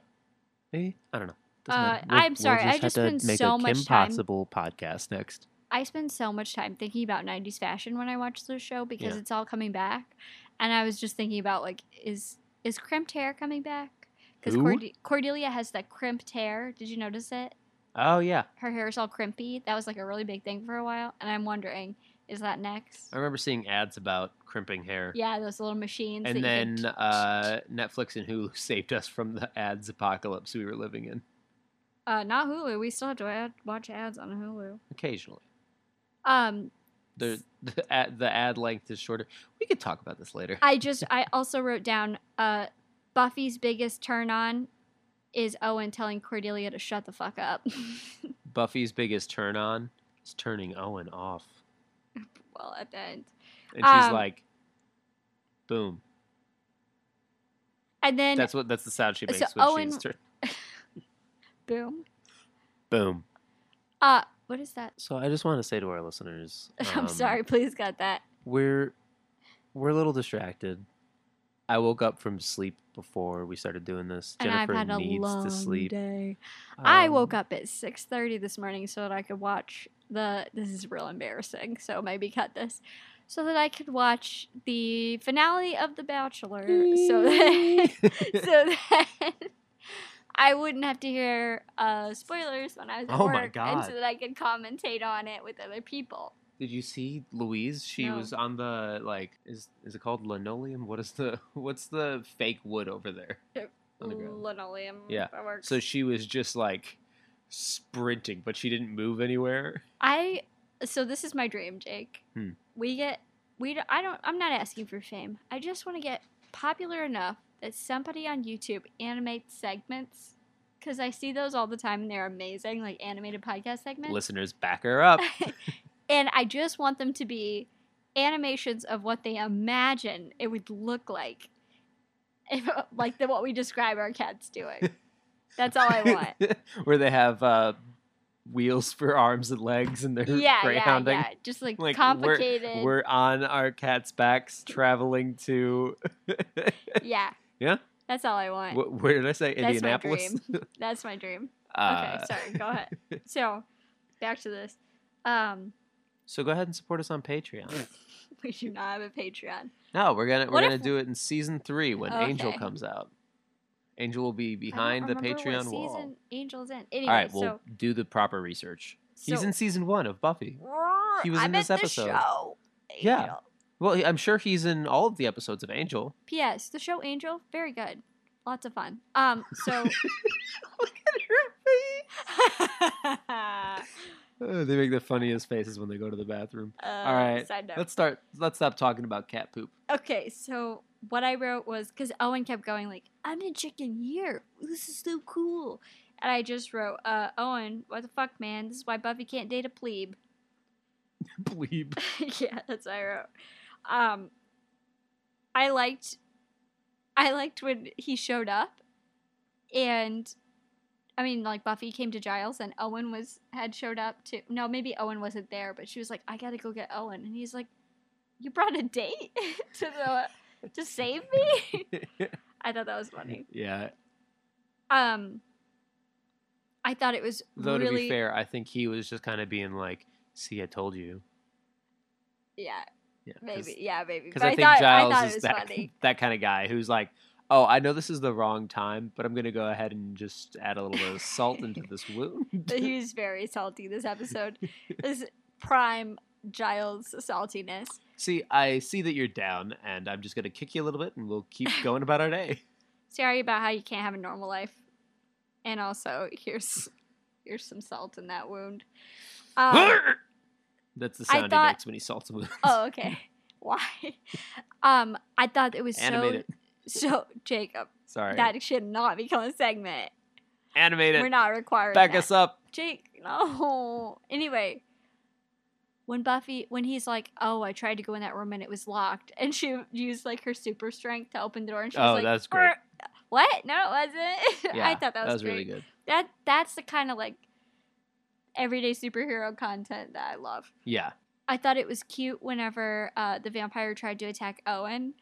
Speaker 1: Maybe I don't know.
Speaker 2: Doesn't matter. Uh, We'll- I'm we'll sorry, just I have just to spend make a so much Kim time-
Speaker 1: Possible podcast next.
Speaker 2: I spend so much time thinking about '90s fashion when I watch the show because
Speaker 1: Yeah.
Speaker 2: it's all coming back, and I was just thinking about like, is is crimped hair coming back? Because
Speaker 1: Who?
Speaker 2: Cord- Cordelia has that crimped hair. Did you notice it?
Speaker 1: Oh yeah,
Speaker 2: Her hair is all crimpy. That was like a really big thing for a while, and I'm wondering, is that next?
Speaker 1: I remember seeing ads about crimping hair.
Speaker 2: Yeah, those little machines.
Speaker 1: And
Speaker 2: that you
Speaker 1: then
Speaker 2: could-
Speaker 1: uh, Netflix and Hulu saved us from the ads apocalypse we were living in
Speaker 2: Uh, not Hulu. We still have to ad- watch ads on Hulu.
Speaker 1: occasionally.
Speaker 2: Um,
Speaker 1: The the ad, the ad length is shorter. We could talk about this later.
Speaker 2: I just I also wrote down uh, Buffy's biggest turn on is Owen telling Cordelia to shut the fuck up.
Speaker 1: Buffy's biggest turn on is turning Owen off,
Speaker 2: well, at the end,
Speaker 1: and she's
Speaker 2: Um,
Speaker 1: like, "Boom."
Speaker 2: and then
Speaker 1: That's what that's the sound she
Speaker 2: so
Speaker 1: makes when
Speaker 2: Owen-
Speaker 1: she's turn.
Speaker 2: boom.
Speaker 1: Boom.
Speaker 2: Uh, what is that?
Speaker 1: So I just want to say to our listeners, um,
Speaker 2: I'm sorry. Please got that.
Speaker 1: we're we're a little distracted. I woke up from sleep before we started doing this.
Speaker 2: and I've
Speaker 1: Jennifer
Speaker 2: had a
Speaker 1: needs
Speaker 2: long
Speaker 1: to sleep.
Speaker 2: day. I woke
Speaker 1: Um,
Speaker 2: up at 6:30 this morning so that I could watch the this is real embarrassing, so maybe cut this. So that I could watch the finale of The Bachelor so that so that I wouldn't have to hear uh, spoilers when I was at
Speaker 1: Oh
Speaker 2: work
Speaker 1: my
Speaker 2: and so
Speaker 1: God.
Speaker 2: that I could commentate on it with other people.
Speaker 1: Did you see Louise? She
Speaker 2: No.
Speaker 1: was on the like is is it called linoleum? What is the what's the fake wood over there?
Speaker 2: Yep.
Speaker 1: On the ground.
Speaker 2: Linoleum.
Speaker 1: Yeah.
Speaker 2: that works.
Speaker 1: So she was just like sprinting, but she didn't move anywhere.
Speaker 2: I so this is my dream, Jake.
Speaker 1: Hmm.
Speaker 2: We get we don't- I don't I'm not asking for fame. I just want to get popular enough that somebody on YouTube animates segments cuz I see those all the time and they're amazing like animated podcast segments.
Speaker 1: Listeners back her up.
Speaker 2: and I just want them to be animations of what they imagine it would look like. If, like the what we describe our cats doing. That's all I want.
Speaker 1: Where they have uh wheels for arms and legs, and they're
Speaker 2: yeah, yeah,
Speaker 1: greyhounding.
Speaker 2: yeah. Just like,
Speaker 1: Like, we're-
Speaker 2: complicated.
Speaker 1: We're on our cat's backs traveling to.
Speaker 2: yeah.
Speaker 1: Yeah?
Speaker 2: That's all I want.
Speaker 1: Wh- Where did I say?
Speaker 2: That's my
Speaker 1: Indianapolis?
Speaker 2: That's my dream.
Speaker 1: Uh,
Speaker 2: okay, sorry. Go ahead. So, back to this. Um,
Speaker 1: So go ahead and support us on Patreon.
Speaker 2: we do not have a Patreon.
Speaker 1: No, we're gonna we're
Speaker 2: What
Speaker 1: gonna
Speaker 2: if-
Speaker 1: do it in season three when Angel
Speaker 2: Okay.
Speaker 1: comes out. Angel will be
Speaker 2: I don't
Speaker 1: behind the
Speaker 2: remember what
Speaker 1: Patreon wall.
Speaker 2: Season Angels in. Anyway,
Speaker 1: All right, we'll
Speaker 2: so,
Speaker 1: do the proper research. He's
Speaker 2: so-
Speaker 1: in season one of Buffy. He was
Speaker 2: I
Speaker 1: in this
Speaker 2: meant the
Speaker 1: episode.
Speaker 2: show,
Speaker 1: Yeah.
Speaker 2: Angel.
Speaker 1: Well, he- I'm sure he's in all of the episodes of Angel.
Speaker 2: P.S. The show Angel, very good. Lots of fun. Um, so
Speaker 1: Look at her face. Uh, they make the funniest faces when they go to the bathroom.
Speaker 2: All
Speaker 1: right,
Speaker 2: Uh, Side note.
Speaker 1: Let's start. Let's stop talking about cat poop.
Speaker 2: Okay, so what I wrote was because Owen kept going like, "I'm in chicken here. This is so cool," and I just wrote, uh, "Owen, what the fuck, man? This is why Buffy can't date a plebe."
Speaker 1: Bleep.
Speaker 2: yeah, that's what I wrote. Um, I liked, I liked when he showed up, and I mean, like Buffy came to Giles, and Owen was had showed up too. No, maybe Owen wasn't there, but she was like, "I gotta go get Owen," and he's like, "You brought a date to the to save me." I thought that was funny.
Speaker 1: yeah.
Speaker 2: Um, I thought it was
Speaker 1: Though
Speaker 2: really
Speaker 1: to be fair, I think he was just kind of being like, "See, I told you."
Speaker 2: yeah,
Speaker 1: Yeah. 'cause-
Speaker 2: maybe, yeah, maybe.
Speaker 1: Because
Speaker 2: But
Speaker 1: I, think
Speaker 2: thought,
Speaker 1: Giles
Speaker 2: I thought
Speaker 1: is
Speaker 2: it was
Speaker 1: that,
Speaker 2: funny.
Speaker 1: that kind of guy who's like, oh, I know this is the wrong time, but I'm going to go ahead and just add a little bit of salt into this wound.
Speaker 2: But he was very salty this episode. this prime Giles saltiness.
Speaker 1: see, I see that you're down, and I'm just going to kick you a little bit, and we'll keep going about our day.
Speaker 2: Sorry about how you can't have a normal life. And also, here's here's some salt in that wound. Um,
Speaker 1: That's the
Speaker 2: I
Speaker 1: sound
Speaker 2: thought-
Speaker 1: he makes when he salts a wound.
Speaker 2: oh, okay. Why? Um, I thought it was
Speaker 1: Animate it.
Speaker 2: so so Jacob.
Speaker 1: Sorry.
Speaker 2: That should not become a segment.
Speaker 1: Animate
Speaker 2: We're
Speaker 1: it.
Speaker 2: not requiring
Speaker 1: Back
Speaker 2: that.
Speaker 1: us up.
Speaker 2: Jake, no. Anyway, when Buffy, when he's like, "Oh, I tried to go in that room and it was locked," and she used like her super strength to open the door, and she
Speaker 1: Oh,
Speaker 2: was like,
Speaker 1: that's great.
Speaker 2: "Er, What? No, it wasn't.
Speaker 1: Yeah,
Speaker 2: I thought that was, great.
Speaker 1: really good.
Speaker 2: That that's the kind of like everyday superhero content that I love.
Speaker 1: Yeah.
Speaker 2: I thought it was cute whenever uh, the vampire tried to attack Owen,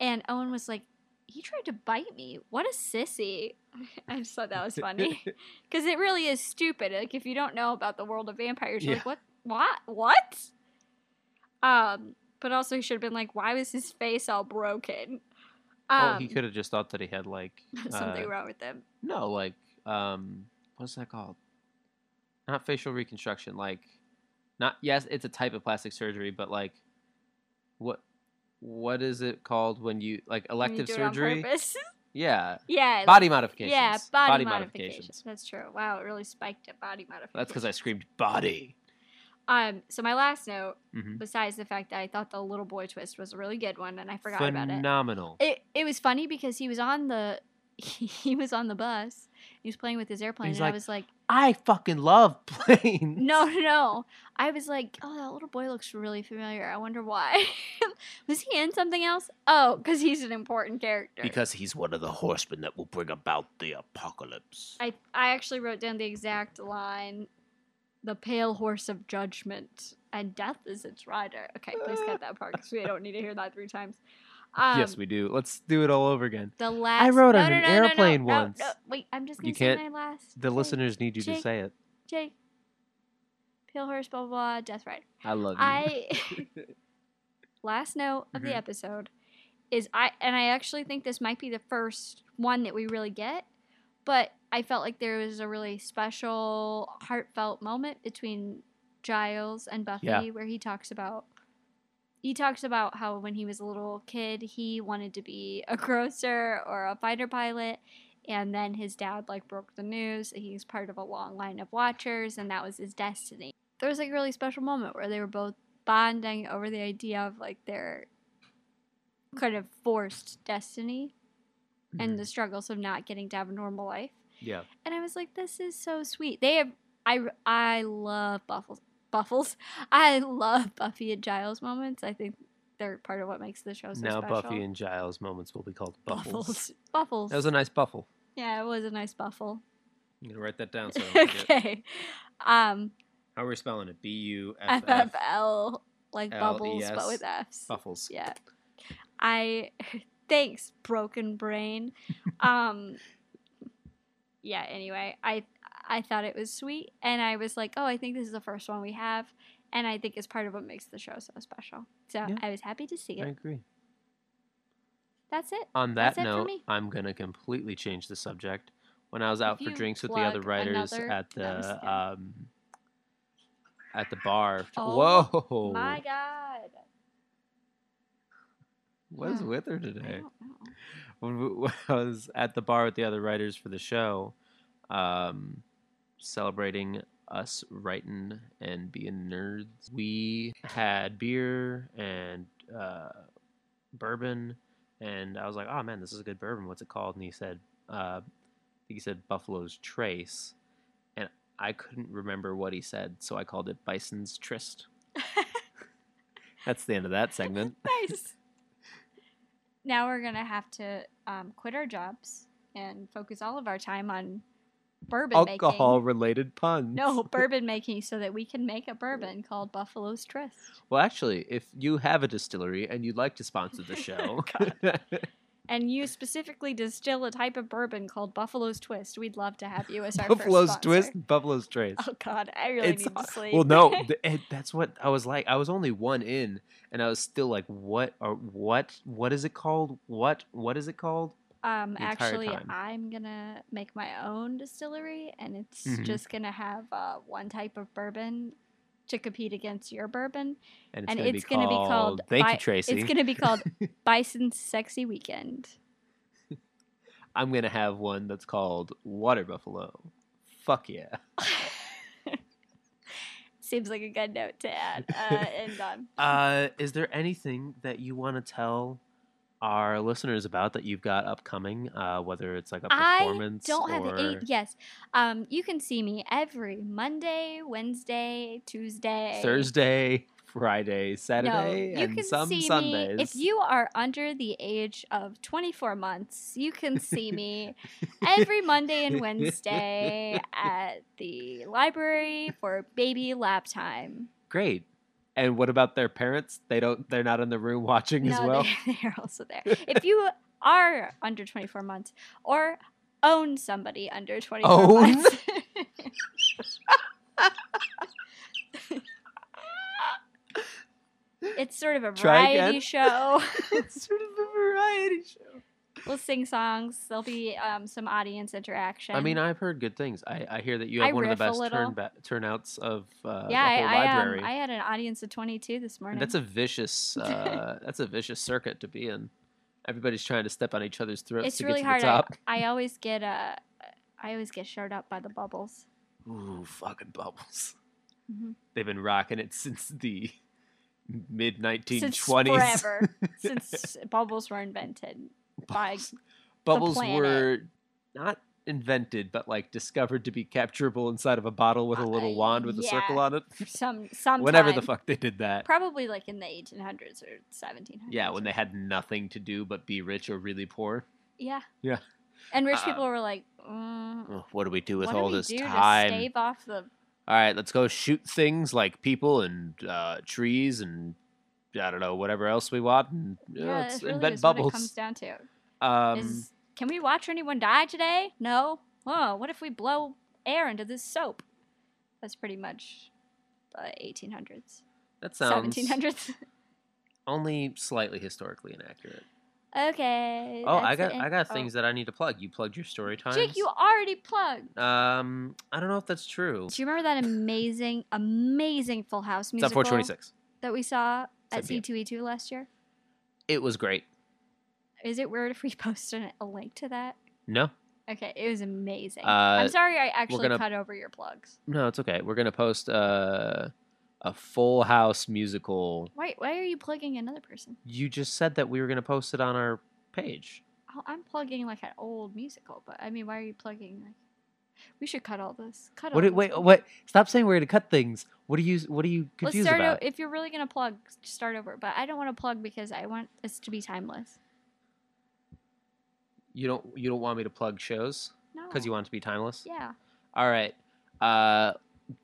Speaker 2: and Owen was like, "He tried to bite me. What a sissy!" I just thought that was funny because it really is stupid. Like if you don't know about the world of vampires, you're like, "What? What? What?" Um, but also he should have been like, "Why was his face all broken?" Um,
Speaker 1: oh, he could have just thought that he had, like,
Speaker 2: something
Speaker 1: uh,
Speaker 2: wrong with him.
Speaker 1: No, like um, what's that called? Not facial reconstruction. Like, not yes, it's a type of plastic surgery, but like, what what is it called when you like
Speaker 2: When you
Speaker 1: elective
Speaker 2: do it on
Speaker 1: surgery?
Speaker 2: purpose.
Speaker 1: Yeah,
Speaker 2: yeah,
Speaker 1: body modifications.
Speaker 2: yeah, body, modifications. That's true. Wow, it really spiked at body modifications.
Speaker 1: That's because I screamed body.
Speaker 2: Um, so my last note,
Speaker 1: Mhm.
Speaker 2: besides the fact that I thought the little boy twist was a really good one, and I forgot about it.
Speaker 1: Phenomenal.
Speaker 2: It it was funny because he was on the he was on the bus. He was playing with his airplane,
Speaker 1: He's
Speaker 2: and I
Speaker 1: like,
Speaker 2: was like,
Speaker 1: I fucking love planes.
Speaker 2: no, no, no. I was like, oh, that little boy looks really familiar. I wonder why. was he in something else? Oh, because he's an important character.
Speaker 1: Because he's one of the horsemen that will bring about the apocalypse.
Speaker 2: I I actually wrote down the exact line, the pale horse of judgment, and death is its rider. Okay, please cut that part because we don't need to hear that three times. Um,
Speaker 1: yes, we do. Let's do it all over again.
Speaker 2: The last.
Speaker 1: wrote
Speaker 2: no,
Speaker 1: on
Speaker 2: no,
Speaker 1: an
Speaker 2: no, no, no,
Speaker 1: airplane
Speaker 2: no,
Speaker 1: once.
Speaker 2: No, wait, I'm just gonna
Speaker 1: You
Speaker 2: say
Speaker 1: can't-
Speaker 2: my last.
Speaker 1: The
Speaker 2: Jake,
Speaker 1: listeners need you to
Speaker 2: Jake.
Speaker 1: say it.
Speaker 2: Jake. Pale horse, blah blah, blah death rider.
Speaker 1: I love you.
Speaker 2: I last note of the
Speaker 1: Mhm.
Speaker 2: episode is I and I actually think this might be the first one that we really get, but I felt like there was a really special heartfelt moment between Giles and Buffy
Speaker 1: Yeah.
Speaker 2: where he talks about he talks about how when he was a little kid he wanted to be a grocer or a fighter pilot and then his dad like broke the news that he's part of a long line of watchers and that was his destiny there was like a really special moment where they were both bonding over the idea of like their kind of forced destiny
Speaker 1: Mm-hmm.
Speaker 2: and the struggles of not getting to have a normal life
Speaker 1: yeah.
Speaker 2: and i was like this is so sweet they have i i love buffles buffles i love buffy and giles moments i think they're part of what makes the show so
Speaker 1: now
Speaker 2: special
Speaker 1: Buffy and Giles moments will be called buffles.
Speaker 2: buffles buffles
Speaker 1: That was a nice buffle.
Speaker 2: yeah it was a nice buffle
Speaker 1: I'm gonna write that down. So I don't forget.
Speaker 2: okay. Um,
Speaker 1: how are we spelling it? B U F E F
Speaker 2: FFL, like bubbles, but
Speaker 1: LES.
Speaker 2: with Fs.
Speaker 1: Buffles.
Speaker 2: Yeah. I thanks broken brain. Um yeah, anyway, I I thought it was sweet and I was like, "Oh, I think this is the first one we have." And I think it's part of what makes the show so special. So,
Speaker 1: Yeah.
Speaker 2: I was happy to see
Speaker 1: I
Speaker 2: it.
Speaker 1: agree.
Speaker 2: That's it.
Speaker 1: On
Speaker 2: That's
Speaker 1: that
Speaker 2: it for
Speaker 1: note,
Speaker 2: me.
Speaker 1: I'm gonna completely change the subject. When I was out
Speaker 2: If
Speaker 1: for
Speaker 2: you
Speaker 1: drinks with the other
Speaker 2: plug
Speaker 1: writers
Speaker 2: another-
Speaker 1: at
Speaker 2: No, I'm just
Speaker 1: the
Speaker 2: kidding.
Speaker 1: um, at the bar.
Speaker 2: Oh
Speaker 1: Whoa!
Speaker 2: My god.
Speaker 1: What is
Speaker 2: Yeah.
Speaker 1: with her
Speaker 2: I
Speaker 1: today?
Speaker 2: don't know.
Speaker 1: When, we, when I was at the bar with the other writers for the show, um, celebrating us writing and being nerds, we had beer and uh, bourbon, and I was like, "Oh man, this is a good bourbon. What's it called?" And he said, uh, I think he said Buffalo's Trace, and I couldn't remember what he said, so I called it Bison's Tryst. That's the end of that segment.
Speaker 2: nice. Now we're gonna have to um, quit our jobs and focus all of our time on bourbon making.
Speaker 1: Alcohol related puns.
Speaker 2: No, bourbon making so that we can make a bourbon called Buffalo's Tryst.
Speaker 1: Well, actually, if you have a distillery and you'd like to sponsor the show,
Speaker 2: And you specifically distill a type of bourbon called Buffalo's Twist. We'd love to have you as our
Speaker 1: Buffalo's
Speaker 2: first
Speaker 1: Twist,
Speaker 2: sponsor.
Speaker 1: Buffalo's Trace.
Speaker 2: Oh God, I really
Speaker 1: It's-
Speaker 2: need to sleep.
Speaker 1: Well, no, th- it, that's what I was like. I was only one in, and I was still like, "What? Or what? What is it called? What? What is it called?"
Speaker 2: um,
Speaker 1: the entire
Speaker 2: actually,
Speaker 1: time.
Speaker 2: I'm gonna make my own distillery, and it's
Speaker 1: Mhm.
Speaker 2: just gonna have uh, one type of bourbon to compete against your bourbon.
Speaker 1: And it's
Speaker 2: And
Speaker 1: going to be
Speaker 2: it's gonna be
Speaker 1: called.
Speaker 2: called
Speaker 1: Thank
Speaker 2: Bi-
Speaker 1: you, Tracy.
Speaker 2: It's gonna be called Bison's Sexy Weekend.
Speaker 1: I'm going to have one that's called Water Buffalo. Fuck yeah!
Speaker 2: Seems like a good note to add uh, and on.
Speaker 1: Uh, is there anything that you want to tell our listeners about that you've got upcoming? Uh, whether it's like a performance,
Speaker 2: I don't have
Speaker 1: or...
Speaker 2: any. Yes, um, you can see me every Monday, Wednesday, Tuesday,
Speaker 1: Thursday, Friday, Saturday,
Speaker 2: No, you
Speaker 1: and
Speaker 2: can
Speaker 1: some
Speaker 2: see
Speaker 1: Sundays.
Speaker 2: me if you are under the age of 24 months. You can see me every Monday and Wednesday at the library for baby lap time.
Speaker 1: Great. And what about their parents? They don't. They're not in the room watching as
Speaker 2: no,
Speaker 1: well.
Speaker 2: they, they're also there. If you are under 24 months or own somebody under 24
Speaker 1: Own?
Speaker 2: months. it's sort of a
Speaker 1: Try
Speaker 2: variety
Speaker 1: again.
Speaker 2: show.
Speaker 1: it's sort of a variety show.
Speaker 2: We'll sing songs. There'll be um, some audience interaction.
Speaker 1: I mean, I've heard good things. I, I hear that you
Speaker 2: I
Speaker 1: have one of the
Speaker 2: riff a
Speaker 1: best
Speaker 2: little.
Speaker 1: turn ba- turnouts of uh,
Speaker 2: yeah,
Speaker 1: the whole
Speaker 2: I, I, um,
Speaker 1: library.
Speaker 2: I had an audience of 22 this morning.
Speaker 1: that's a vicious. Uh, that's a vicious circuit to be in. Everybody's trying to step on each other's throats
Speaker 2: it's
Speaker 1: to
Speaker 2: really
Speaker 1: get to the
Speaker 2: hard. I,
Speaker 1: top.
Speaker 2: I always get uh, I always get showed up by the bubbles.
Speaker 1: Ooh, fucking bubbles.
Speaker 2: Mhm.
Speaker 1: They've been rocking it since the mid
Speaker 2: Since
Speaker 1: 1920s.
Speaker 2: forever, since bubbles were invented. by
Speaker 1: Bubbles, Bubbles
Speaker 2: planet.
Speaker 1: were not invented, but like discovered to be capturable inside of a bottle with a
Speaker 2: Uh,
Speaker 1: little wand with a
Speaker 2: yeah.
Speaker 1: circle on it.
Speaker 2: Some some
Speaker 1: Whenever the fuck they did that.
Speaker 2: Probably like in the 1800s or 1700s.
Speaker 1: Yeah, when
Speaker 2: or-
Speaker 1: they had nothing to do but be rich or really poor.
Speaker 2: Yeah.
Speaker 1: Yeah.
Speaker 2: And rich
Speaker 1: Uh,
Speaker 2: people were like, mm,
Speaker 1: Ugh, What do we do with
Speaker 2: what
Speaker 1: all
Speaker 2: do we
Speaker 1: this
Speaker 2: do
Speaker 1: time?
Speaker 2: to stave off the
Speaker 1: All right, let's go shoot things like people and uh, trees and I don't know whatever else we want and yeah,
Speaker 2: Yeah,
Speaker 1: let's
Speaker 2: that's really
Speaker 1: invent
Speaker 2: is What it comes
Speaker 1: bubbles.
Speaker 2: down to
Speaker 1: Um,
Speaker 2: is, can we watch anyone die today? No. Whoa, what if we blow air into this soap? That's pretty much the 1800s,
Speaker 1: that sounds
Speaker 2: 1700s.
Speaker 1: only slightly historically inaccurate.
Speaker 2: okay.
Speaker 1: Oh, I
Speaker 2: that's
Speaker 1: got
Speaker 2: it.
Speaker 1: I got
Speaker 2: Oh.
Speaker 1: things that I need to plug. You plugged your story times.
Speaker 2: Jake, you already plugged.
Speaker 1: Um, I don't know if that's true.
Speaker 2: Do you remember that amazing, amazing Full House
Speaker 1: It's at
Speaker 2: musical
Speaker 1: 426.
Speaker 2: that we saw at
Speaker 1: It's at
Speaker 2: C2E2 last year?
Speaker 1: It was great.
Speaker 2: Is it weird if we post an- a link to that?
Speaker 1: No,
Speaker 2: Okay, it was amazing.
Speaker 1: Uh,
Speaker 2: I'm sorry I actually
Speaker 1: gonna-
Speaker 2: cut over your plugs.
Speaker 1: no, it's okay. We're gonna post uh, a Full House musical.
Speaker 2: Why, why are you plugging another person?
Speaker 1: You just said that we were gonna post it on our page.
Speaker 2: Oh, I'm plugging like an old musical, but I mean, why are you plugging? Like, we should cut all this. Cut all
Speaker 1: What? do-
Speaker 2: this.
Speaker 1: Wait, what? Stop saying we're gonna cut things. What are you? What are you
Speaker 2: Let's
Speaker 1: confused
Speaker 2: start. O-
Speaker 1: about?
Speaker 2: if you're really gonna plug, start over. But I don't want to plug because I want this to be timeless.
Speaker 1: You don't. You don't want me to plug shows
Speaker 2: No.
Speaker 1: because you want it to be timeless.
Speaker 2: Yeah.
Speaker 1: All right. Uh,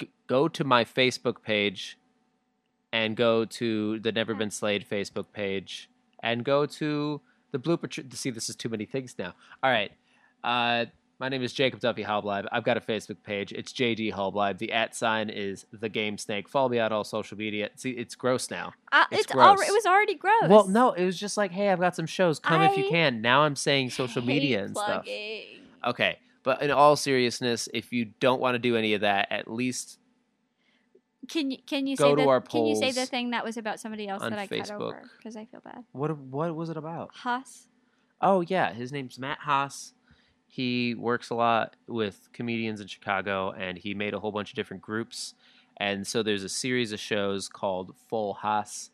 Speaker 1: g- go to my Facebook page and go to the Never Been Slayed Facebook page and go to the blooper. Tr- see, this is too many things now. All right. Uh, my name is Jacob Duffy Halblibe. I've got a Facebook page. It's JD Halblibe. The at sign is the Game Snake. Follow me on all social media. See, it's gross now.
Speaker 2: Uh,
Speaker 1: It's
Speaker 2: it's alre-
Speaker 1: gross.
Speaker 2: it was already gross.
Speaker 1: Well, no, it was just like, hey, I've got some shows. Come if you
Speaker 2: I
Speaker 1: can. Now I'm saying social
Speaker 2: Hate
Speaker 1: media and stuff. Uh,
Speaker 2: plugging.
Speaker 1: Okay. But in all seriousness, if you don't want to do any of that, at least
Speaker 2: Can you can you
Speaker 1: Go
Speaker 2: say
Speaker 1: to
Speaker 2: the,
Speaker 1: our
Speaker 2: Can you say the
Speaker 1: polls
Speaker 2: thing that was about somebody else
Speaker 1: on
Speaker 2: that I cut
Speaker 1: Facebook.
Speaker 2: over because I feel bad.
Speaker 1: what what was it about?
Speaker 2: Huss.
Speaker 1: Oh yeah, his name's Matt Haas. He works a lot with comedians in Chicago and he made a whole bunch of different groups. And so there's a series of shows called Full Haas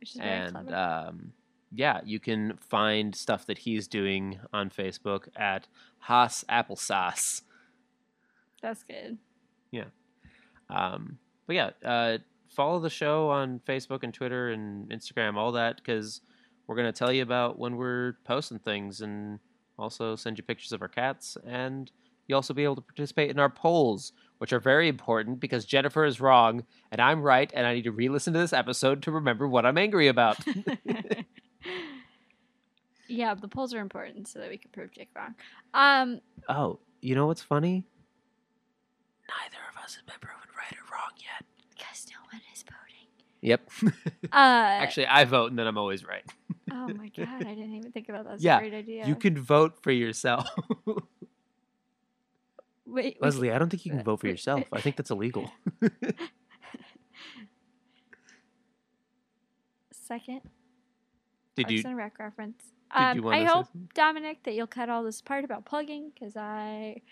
Speaker 2: Which is very
Speaker 1: and
Speaker 2: clever.
Speaker 1: um, yeah, you can find stuff that he's doing on Facebook at Haas Applesauce.
Speaker 2: That's good.
Speaker 1: Um, but yeah, uh, follow the show on Facebook and Twitter and Instagram, all that, because we're gonna tell you about when we're posting things, and also send you pictures of our cats, and you'll also be able to participate in our polls, which are very important because Jennifer is wrong and I'm right, and I need to re-listen to this episode to remember what I'm angry about.
Speaker 2: yeah, the polls are important so that we can prove Jake wrong. Um,
Speaker 1: oh, you know what's funny? Neither of us have been proven right or wrong yet.
Speaker 2: because no one is voting.
Speaker 1: Yep.
Speaker 2: Uh,
Speaker 1: Actually, I vote, and then I'm always right.
Speaker 2: oh my god, I didn't even think about that. That's
Speaker 1: Yeah,
Speaker 2: a great idea.
Speaker 1: You can vote for yourself.
Speaker 2: Wait, we
Speaker 1: Leslie, I don't think you can vote for
Speaker 2: wait.
Speaker 1: yourself. I think that's illegal.
Speaker 2: Second,
Speaker 1: Did
Speaker 2: Parks
Speaker 1: you? Did
Speaker 2: and Rec reference.
Speaker 1: you
Speaker 2: Um,
Speaker 1: want
Speaker 2: I
Speaker 1: to say
Speaker 2: hope
Speaker 1: something?
Speaker 2: Dominic that you'll cut all this part about plugging because I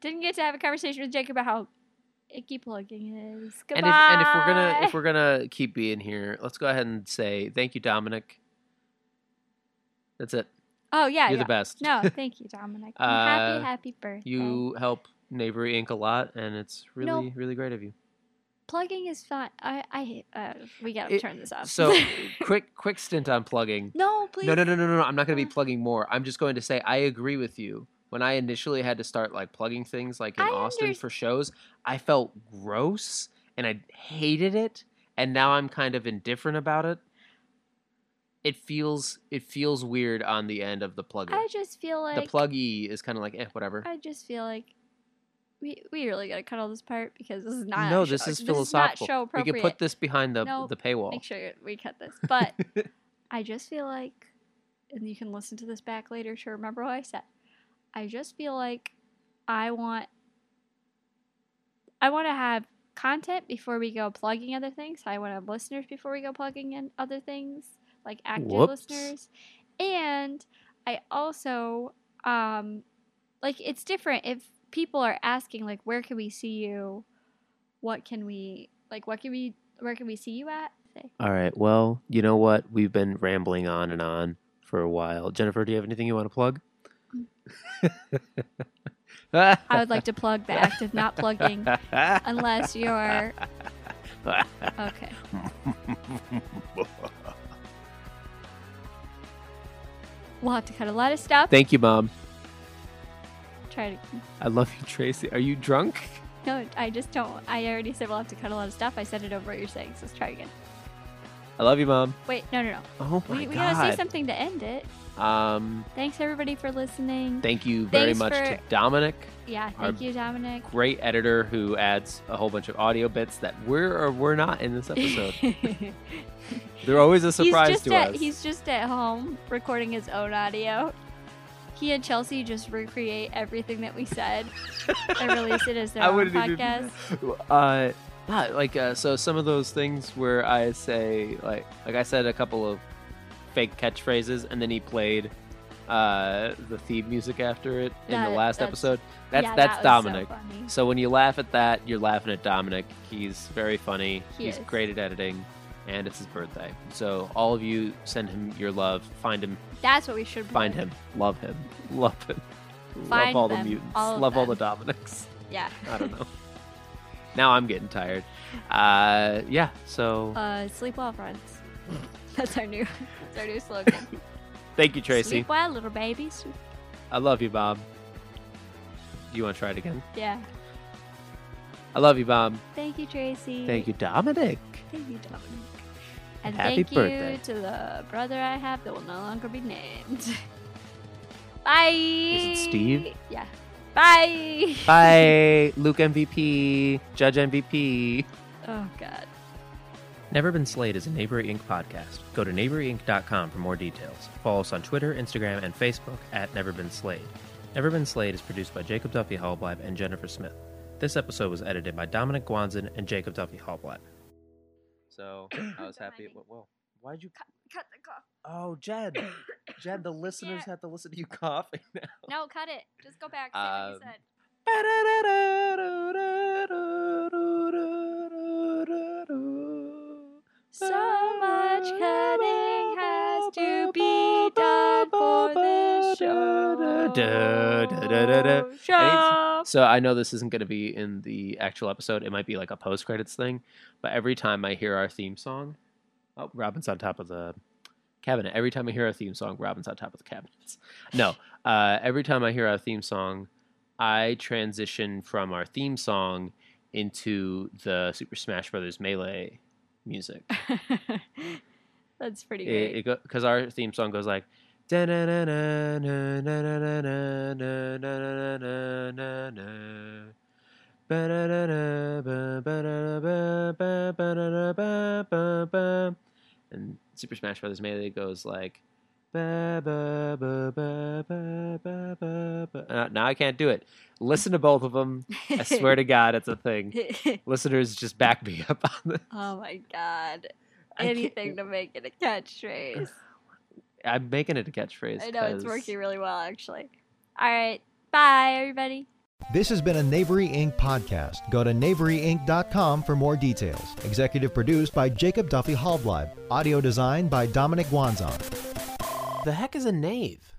Speaker 2: didn't get to have a conversation with Jake about how icky plugging is. Goodbye.
Speaker 1: And if, and if we're gonna if we're gonna keep being here, let's go ahead and say thank you, Dominic. That's it.
Speaker 2: oh yeah,
Speaker 1: You're
Speaker 2: yeah.
Speaker 1: the best.
Speaker 2: no, thank you, Dominic. And
Speaker 1: Uh,
Speaker 2: happy happy birthday.
Speaker 1: you help Knavery Inc. a lot, and it's really
Speaker 2: No.
Speaker 1: really great of you.
Speaker 2: plugging is fun. I I hate- uh, we gotta
Speaker 1: It-
Speaker 2: turn this off.
Speaker 1: So quick quick stint on plugging.
Speaker 2: no, please.
Speaker 1: No, no, no, no, no, no. I'm not going to be
Speaker 2: Uh.
Speaker 1: plugging more. I'm just going to say I agree with you. When I initially had to start like plugging things like in
Speaker 2: I
Speaker 1: Austin
Speaker 2: underst-
Speaker 1: for shows, I felt gross and I hated it, and now I'm kind of indifferent about it. It feels it feels weird on the end of the plugger.
Speaker 2: I just feel like
Speaker 1: the pluggy is kind of like eh, whatever.
Speaker 2: I just feel like we we really gotta cut all this part because this is not
Speaker 1: no,
Speaker 2: a
Speaker 1: this
Speaker 2: show-
Speaker 1: is
Speaker 2: not
Speaker 1: philosophical.
Speaker 2: show
Speaker 1: we
Speaker 2: appropriate.
Speaker 1: could put this behind the
Speaker 2: No,
Speaker 1: the paywall.
Speaker 2: make sure we cut this. But I just feel like, and you can listen to this back later to remember what I said. I just feel like I want I want to have content before we go plugging other things. I want to have listeners before we go plugging in other things, like active
Speaker 1: Whoops.
Speaker 2: listeners. And I also um like it's different if people are asking like where can we see you? What can we like what can we where can we see you at? Say,
Speaker 1: All right. Well, you know what? We've been rambling on and on for a while. Jennifer, do you have anything you want to plug?
Speaker 2: I would like to plug the active not plugging unless you're okay. We'll have to cut a lot of stuff.
Speaker 1: Thank you, Mom.
Speaker 2: Try to
Speaker 1: I love you, Tracy. Are you drunk?
Speaker 2: no, I just don't. I already said we'll have to cut a lot of stuff. I said it over what you're saying, so let's try again.
Speaker 1: I love you, Mom.
Speaker 2: Wait, no, no, no.
Speaker 1: Oh my
Speaker 2: We, we gotta say
Speaker 1: god.
Speaker 2: something to end it.
Speaker 1: um,
Speaker 2: Thanks everybody for listening.
Speaker 1: thank you very
Speaker 2: Thanks
Speaker 1: much
Speaker 2: for-
Speaker 1: to Dominic,
Speaker 2: yeah, thank you, Dominic.
Speaker 1: great editor who adds a whole bunch of audio bits that we're or we're not in this episode. They're always a surprise
Speaker 2: he's just
Speaker 1: to
Speaker 2: at,
Speaker 1: us.
Speaker 2: He's just at home recording his own audio. He and Chelsea just recreate everything that we said and release it as their
Speaker 1: I
Speaker 2: own
Speaker 1: wouldn't even do
Speaker 2: podcast.
Speaker 1: uh not like uh, so some of those things where i say like like i said a couple of fake catchphrases and then he played uh the theme music after it in
Speaker 2: That-
Speaker 1: the last
Speaker 2: that's-
Speaker 1: episode that's
Speaker 2: Yeah,
Speaker 1: that's
Speaker 2: that was so
Speaker 1: dominic
Speaker 2: funny.
Speaker 1: so, when you laugh at that you're laughing at dominic he's very funny
Speaker 2: He
Speaker 1: he's
Speaker 2: is.
Speaker 1: great at editing and it's his birthday so all of you send him your love find him
Speaker 2: That's what we should
Speaker 1: find
Speaker 2: plug.
Speaker 1: him love him love him love
Speaker 2: Find
Speaker 1: all the
Speaker 2: them,
Speaker 1: mutants
Speaker 2: all of
Speaker 1: love all the
Speaker 2: them.
Speaker 1: dominics
Speaker 2: Yeah.
Speaker 1: I don't know. now I'm getting tired. Uh, yeah. So
Speaker 2: Uh, sleep well, friends. That's our new, that's our new slogan.
Speaker 1: thank you, Tracy.
Speaker 2: Sleep well, little babies.
Speaker 1: I love you, Bob. Do you want to try it again?
Speaker 2: Yeah.
Speaker 1: I love you, Bob.
Speaker 2: Thank you, Tracy.
Speaker 1: Thank you, Dominic.
Speaker 2: Thank you, Dominic. And
Speaker 1: Happy
Speaker 2: thank
Speaker 1: birthday.
Speaker 2: you to the brother I have that will no longer be named. Bye.
Speaker 1: it Steve?
Speaker 2: Yeah. Bye.
Speaker 1: Bye, Luke MVP, Judge MVP.
Speaker 2: Oh God.
Speaker 4: Never Been Slayed is a Neighbory Inc. podcast. Go to neighboryinc.com for more details. Follow us on Twitter, Instagram, and Facebook at Never Been Slayed. Never Been Slayed is produced by Jacob Duffy Hallblab and Jennifer Smith. This episode was edited by Dominic Guanzin and Jacob Duffy Hallblab. So I was happy. It went well. Why'd you?
Speaker 2: Cut, cut the cough.
Speaker 4: Oh, Jed, Jed, the listeners have to listen to you coughing
Speaker 2: No, cut it. Just go back. Say what you
Speaker 4: Um,
Speaker 2: said.
Speaker 4: now.
Speaker 2: So much cutting has to be done for this show.
Speaker 1: Da-da-da-da-da.
Speaker 2: Show.
Speaker 1: So I know this isn't going to be in the actual episode. It might be like a post credits thing. But every time I hear our theme song, oh, Robin's on top of the cabinet. Every time I hear our theme song, Robin's on top of the cabinets. No, uh, every time I hear our theme song, I transition from our theme song into the Super Smash Brothers Melee music.
Speaker 2: That's pretty great.
Speaker 1: It because our theme song goes like. And Super Smash Brothers Melee goes like. Uh, Now I can't do it. Listen to both of them. I swear to God, it's a thing. Listeners, just back me up on this.
Speaker 2: oh my god.
Speaker 1: I can't-
Speaker 2: Anything to make it a catchphrase.
Speaker 1: I'm making it a catchphrase.
Speaker 2: I know
Speaker 1: 'cause-
Speaker 2: it's working really well actually. All right. Bye everybody.
Speaker 5: This has been a Knavery Inc. podcast. Go to knaveryinc.com for more details. Executive produced by Jacob Duffy Hallblib. Audio design by Dominic Guanzon.
Speaker 1: The heck is a knave?